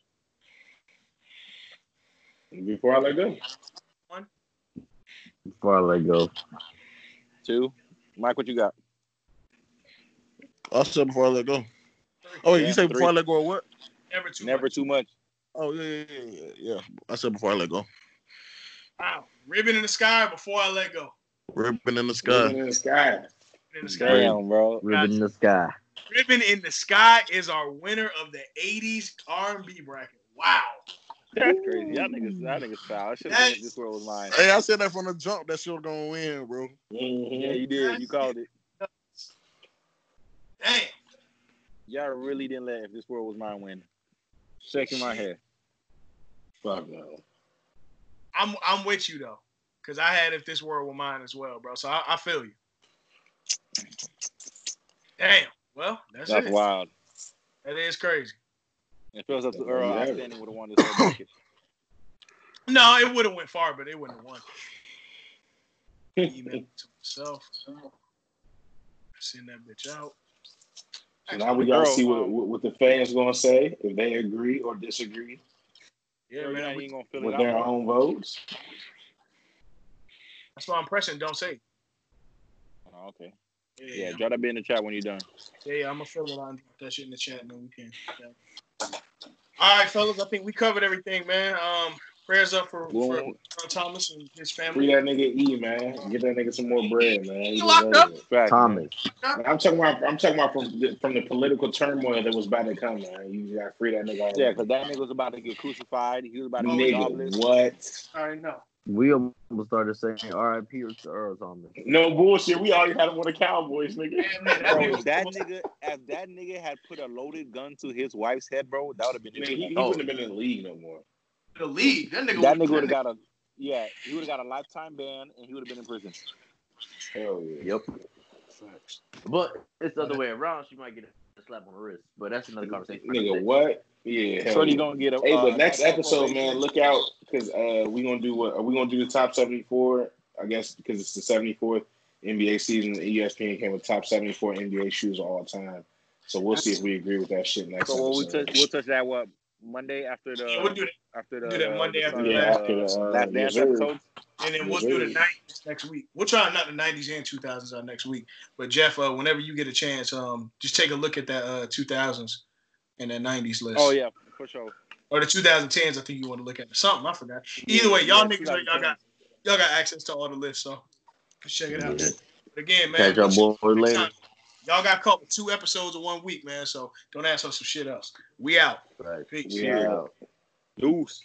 [SPEAKER 3] Before I let go.
[SPEAKER 13] Before I let go.
[SPEAKER 5] Two. Mike, what you got?
[SPEAKER 6] I said before I let go. Oh, wait, you
[SPEAKER 5] Yeah,
[SPEAKER 6] say before I
[SPEAKER 5] three.
[SPEAKER 6] let go of what?
[SPEAKER 4] Never too
[SPEAKER 5] Never
[SPEAKER 4] much.
[SPEAKER 5] too much.
[SPEAKER 6] Oh, yeah, yeah, yeah, yeah, yeah. I said before I let go.
[SPEAKER 4] Wow. Ribbon in the sky before I let go.
[SPEAKER 6] Ribbon in the sky.
[SPEAKER 3] Ribbon in the sky.
[SPEAKER 4] Ribbon in the sky.
[SPEAKER 5] Damn, bro.
[SPEAKER 13] Ribbon in the sky.
[SPEAKER 4] Ribbon in the sky is our winner of the 80s R&B bracket. Wow.
[SPEAKER 5] That's crazy. Y'all niggas, y'all niggas foul. I should have
[SPEAKER 4] That's-
[SPEAKER 5] been this world was mine.
[SPEAKER 6] Hey, I said that from the jump that you're gonna win, bro.
[SPEAKER 5] Yeah, you did. You called it.
[SPEAKER 4] Dang.
[SPEAKER 5] Y'all really didn't let if this world was mine win. Shaking my head.
[SPEAKER 3] Fuck no.
[SPEAKER 4] I'm I'm with you though. Cause I had if this world were mine as well, bro. So I, I feel you. Damn. Well, that's,
[SPEAKER 5] That's
[SPEAKER 4] it.
[SPEAKER 5] wild.
[SPEAKER 4] That is crazy.
[SPEAKER 5] If it was up to Earl,
[SPEAKER 3] Yeah.
[SPEAKER 5] outstanding would have won this whole bracket.
[SPEAKER 4] No, it would have went far, but it wouldn't have won. Email it to myself. Send that bitch out.
[SPEAKER 3] So now we gotta see what, what what the fans gonna say if they agree or disagree
[SPEAKER 4] Yeah,
[SPEAKER 5] Earl, you're
[SPEAKER 4] man.
[SPEAKER 5] not
[SPEAKER 4] we-
[SPEAKER 5] even gonna fill it
[SPEAKER 3] with
[SPEAKER 5] out.
[SPEAKER 3] their own votes.
[SPEAKER 4] That's my impression. Don't say. it.
[SPEAKER 5] Oh, okay.
[SPEAKER 4] Yeah,
[SPEAKER 5] Yeah,
[SPEAKER 4] yeah.
[SPEAKER 5] drop that bit in the chat when you're done.
[SPEAKER 4] yeah, I'm gonna fill it out and put that shit in the chat. No, we can. Yeah. All right, fellas. I think we covered everything, man. Um, prayers up for, for
[SPEAKER 5] Boom.
[SPEAKER 4] Earl Thomas and his
[SPEAKER 3] Free
[SPEAKER 4] family.
[SPEAKER 3] that nigga E, man. Get that nigga some more bread, man. He
[SPEAKER 4] locked
[SPEAKER 3] deserves it.
[SPEAKER 5] Facts,
[SPEAKER 13] Thomas.
[SPEAKER 3] I'm talking about. I'm talking about from the, from the political turmoil that was about to come, man. You got to free that nigga.
[SPEAKER 5] man. Yeah, because that nigga was about to get crucified. He was about to get
[SPEAKER 3] nigga,
[SPEAKER 5] jobless.
[SPEAKER 3] what?
[SPEAKER 4] All right, no.
[SPEAKER 13] We almost started saying R.I.P. to Earl Thomas.
[SPEAKER 3] No bullshit. We already had him with the Cowboys, nigga.
[SPEAKER 4] Man, man, that
[SPEAKER 5] Bro,
[SPEAKER 4] dude
[SPEAKER 5] if that nigga, if that nigga had put a loaded gun to his wife's head, bro, that would have been
[SPEAKER 3] Man, he, he
[SPEAKER 5] Oh,
[SPEAKER 3] wouldn't have been in the league no more.
[SPEAKER 4] the league. That nigga.
[SPEAKER 5] That nigga would have got a yeah, he would have got a lifetime ban and he would have been in prison.
[SPEAKER 3] Hell yeah.
[SPEAKER 13] Yep. But it's the other way around. She might get a slap on the wrist, but that's another conversation.
[SPEAKER 3] Nigga, what? Yeah. Hell
[SPEAKER 5] So you
[SPEAKER 3] yeah.
[SPEAKER 5] gonna get a
[SPEAKER 3] Hey,
[SPEAKER 5] uh,
[SPEAKER 3] but next
[SPEAKER 5] lifetime
[SPEAKER 3] episode,
[SPEAKER 5] probation.
[SPEAKER 3] man, look out because uh, we gonna do what? Are we gonna do the top seventy four? I guess because it's the seventy fourth NBA season. E ESPN came with top seventy four NBA shoes of all time. So we'll see if we agree with that shit next
[SPEAKER 5] So we'll, we
[SPEAKER 3] episode.
[SPEAKER 5] touch, we'll touch that what Monday after the
[SPEAKER 4] Yeah, we'll do that,
[SPEAKER 5] after the
[SPEAKER 4] do that Monday after the
[SPEAKER 5] uh,
[SPEAKER 4] last-
[SPEAKER 3] after the, uh,
[SPEAKER 5] last dance
[SPEAKER 3] yes, sir.
[SPEAKER 5] episode.
[SPEAKER 4] and then we'll do the nineties next week. We'll try not the nineties and two thousands out next week. But Jeff, uh, whenever you get a chance, um, just take a look at that uh, two thousands and that nineties list.
[SPEAKER 5] Oh yeah, for sure.
[SPEAKER 4] or the 2010s. I think you want to look at something. I forgot. Either way, y'all
[SPEAKER 5] Yeah,
[SPEAKER 4] niggas, know y'all got y'all got access to all the lists, so check it out.
[SPEAKER 13] Yeah.
[SPEAKER 4] But again, man,
[SPEAKER 13] Catch your boy later.
[SPEAKER 4] y'all got caught with two episodes in one week, man. So don't ask us some shit else. We out.
[SPEAKER 13] Right.
[SPEAKER 4] Peace.
[SPEAKER 13] Yeah.
[SPEAKER 5] Deuce.